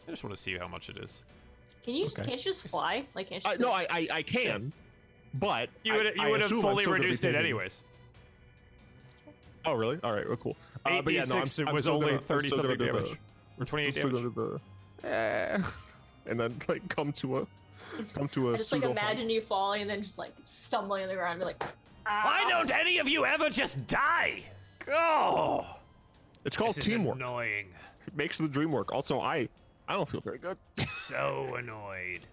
I just want to see how much it is. Can you just, Okay. can't you just fly? Like can't you? I, Just Uh, no, I, I I can, but You I- would I you would have assume I'm fully still gonna be reduced it taking- anyways. Oh really? All right, well, cool. Uh, but yeah, no, I'm, 8d6 I'm was still only gonna- I'm 30 still gonna something do the- damage. I'm Twenty-eight still gonna do the, eh, and then like come to a come to a. I just like pseudo halt. imagine you falling and then just like stumbling on the ground and be like, "Ah, Why don't any of you ever just die? Oh, It's called this teamwork. Is annoying. It makes the dream work. Also, I I don't feel very good. [laughs] So annoyed.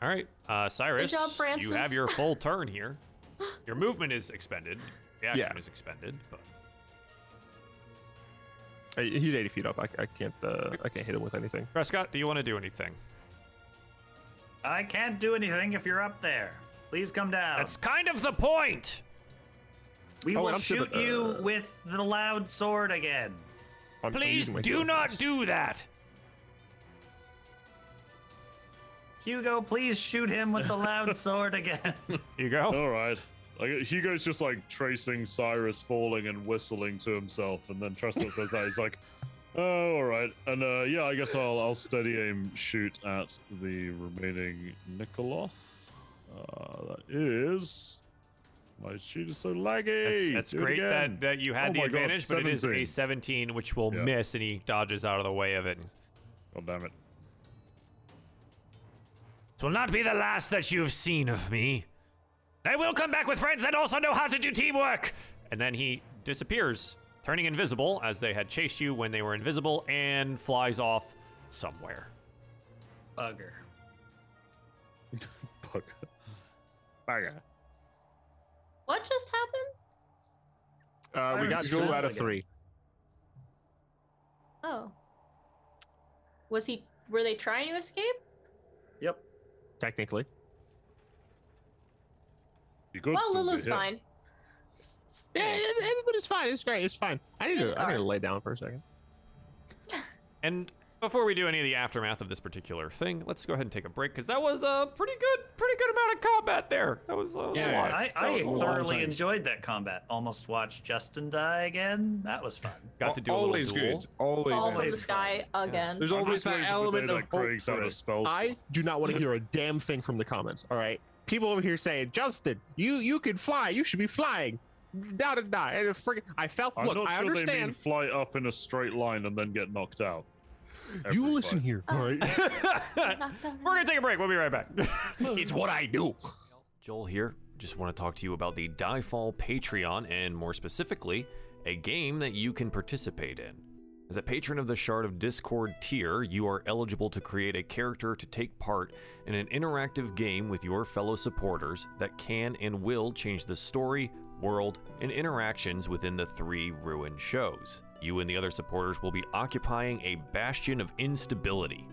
All right, uh, Cyrus, job, you have Francis. [laughs] your full turn here. Your movement is expended. Your action Yeah. is expended, but Uh, He's 80 feet up. I, I can't uh, I can't hit him with anything. Prescott, do you want to do anything? I can't do anything if you're up there. Please come down. Um, That's kind of the point. we Oh, will and I'm shoot sure that, you uh, with the loud sword again. I'm, I'm Please using my do healing not powers. do that. Hugo, please shoot him with the loud sword again. You Oh. go. All right. Like, Hugo's just like tracing Cyrus falling and whistling to himself, and then Trestle says that he's like, [laughs] "Oh, all right." And uh, yeah, I guess I'll I'll steady aim shoot at the remaining Nikoloth. Uh, that is my sheet is so laggy. That's, that's Do it great again. that, that you had Oh the my God, advantage, but it is a 17. 17, which will Yeah. miss, and he dodges out of the way of it. God damn it! This will not be the last that you've seen of me. I will come back with friends that also know how to do teamwork. And then he disappears, turning invisible as they had chased you when they were invisible, and flies off somewhere. Bugger. Bugger. Bugger. "What just happened?" Uh, we got Cyrus, two shoot out him of again. three. Oh, was he? Were they trying to escape? Yep. Technically, You could well, still be Lulu's hit. fine. yeah, ev- everybody's fine. It's great. It's fine. I need to I need to lay down for a second. And before we do any of the aftermath of this particular thing, let's go ahead and take a break because that was a pretty good, pretty good amount of combat there. That was, uh, that was a Yeah. lot. I, That I was a long thoroughly time. enjoyed that combat. Almost watched Justin die again. That was fun. Got to do a little always duel. good. Always. Fall good. from the Always sky again. There's I'm always just that waiting for the element day of that hope Craig's for out it. of spells. I do not want to hear a damn thing from the comments. All right, people over here saying, Justin, you you can fly. You should be flying. Da da da. And friggin- I felt. I'm look, not I sure they mean understand. fly up in a straight line and then get knocked out. You Every listen fight. here. All [laughs] [laughs] right. Knocked out. We're gonna take a break. We'll be right [laughs] back. it's what I do. Joel here. Just want to talk to you about the Diefall Patreon and, more specifically, a game that you can participate in. As a patron of the Shard of Discord tier, you are eligible to create a character to take part in an interactive game with your fellow supporters that can and will change the story, world, and interactions within the three ruined shows. You and the other supporters will be occupying a bastion of instability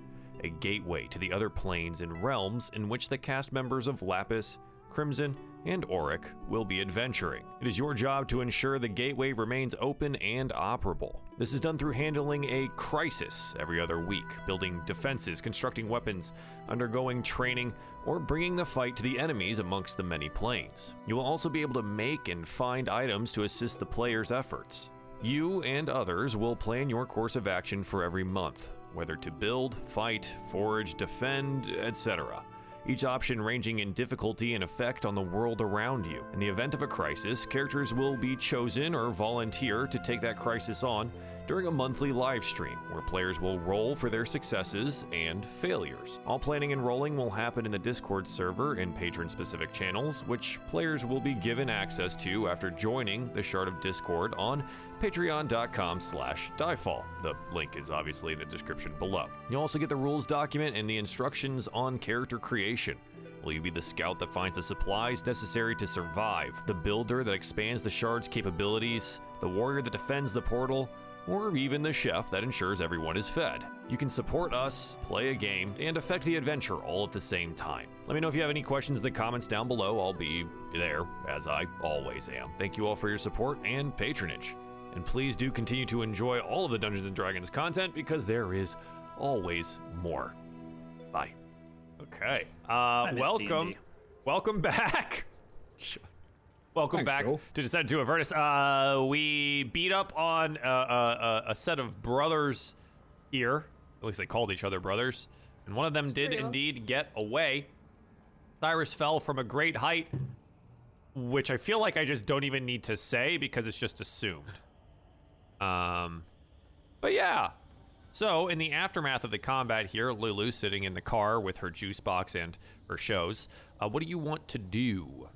a gateway to the other planes and realms in which the cast members of Lapis, Crimson, and Auric will be adventuring. It is your job to ensure the gateway remains open and operable. This is done through handling a crisis every other week, building defenses, constructing weapons, undergoing training, or bringing the fight to the enemies amongst the many planes. You will also be able to make and find items to assist the player's efforts. You and others will plan your course of action for every month, whether to build, fight, forage, defend, etc. Each option ranging in difficulty and effect on the world around you. In the event of a crisis, characters will be chosen or volunteer to take that crisis on during a monthly live stream where players will roll for their successes and failures. All planning and rolling will happen in the Discord server in patron specific channels, which players will be given access to after joining the Shard of Discord on patreon.com slash diefall. The link is obviously in the description below. You'll also get the rules document and the instructions on character creation. Will you be the scout that finds the supplies necessary to survive, the builder that expands the shard's capabilities, the warrior that defends the portal, or even the chef that ensures everyone is fed? You can support us, play a game, and affect the adventure all at the same time. Let me know if you have any questions in the comments down below. I'll be there, as I always am. Thank you all for your support and patronage. And please do continue to enjoy all of the Dungeons and Dragons content because there is always more. Bye. Okay. Uh, miss welcome, D&D. welcome back. [laughs] welcome Thanks, back Joel. to Descent to Avernus. Uh, we beat up on uh, uh, uh, a set of brothers here At least they called each other brothers. And one of them did pretty old. indeed get away. Cyrus fell from a great height, which I feel like I just don't even need to say because it's just assumed. Um, but yeah. So, in the aftermath of the combat here, Lulu sitting in the car with her juice box and her shows, uh, what do you want to do?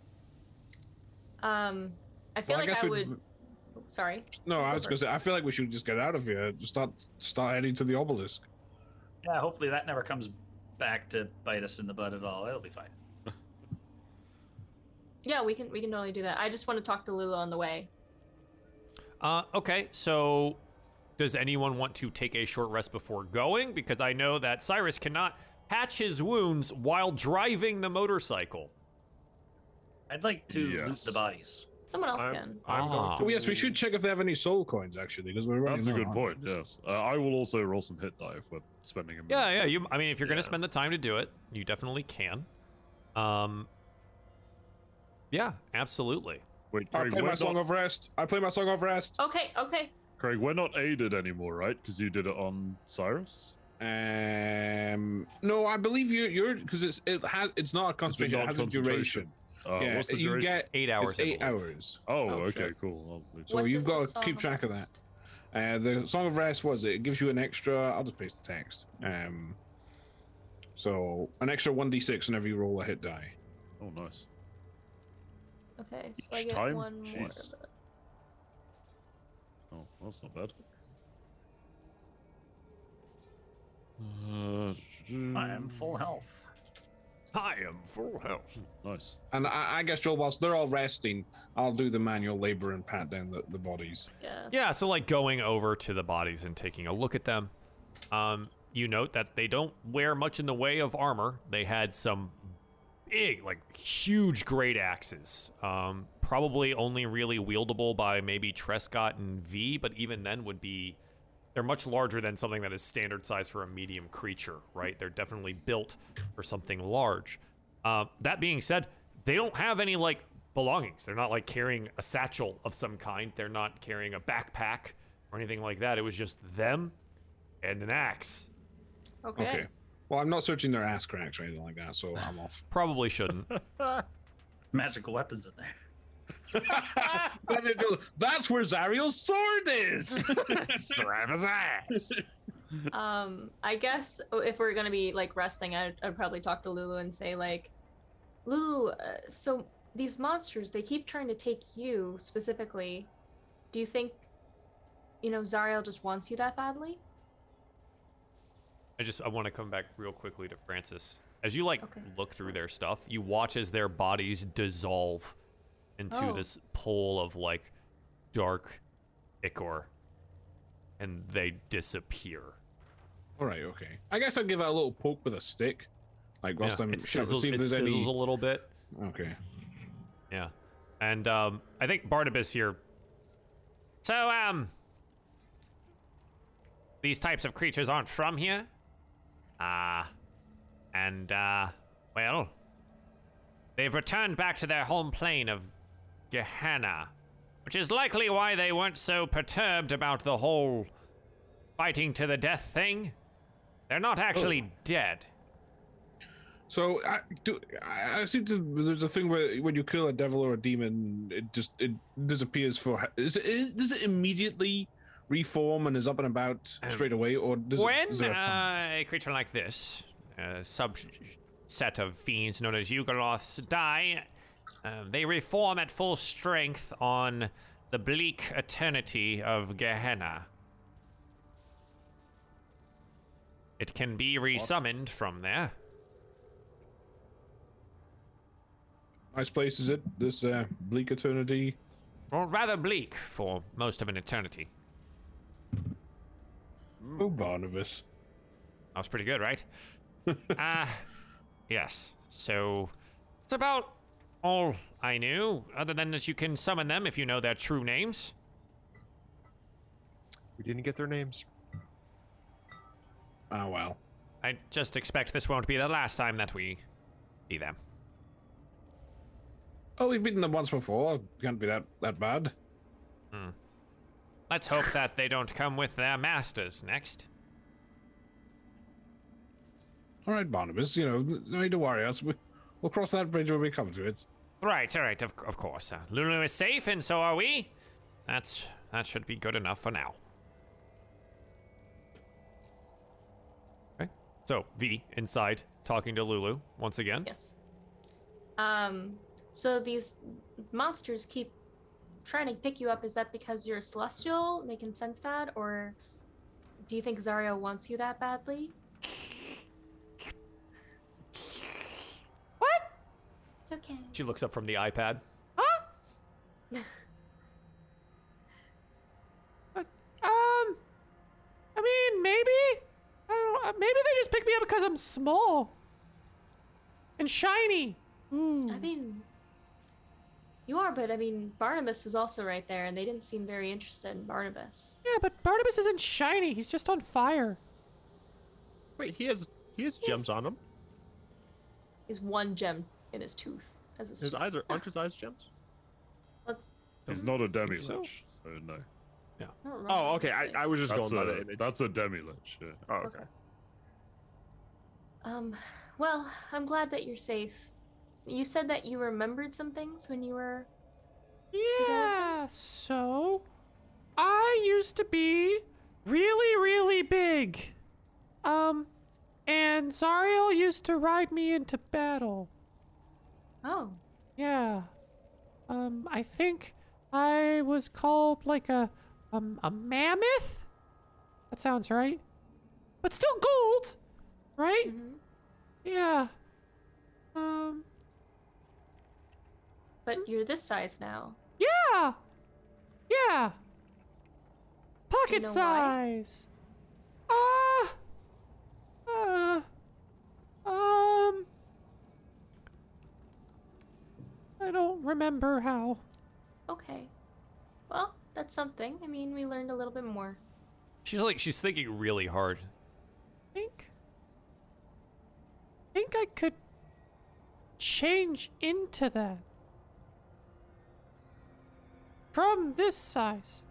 Um, I feel Well, I like guess I, we- would. oh, Sorry. No, I Go was gonna say. I feel like we should just get out of here. Just start start heading to the obelisk. Yeah, hopefully that never comes back to bite us in the butt at all. It'll be fine. Yeah, we can we can totally do that. I just want to talk to Lulu on the way. Uh, okay, so does anyone want to take a short rest before going? Because I know that Cyrus cannot patch his wounds while driving the motorcycle. I'd like to loot Yes. the bodies. Someone else I'm, can. I'm Ah. going to. Oh yes, we should check if they have any soul coins actually, because we're running That's a low, good aren't we? point. Yes, uh, I will also roll some hit die if we're spending a minute. Yeah, yeah. You, I mean, if you're gonna Yeah. spend the time to do it, you definitely can. Um. Yeah, absolutely. Wait, I Craig, play we're my not, song of rest. I play my song of rest. Okay, okay. Craig, we're not aided anymore, right? Because you did it on Cyrus. Um, no, I believe you. You're because it's it has it's not a concentration. It, not has a duration. concentration. Uh, yeah, what's the you duration? get Eight hours. it's eight I believe. hours. Oh, Oh, okay, shit. cool. I'll- So you've does the got to Song keep of track of that. Rest- Uh, the song of rest was it? It gives you an extra. I'll just paste the text. Um, so an extra one d six whenever you roll a hit die. Oh, nice. Okay, so I Each get time? one more. of Jeez. it. Oh, that's not bad. Uh, I am full health. I am full health. Nice. And I, I guess Joel, whilst they're all resting, I'll do the manual labor and pat down the, the bodies. Yes. Yeah, so like going over to the bodies and taking a look at them. Um, you note that they don't wear much in the way of armor. They had some big, like huge great axes. Um, probably only really wieldable by maybe Trescott and V, but even then would be they're much larger than something that is standard size for a medium creature, right? They're definitely built for something large. Uh, that being said, they don't have any like belongings. They're not like carrying a satchel of some kind. They're not carrying a backpack or anything like that. It was just them and an axe. Okay. Okay. Well, I'm not searching their ass cracks or anything like that, so I'm off. [laughs] Probably [laughs] shouldn't. Magical weapons in there. Then it goes, uh, That's where Zariel's sword [laughs] is. Um, I guess if we're gonna be like resting, I'd, I'd probably talk to Lulu and say like, Lulu, uh, so these monsters they keep trying to take you specifically. Do you think, you know, Zariel just wants you that badly? I just I want to come back real quickly to Francis. As you like Okay. look through their stuff, you watch as their bodies dissolve into Oh. this pool of like dark ichor and they disappear. [laughs] all right, okay. I guess I'll give it a little poke with a stick. Like, whilst Yeah, I'm it shit, sizzles, see if it there's sizzles a any. little bit. Okay. Yeah. And um I think Barnabas here So um these types of creatures aren't from here. Ah. and uh well they've returned back to their home plane of Gehenna, which is likely why they weren't so perturbed about the whole fighting to the death thing. They're not actually dead. So I do. I I seem to. There's a thing where when you kill a devil or a demon, it just it disappears for. Is it, is, does it immediately reform and is up and about straight away, or does Um, when it? is there a time? uh, a creature like this, a subset of fiends known as Ugoloths, die, uh, they reform at full strength on the bleak eternity of Gehenna. It can be resummoned from there. nice place is it? This uh, bleak eternity. Or rather bleak for most of an eternity. Oh, Barnabas. That was pretty good, right? Ah, yes. So it's about all I knew, other than that you can summon them if you know their true names. We didn't get their names. Ah well. I just expect this won't be the last time that we see them. Oh, we've beaten them once before. Can't be that that bad. Let's hope that they don't come with their masters next. All right, Barnabas, you know, no need to worry us. We, we'll cross that bridge when we come to it. Right, all right, of, of course. Uh, Lulu is safe, and so are we. That's that should be good enough for now. Okay. So V inside talking to Lulu once again. Yes. Um, So these monsters keep trying to pick you up. Is that because you're a celestial? They can sense that, or do you think Zarya wants you that badly? What? It's okay. She looks up from the iPad. Huh? Uh, um, I mean, maybe. I don't, uh, maybe they just picked me up because I'm small and shiny. Hmm. Ooh. I Mm. mean, you are, but I mean, Barnabas was also right there, and they didn't seem very interested in Barnabas. Yeah, but Barnabas isn't shiny. He's just on fire. Wait, he has he has gems on him. Is one gem in his tooth as his. His eyes are aren't his eyes gems? Let's. He's not a demi lich, so. so no. I don't remember Oh, what okay. this I, is. I was just That's going by a, the image. that's a demi lich. Yeah. oh, okay. Um, well, I'm glad that you're safe. You said that you remembered some things when you were. Yeah, so I used to be really, really big. Um, and Zariel used to ride me into battle. Oh, Yeah. Um, I think I was called like a um, a mammoth. That sounds right. But still gold, right? Mm-hmm. Mm-hmm. Yeah. Um, but you're this size now. yeah. Yeah. Pocket know why? size. Ah. Uh, um I don't remember how. Okay. Well, that's something. I mean, we learned a little bit more. She's like she's thinking really hard. think think I could change into that from this size.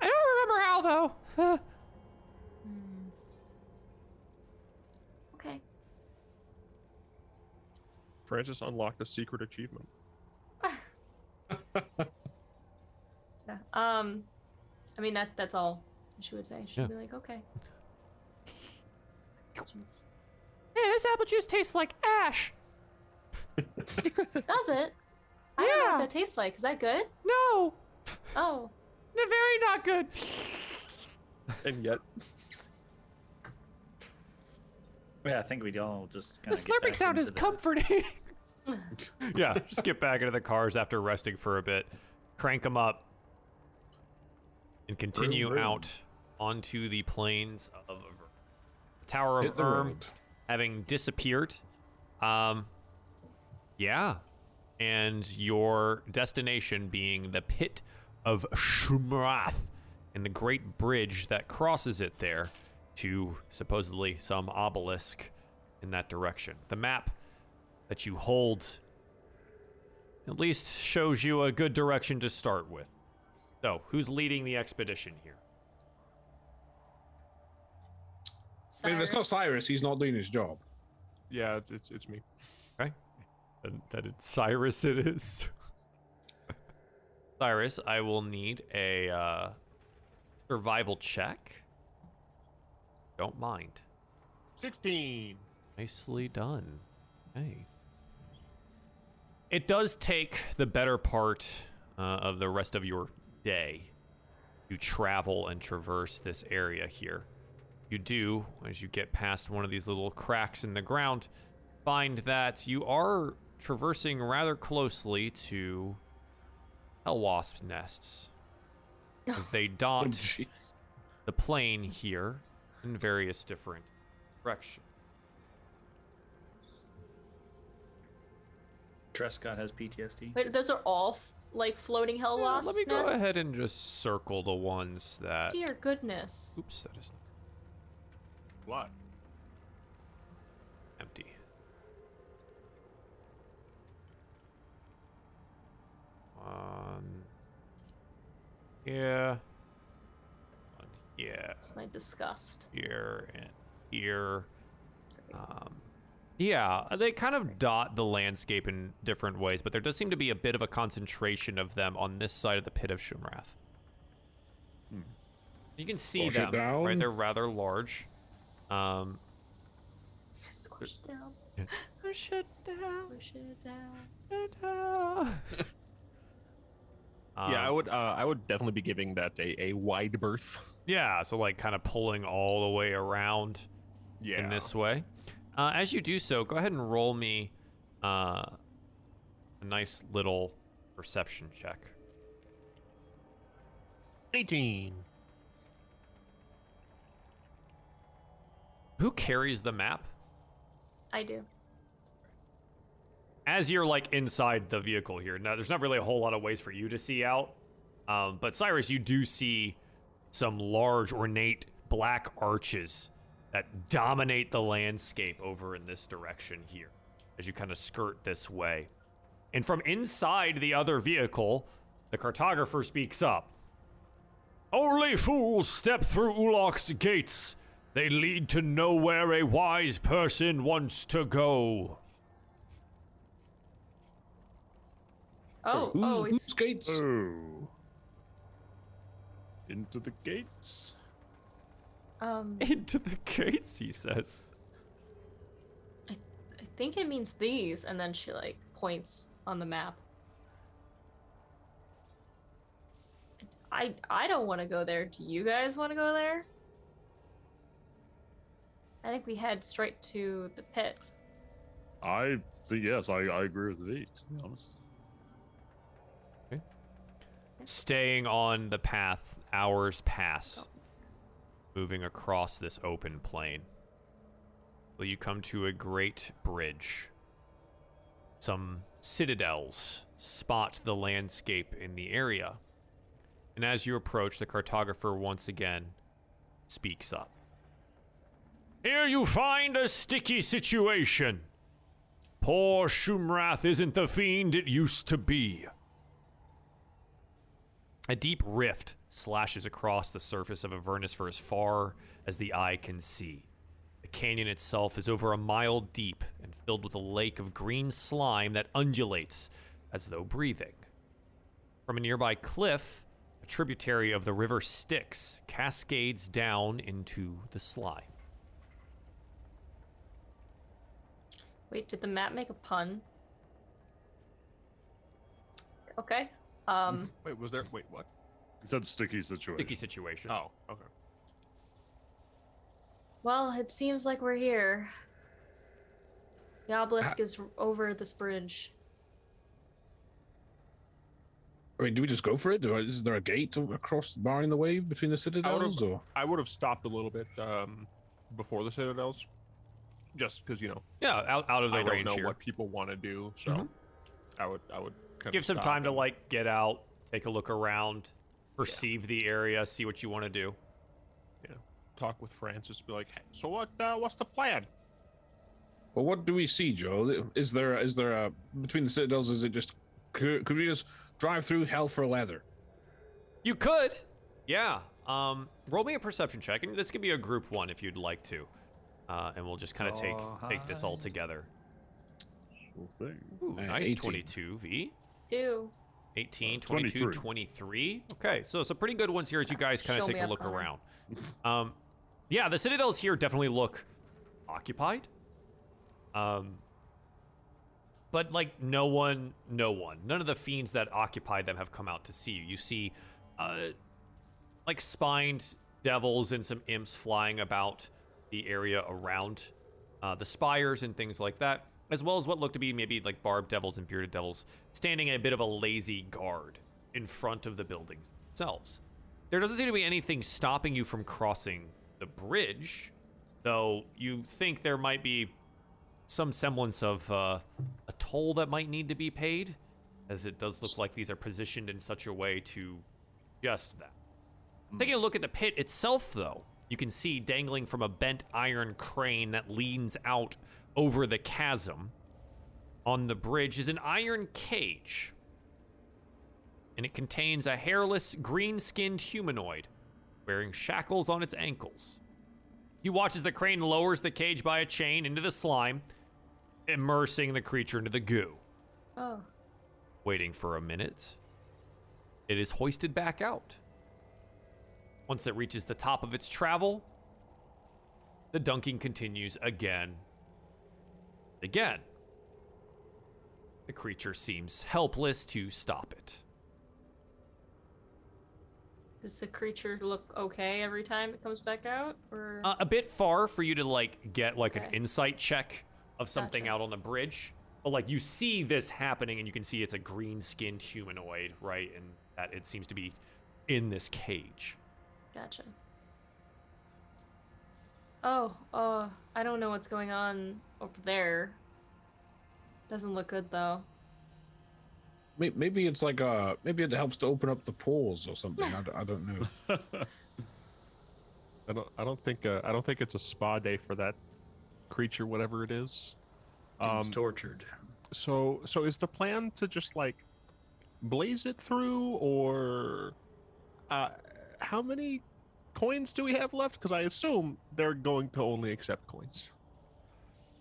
I don't remember how though. [laughs] Hmm. Okay. Francis unlocked a secret achievement. Yeah. Um, I mean that that's all she would say. She'd Yeah. be like, okay. [laughs] Jeez. hey, this apple juice tastes like ash. Does it? I don't know Yeah. what that tastes like. Is that good? No, Oh, no, very not good. And yet Yeah, I think we all just. The kinda get slurping back sound into is the- comforting. [laughs] yeah, just get back into the cars after resting for a bit, crank them up, and continue Vroom, vroom. out onto the plains of Ver- the Tower of Hit the Erm, road. having disappeared. Um, yeah, and your destination being the pit of Shumrath and the great bridge that crosses it there to supposedly some obelisk in that direction. The map that you hold at least shows you a good direction to start with. So, who's leading the expedition here? I mean, if it's not Cyrus, he's not doing his job. yeah, it's- it's it's me. Okay. And that it's Cyrus it is. Cyrus, I will need a uh, survival check. Don't mind. Sixteen. Nicely done. Hey. It does take the better part uh, of the rest of your day to travel and traverse this area here. You do, as you get past one of these little cracks in the ground, find that you are traversing rather closely to hell wasps' nests as they Oh, dot jeez. the plane here in various different directions. Trescott has PTSD. wait, those are all f- like floating hell Yeah, wasps. Let me go nests? ahead and just circle the ones that. dear goodness. Oops, that is What? empty. Um. Yeah. One Yeah. It's my disgust. Here and here. Um, yeah, they kind of dot the landscape in different ways, but there does seem to be a bit of a concentration of them on this side of the pit of Shumrath. You can see Wash it them, right? down. They're rather large. Um, Squish it down. Shut down. Push it down. Shut down. yeah, I [laughs] um, would. Uh, I would definitely be giving that a, a wide berth. Yeah, so like kind of pulling all the way around Yeah. in this way. Uh, as you do so, go ahead and roll me uh, a nice little perception check. 18. Who carries the map? I do. As you're like inside the vehicle here, now there's not really a whole lot of ways for you to see out. Um, but Cyrus, you do see some large, ornate black arches that dominate the landscape over in this direction here as you kind of skirt this way. And from inside the other vehicle, the cartographer speaks up. Only fools step through Ulok's gates. They lead to nowhere a wise person wants to go. Oh, Who's, oh, who's it's gates? Oh. Into the gates. um. Into the gates, he says. I think it means these, and then she like points on the map. I I don't want to go there. Do you guys want to go there? I think we head straight to the pit. I think, yes, I, I agree with V, to be honest. Staying on the path, hours pass, moving across this open plain. Till you come to a great bridge. Some citadels spot the landscape in the area. And as you approach, the cartographer once again speaks up. Here you find a sticky situation. Poor Shumrath isn't the fiend it used to be. A deep rift slashes across the surface of Avernus for as far as the eye can see. The canyon itself is over a mile deep and filled with a lake of green slime that undulates as though breathing. From a nearby cliff, a tributary of the river Styx cascades down into the slime. Wait, did the map make a pun? Okay. Um. Wait, was there? Wait, what? It's that sticky situation. Sticky situation. Oh, okay. Well, it seems like we're here. The obelisk is over this bridge. I mean, do we just go for it? Do I, is there a gate o- across barring the way between the citadels? Or I would have stopped a little bit um, before the citadels, just because you know Yeah, out, out of the I don't range know here. what people want to do. So Mhm. I would, I would kinda Give some stop time to and- like get out, take a look around, perceive the area, see what you want to do. talk with Francis, be like, hey, so what? Uh, what's the plan? well, what do we see, Joe? Is there is there a between the citadels? Is it just could, could we just drive through hell for leather? You could. Yeah. Um, roll me a perception check, and this could be a group one if you'd like to, uh, and we'll just kind of take take this all Alright. together. We'll see. Ooh, Uh, nice 18. 22 V. Do 18, Uh, 22, 23. 23. Okay, so some pretty good ones here as you guys kind Show of me take a up, look Connor. around. Um, yeah, the citadels here definitely look occupied. Um, but like no one, no one, none of the fiends that occupy them have come out to see you. You see, uh, like spined devils and some imps flying about the area around uh, the spires and things like that, as well as what look to be maybe like barbed devils and bearded devils standing a bit of a lazy guard in front of the buildings themselves. There doesn't seem to be anything stopping you from crossing the bridge, though you think there might be some semblance of uh, a toll that might need to be paid, as it does look like these are positioned in such a way to just that. Taking a look at the pit itself, though, you can see dangling from a bent iron crane that leans out over the chasm on the bridge is an iron cage. And it contains a hairless, green skinned humanoid wearing shackles on its ankles. He watches the crane lowers the cage by a chain into the slime, immersing the creature into the goo. Oh. Waiting for a minute, it is hoisted back out. Once it reaches the top of its travel, the dunking continues again. Again. The creature seems helpless to stop it. Does the creature look okay every time it comes back out? Or Uh, a bit far for you to like get like an Okay. insight check of something Gotcha. out on the bridge. But like you see this happening and you can see it's a green-skinned humanoid, right? And that it seems to be in this cage. gotcha. Oh, uh, I don't know what's going on over there. Doesn't look good though. May- Maybe it's like uh maybe it helps to open up the pores or something. I, d- I don't know. I don't. I don't think. Uh, I don't think it's a spa day for that creature, whatever it is. Um. tortured. So. So is the plan to just like blaze it through, or uh, how many coins do we have left? Because I assume they're going to only accept coins.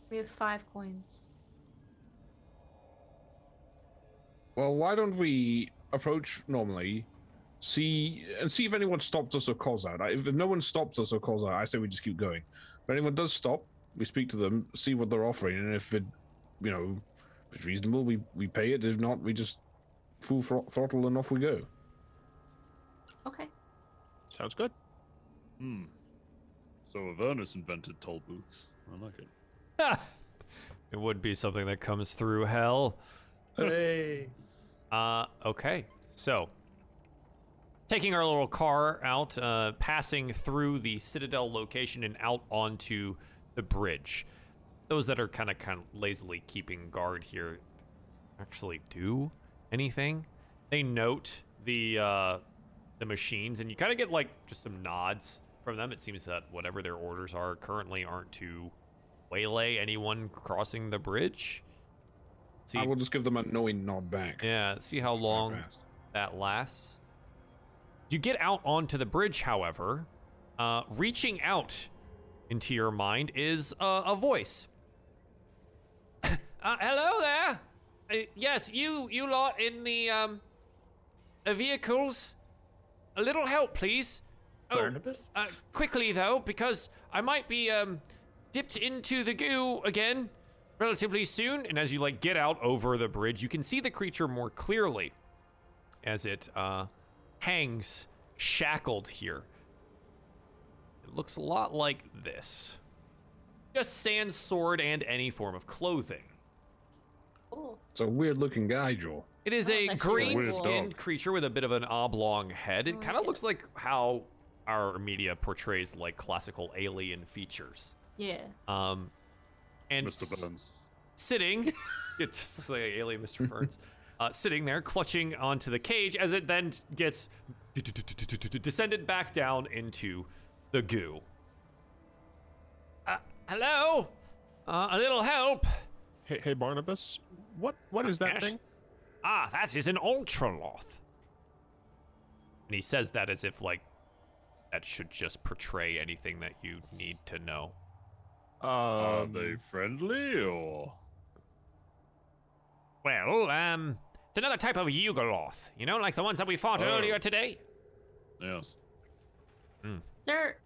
We have five coins. Well, why don't we approach normally, see and see if anyone stops us or calls out. I- If no one stops us or calls out, I say we just keep going. If anyone does stop, we speak to them, see what they're offering, and if it, you know, if it's reasonable, we we pay it. If not, we just full thro- throttle and off we go. Okay. Sounds good. Hmm. So Avernus invented toll booths. I like it. It would be something that comes through hell. Hey. Uh, okay. So, taking our little car out, uh, passing through the Citadel location and out onto the bridge. Those that are kind of kind of lazily keeping guard here actually do anything. They note the uh, the machines, and you kind of get like just some nods from them. It seems that whatever their orders are currently aren't to waylay anyone crossing the bridge. See, I will just give them a knowing nod back. yeah, see how long Fast. that lasts. You get out onto the bridge, however. Uh, reaching out into your mind is uh, a voice. [coughs] uh, hello there. Uh, yes, you you lot in the um the vehicles. A little help, please. Oh, Barnabas? uh, quickly though, because I might be um dipped into the goo again relatively soon. And as you like get out over the bridge, you can see the creature more clearly as it uh hangs shackled here. It looks a lot like this. Just sans sword and any form of clothing. Cool. It's a weird looking guy, Joel. It is Oh, a that's really cool. Oh, green Weird skinned dog. creature with a bit of an oblong head. It like kind of it. looks like how our media portrays like classical alien features. Yeah. Um, and It's Mr. Burns. [laughs] sitting, it's just like alien Mr. Burns, uh, sitting there clutching onto the cage as it then gets descended back down into the goo. Uh, hello, uh, a little help. Hey, hey Barnabas. What? What is that Yes? thing? Ah, that is an ultraloth. And he says that as if like that should just portray anything that you need to know. Are Um, Uh, they friendly or? Well, um, it's another type of Yugoloth, you know, like the ones that we fought Oh. earlier today. Yes. There,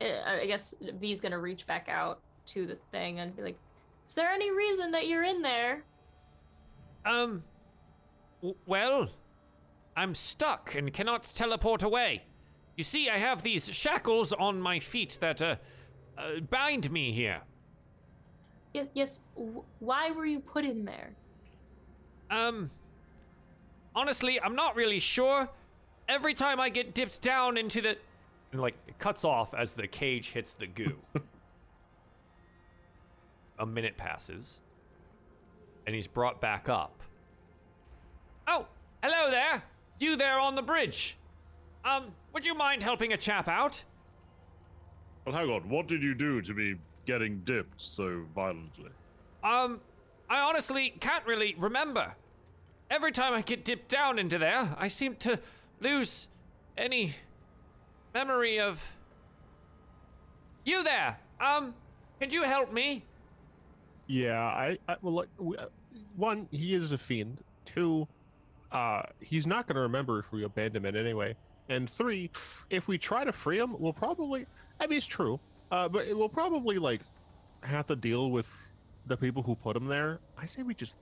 uh, I I guess V's gonna reach back out to the thing and be like, "Is there any reason that you're in there?" Um, w- well, I'm stuck and cannot teleport away. You see, I have these shackles on my feet that uh, uh bind me here. Yes. Yes. w- Why were you put in there? Um, honestly, I'm not really sure. Every time I get dipped down into the, and like it cuts off as the cage hits the goo. A minute passes, and he's brought back up. Oh, hello there, you there on the bridge. Um, would you mind helping a chap out? Well, hang on. What did you do to be getting dipped so violently? Um, I honestly can't really remember. Every time I get dipped down into there, I seem to lose any memory of you there. Um, could you help me? Yeah, I, I well, like, we- uh, one, he is a fiend. Two, uh, he's not going to remember if we abandon him anyway. And three, if we try to free him, we'll probably, I mean, it's true, uh, but it will probably like have to deal with the people who put him there. I say we just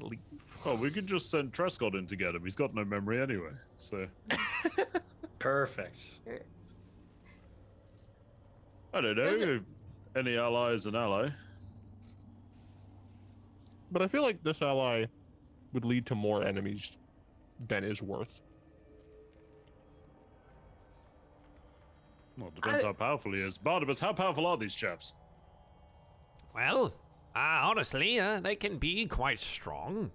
leave. Oh, we could just send Trescott in to get him. He's got no memory anyway. So Perfect. I don't know. There's Any ally is an ally. But I feel like this ally would lead to more enemies than is worth. Well, it depends I- how powerful he is. Barnabas, how powerful are these chaps? Well, uh, honestly, uh, they can be quite strong.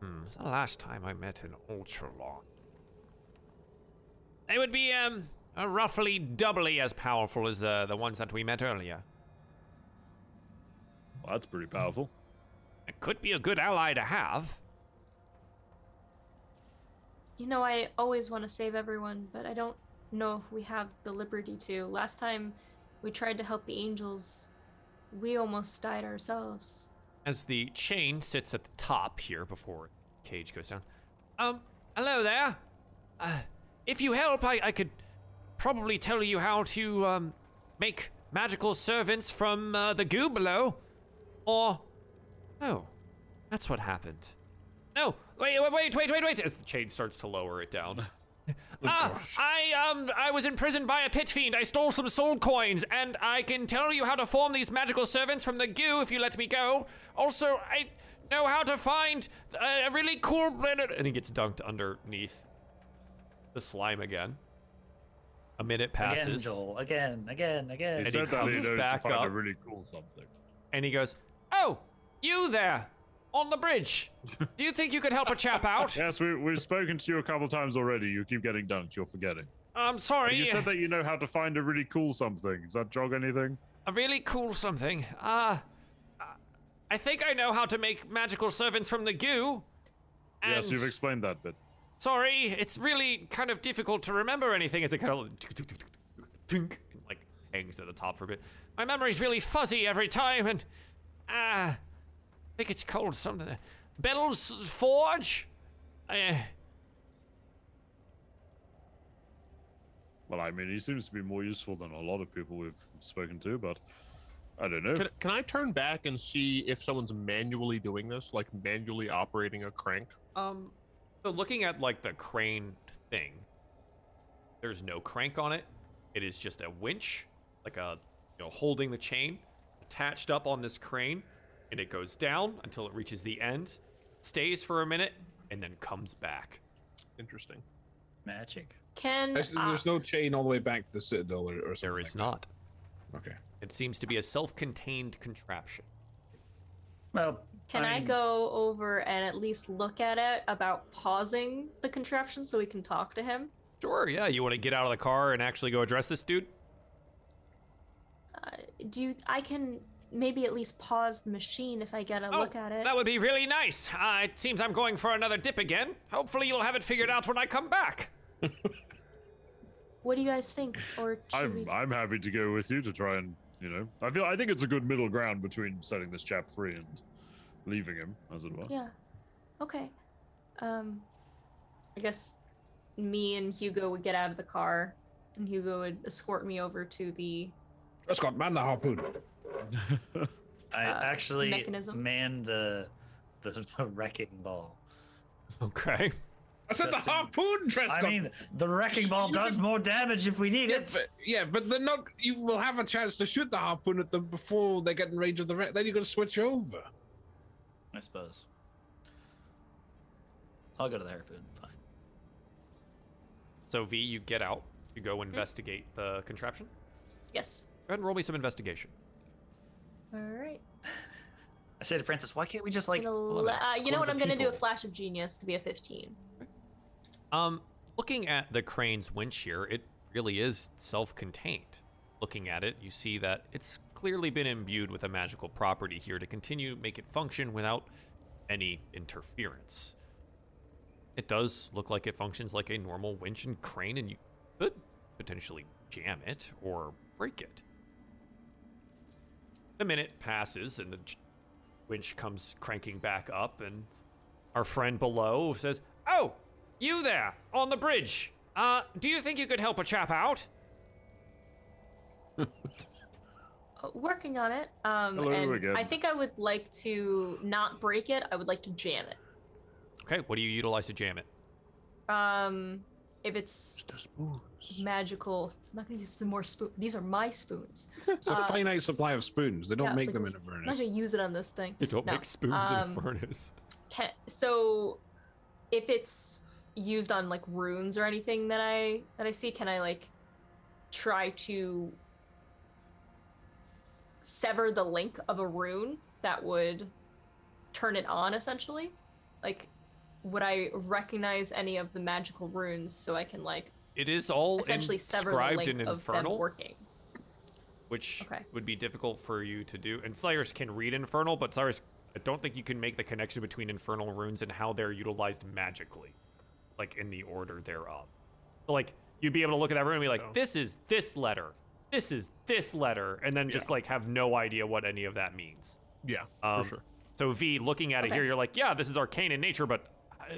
Hmm, it's the last time I met an Ultralon. They would be um uh, roughly doubly as powerful as the the ones that we met earlier. Well, that's pretty powerful. It could be a good ally to have. You know, I always want to save everyone, but I don't know if we have the liberty to. Last time we tried to help the angels, we almost died ourselves. As the chain sits at the top here before cage goes down. Um, hello there. Uh, if you help, I, I could probably tell you how to um, make magical servants from uh, the goo below. Or, oh, that's what happened. No, wait, wait, wait, wait, wait, wait. As the chain starts to lower it down. Ah, I um, I was imprisoned by a pit fiend. I stole some soul coins, and I can tell you how to form these magical servants from the goo if you let me go. Also, I know how to find a, a really cool planet. And he gets dunked underneath the slime again. A minute passes, Again, Joel. Again, again, He again. he said that he comes knows to back find a up. really cool something. and he goes, "Oh, you there, on the [laughs] bridge? Do you think you could help a chap out? Yes, we, we've spoken to you a couple times already. You keep getting dunked. You're forgetting. I'm And sorry, you said that you know how to find a really cool something. Does that jog anything? a really cool something. Ah, uh, I think I know how to make magical servants from the goo." Yes, And- you've explained that bit. Sorry, it's really kind of difficult to remember anything as it kind of tink, and, like hangs at the top for a bit. My memory's really fuzzy every time, and ah, I think it's called something. Bell's Forge. Uh, Well, I mean, he seems to be more useful than a lot of people we've spoken to, but I don't know. Can, can I turn back and see if someone's manually doing this, like manually operating a crank? um, so looking at like the crane thing, there's no crank on it. It is just a winch, like a you know holding the chain, attached up on this crane, and it goes down until it reaches the end, stays for a minute, and then comes back. Interesting. Magic. Can There's, I- there's no chain all the way back to the citadel or, or something. There is not. Okay. It seems to be a self-contained contraption. Well, Can I mean, go over and at least look at it about pausing the contraption so we can talk to him? Sure, yeah. You want to get out of the car and actually go address this dude? Do you, I can maybe at least pause the machine if I get Oh, a look at Eh. it. That would be really nice. Uh, it seems I'm going for another dip again. Hopefully, you'll have it figured out when I come back. What do you guys think? Or should we I'm I'm happy to go with you to try and you know. I feel I think it's a good middle ground between setting this chap free and leaving him, as it were. Yeah. Okay. Um, I guess me and Hugo would get out of the car, and Hugo would escort me over to the. That's got man the harpoon. [laughs] I uh, actually mechanism? man the, the the wrecking ball. Okay. I said the Justin- harpoon, Trescott. I mean, the wrecking ball does more damage if we need yeah, it. but, yeah, but they're not. You will have a chance to shoot the harpoon at them before they get in range of the wreck. Then you got to switch over. I suppose. I'll go to the harpoon. Fine. So V, you get out. You go investigate the contraption. Yes. Go ahead and roll me some investigation. All right. I say to Francis, why can't we just like? Gonna eleven. le- uh, you Score know what? the I'm gonna do a people. flash of genius to be a 15. Um, looking at the crane's winch here, it really is self-contained. Looking at it, you see that it's clearly been imbued with a magical property here to continue make it function without any interference. It does look like it functions like a normal winch and crane, and you could potentially jam it or break it. A minute passes and the j- winch comes cranking back up, and our friend below says, Oh, you there on the bridge. Uh, do you think you could help a chap out? Uh, Working on it. Um, Oh, Hello and again. I think I would like to not break it. I would like to jam it. Okay, what do you utilize to jam it? Um, if it's the spoons. magical, I'm not gonna use the more spoon. These are my spoons. It's a Uh, finite supply of spoons. They don't yeah, it's make like them we- in I'm not Avernus. gonna use it on this thing. You don't No. make spoons in Um, a furnace. Can, so, if it's used on like runes or anything that I that I see, can I like try to sever the link of a rune that would turn it on essentially? Like, would I recognize any of the magical runes so I can like It is all essentially sever the inscribed link in of them Infernal, working? which Okay. would be difficult for you to do. And Slayers can read Infernal, but Slayers, I don't think you can make the connection between Infernal runes and how they're utilized magically, like in the order thereof. So, like, you'd be able to look at that rune and be like, this is this letter, this is this letter, and then just like have no idea what any of that means. Yeah, Um, for sure. So, V, looking at it Okay. here, you're like, yeah, this is arcane in nature, but. uh,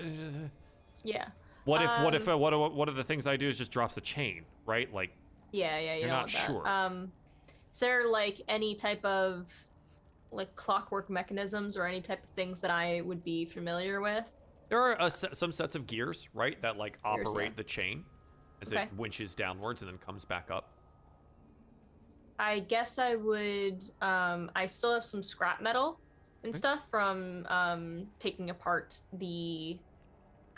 Yeah, What if what if Um, uh, what are- what are the things I do is just drops the chain, right? Like yeah, yeah. You You're don't not want that. sure. Um, is there like any type of like clockwork mechanisms or any type of things that I would be familiar with? there are uh, se- some sets of gears, right, that like Gears, yeah. operate the chain as Okay. it winches downwards and then comes back up. I guess I would. Um, I still have some scrap metal and Okay. stuff from um, taking apart the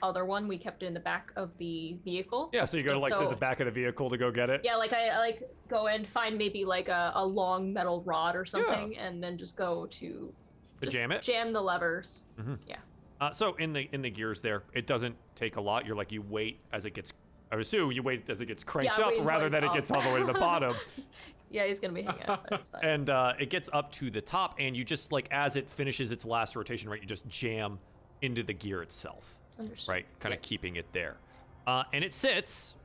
other one we kept in the back of the vehicle. Yeah, so you go to like to So- the back of the vehicle to go get it. Yeah, like I, I like go and find maybe like a, a long metal rod or something, and then just go to To just jam it? jam the levers. Uh, so in the in the gears there, it doesn't take a lot. You're like you wait as it gets. I would assume you wait as it gets cranked I up wait until rather it's than it up. gets all the [laughs] way to the bottom. Yeah, he's gonna be hanging out. [laughs] But it's fine. and uh, it gets up to the top, and you just like as it finishes its last rotation, right? You just jam into the gear itself. Understood. right? Kind of keeping it there. Uh, and it sits.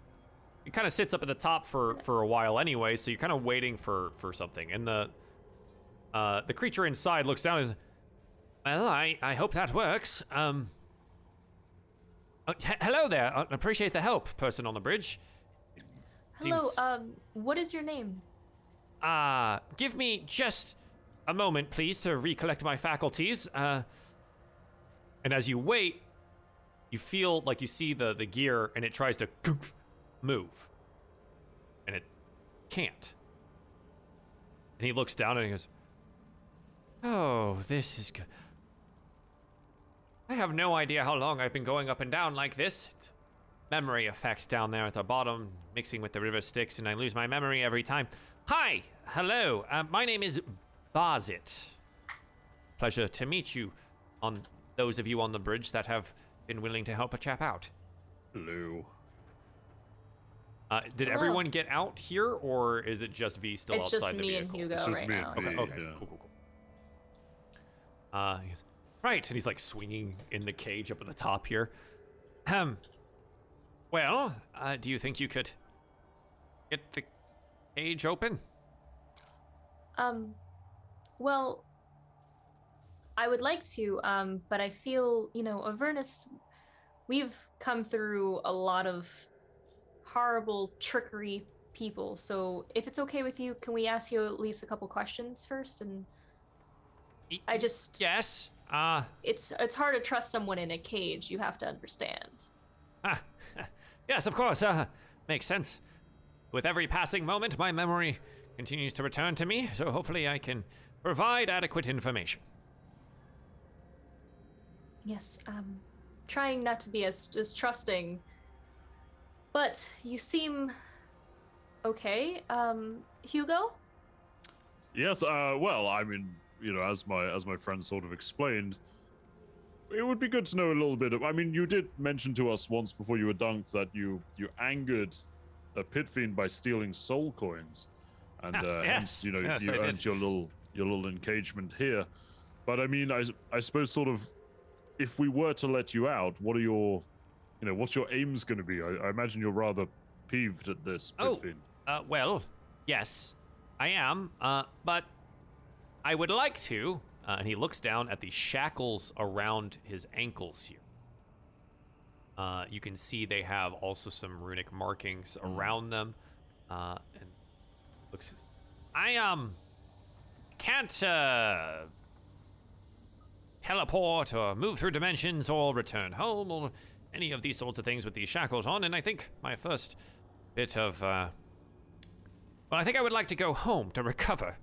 It kind of sits up at the top for for a while anyway, so you're kind of waiting for for something. And the uh, the creature inside looks down and is, well, I I hope that works. Um. oh, he- hello there. I appreciate the help, person on the bridge. Hello. Seems- Um, what is your name? Ah, give me just a moment, please, to recollect my faculties. Uh, and as you wait, you feel like you see the, the gear and it tries to [laughs] move. And it can't. And he looks down and he goes, Oh, this is good. I have no idea how long I've been going up and down like this. It's memory effect down there at the bottom, mixing with the river Styx, and I lose my memory every time. Hi, hello. Uh, my name is Barzit. Pleasure to meet you. On those of you on the bridge that have been willing to help a chap out. Hello. Uh, did Hello. everyone get out here, or is it just V still it's outside just the me and vehicle? Hugo It's just right me and now. Hugo. Okay, Yeah, okay, yeah. cool, cool, cool. Uh, he goes, right, and he's like swinging in the cage up at the top here. Um, well, uh, do you think you could get the cage open? Um, well, I would like to, um, but I feel, you know, Avernus, we've come through a lot of horrible trickery people. So if it's okay with you, can we ask you at least a couple questions first? And Y- I just, Yes. Uh, it's it's hard to trust someone in a cage. You have to understand. ah, [laughs] yes, of course. Uh, makes sense. With every passing moment, my memory continues to return to me, so hopefully I can provide adequate information. Yes, um, trying not to be as, as trusting. But you seem okay, um, Hugo. Yes. Uh. Well, I mean, you know, as my as my friend sort of explained, it would be good to know a little bit. Of, I mean, you did mention to us once before you were dunked that you you angered a pit fiend by stealing soul coins, and Ah, uh, yes, hence you know yes, you I did. earned your little your little engagement here. But I mean, I s- I suppose sort of if we were to let you out, what are your you know what's your aims going to be? I, I imagine you're rather peeved at this, Oh. Pickfin. Uh, well, yes, I am. Uh, but I would like to. Uh, and he looks down at the shackles around his ankles here. Uh, you can see they have also some runic markings around them. Uh, and looks, I um can't uh, teleport or move through dimensions or return home or any of these sorts of things with these shackles on. And I think my first bit of uh, well, I think I would like to go home to recover.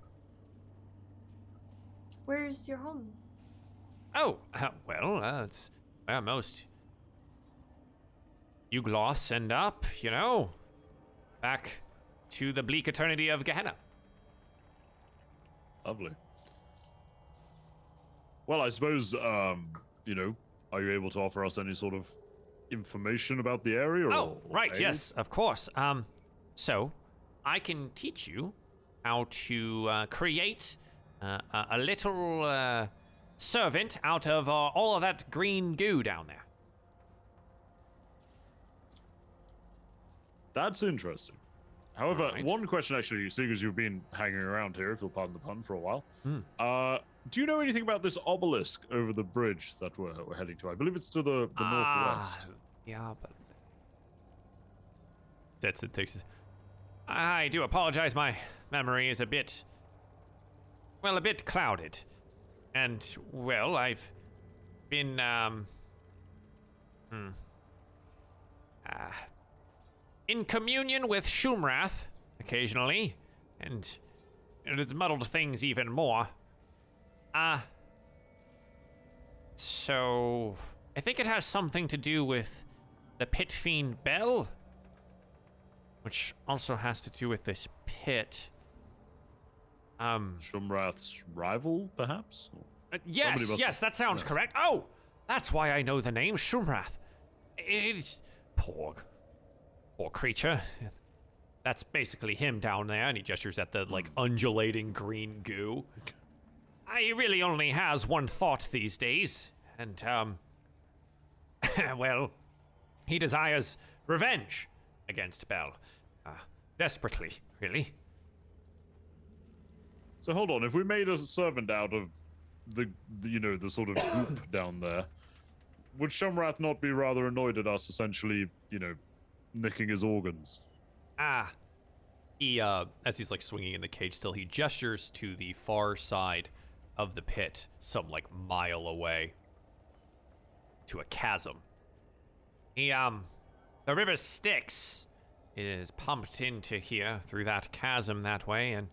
Where's your home? Oh, uh, well, uh, it's where most Ugloths end up, you know? Back to the bleak eternity of Gehenna. Lovely. Well, I suppose, um, you know, are you able to offer us any sort of information about the area? Or, Oh, or right, aid? yes, of course. Um, so, I can teach you how to uh, create uh, a, a little uh, servant out of uh, all of that green goo down there. That's interesting. However, Alright. one question actually, seeing as you've been hanging around here, if you'll pardon the pun, for a while, uh, do you know anything about this obelisk over the bridge that we're, we're heading to? I believe it's to the, the Ah, northwest. Yeah, but that's it. Takes. I do apologize. My memory is a bit, well, a bit clouded, and well, I've been um, hmm, ah, in communion with Shumrath occasionally, and it has muddled things even more. Ah. So, I think it has something to do with the pit fiend bell, which also has to do with this pit. Um. Shumrath's rival, perhaps? uh, yes, must- yes, that sounds correct. Oh, that's why I know the name Shumrath. It is poor, poor creature. That's basically him down there, and he gestures at the like undulating green goo. I, he really only has one thought these days, and um, [laughs] well, he desires revenge against Bell, uh, desperately, really. So hold on, if we made a servant out of the, the you know, the sort of group down there, would Shumrath not be rather annoyed at us essentially, you know, nicking his organs? Ah. He, uh, as he's like swinging in the cage still, he gestures to the far side of the pit, some like mile away, to a chasm. He, um, the river Styx is pumped into here through that chasm that way, and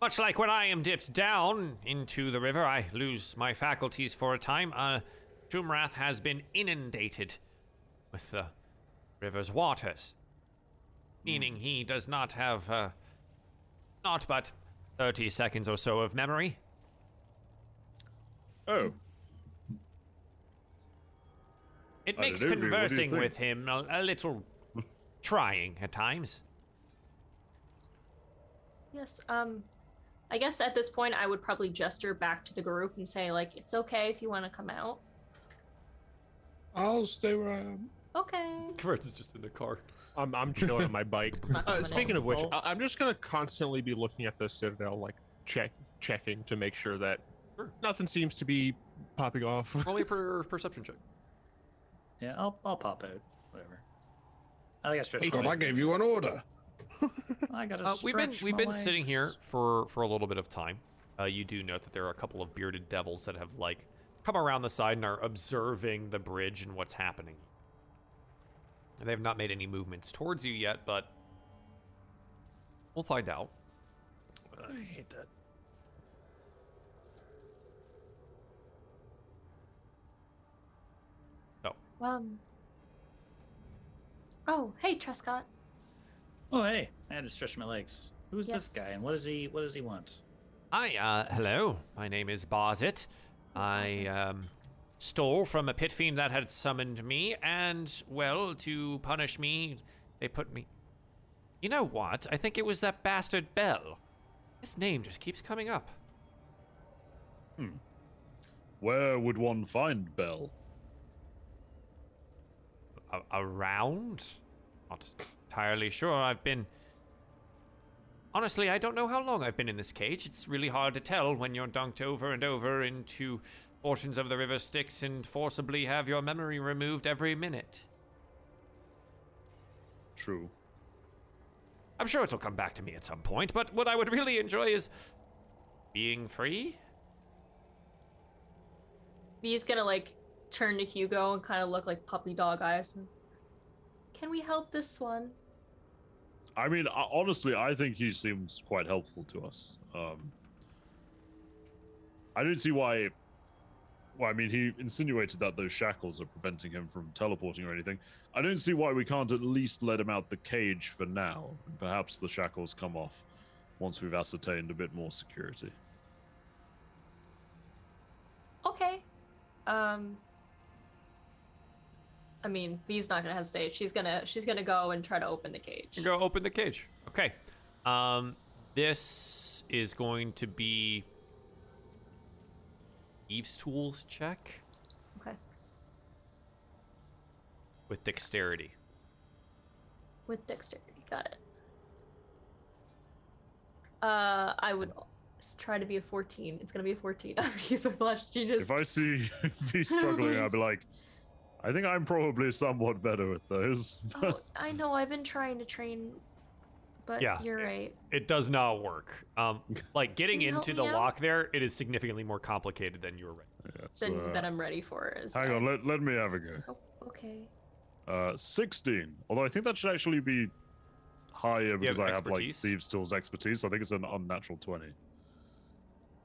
much like when I am dipped down into the river, I lose my faculties for a time. Uh, Jumrath has been inundated with the river's waters meaning he does not have uh, not but 30 seconds or so of memory. Oh, It I makes don't know, Ruby, what do you conversing think? with him a, a [laughs] little trying at times. Yes, um, I guess at this point I would probably gesture back to the group and say, like, it's okay if you want to come out. I'll stay where I am. Okay. Kurtz is just in the [laughs] car. I'm, I'm chilling [laughs] on my bike. Not Uh, coming speaking in. of which, I- I'm just gonna constantly be looking at the citadel, like check checking to make sure that nothing seems to be popping off. [laughs] Roll me per perception check. Yeah, I'll, I'll pop out. Whatever. I think I stretched. God, my I legs. gave you an order. I gotta Uh, we've been stretch we've my been sitting here legs. for for a little bit of time. Uh, you do note that there are a couple of bearded devils that have like come around the side and are observing the bridge and what's happening. And they have not made any movements towards you yet, but we'll find out. I hate that. Um. Oh, hey, Trescott. Oh hey, I had to stretch my legs. Who's this Yes. guy and what does he what does he want? Hi, uh, hello. My name is Barzit. I um, stole from a pit fiend that had summoned me, and, well, to punish me, they put me. You know what? I think it was that bastard Bell. His name just keeps coming up. where would one find Bell? A- around? Not entirely sure. I've been. Honestly, I don't know how long I've been in this cage. It's really hard to tell when you're dunked over and over into portions of the river Styx and forcibly have your memory removed every minute. True. I'm sure it'll come back to me at some point, but what I would really enjoy is being free. V's gonna like turn to Hugo and kind of look like puppy dog eyes. Can we help this one? I mean, I- honestly, I think he seems quite helpful to us. Um, I don't see why. Well, I mean, he insinuated that those shackles are preventing him from teleporting or anything. I don't see why we can't at least let him out the cage for now. Perhaps the shackles come off once we've ascertained a bit more security. Okay. Um. I mean, V's not gonna hesitate. She's gonna she's gonna go and try to open the cage. Go open the cage. Okay. Um, this is going to be Eve's tools check Okay. with dexterity. With dexterity, got it. Uh, I would s- try to be a 14. It's gonna be a 14. [laughs] I'm gonna use my flash genius. If I see [laughs] me struggling, I'd be like, I think I'm probably somewhat better with those. [laughs] Oh, I know. I've been trying to train, but Yeah. you're right. It does not work. Um, like getting Can you help into me the out? lock there, it is significantly more complicated than you were. Right. Yeah, so, Then, uh, that I'm ready for is. hang on, let, let me have a go. Oh, okay. Uh, 16. Although I think that should actually be higher because I have like expertise? Thieves Tools expertise. I think it's an unnatural 20.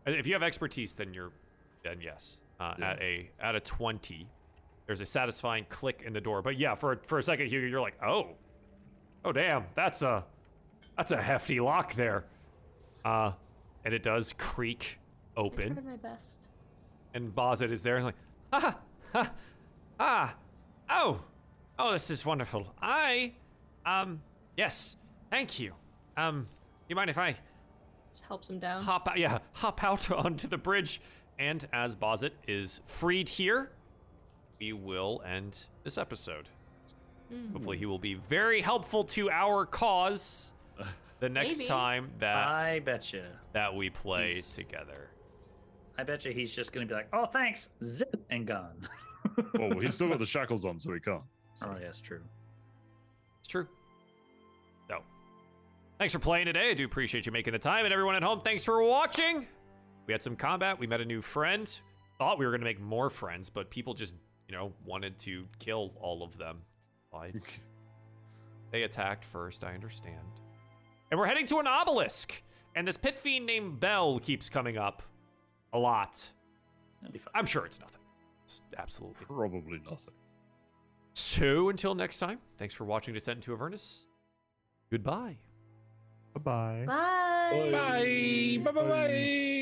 And If you have expertise, then you're, then yes. Uh, Yeah. At a at a twenty, there's a satisfying click in the door. But yeah, for for a second here, you're like, oh, oh damn, that's a, that's a hefty lock there, uh, and it does creak I open. tried my best. and Bozet is there and like, ah, ah, ah, oh, oh, this is wonderful. I, um, yes, thank you. Um, you mind if I Just helps him down. hop out? Yeah, [laughs] hop out onto the bridge. And as Bozet is freed here, we will end this episode. Mm. Hopefully, he will be very helpful to our cause the next Maybe. time that I bet you. that we play Uh, he's- together. I bet you he's just gonna be like, "Oh, thanks," zip and gone. [laughs] Oh, well, he's still got the shackles on, so he can't. oh, yes, true. It's true. So, thanks for playing today. I do appreciate you making the time. And everyone at home, thanks for watching. We had some combat. We met a new friend. Thought we were going to make more friends, but people just, you know, wanted to kill all of them. [laughs] Fine. they attacked first, I understand. And we're heading to an obelisk. And this pit fiend named Bell keeps coming up a lot. That'll be fun. I'm sure it's nothing. It's absolutely Probably nothing. So until next time, thanks for watching Descent into Avernus. Goodbye. Bye bye. Bye. Bye. Bye bye bye.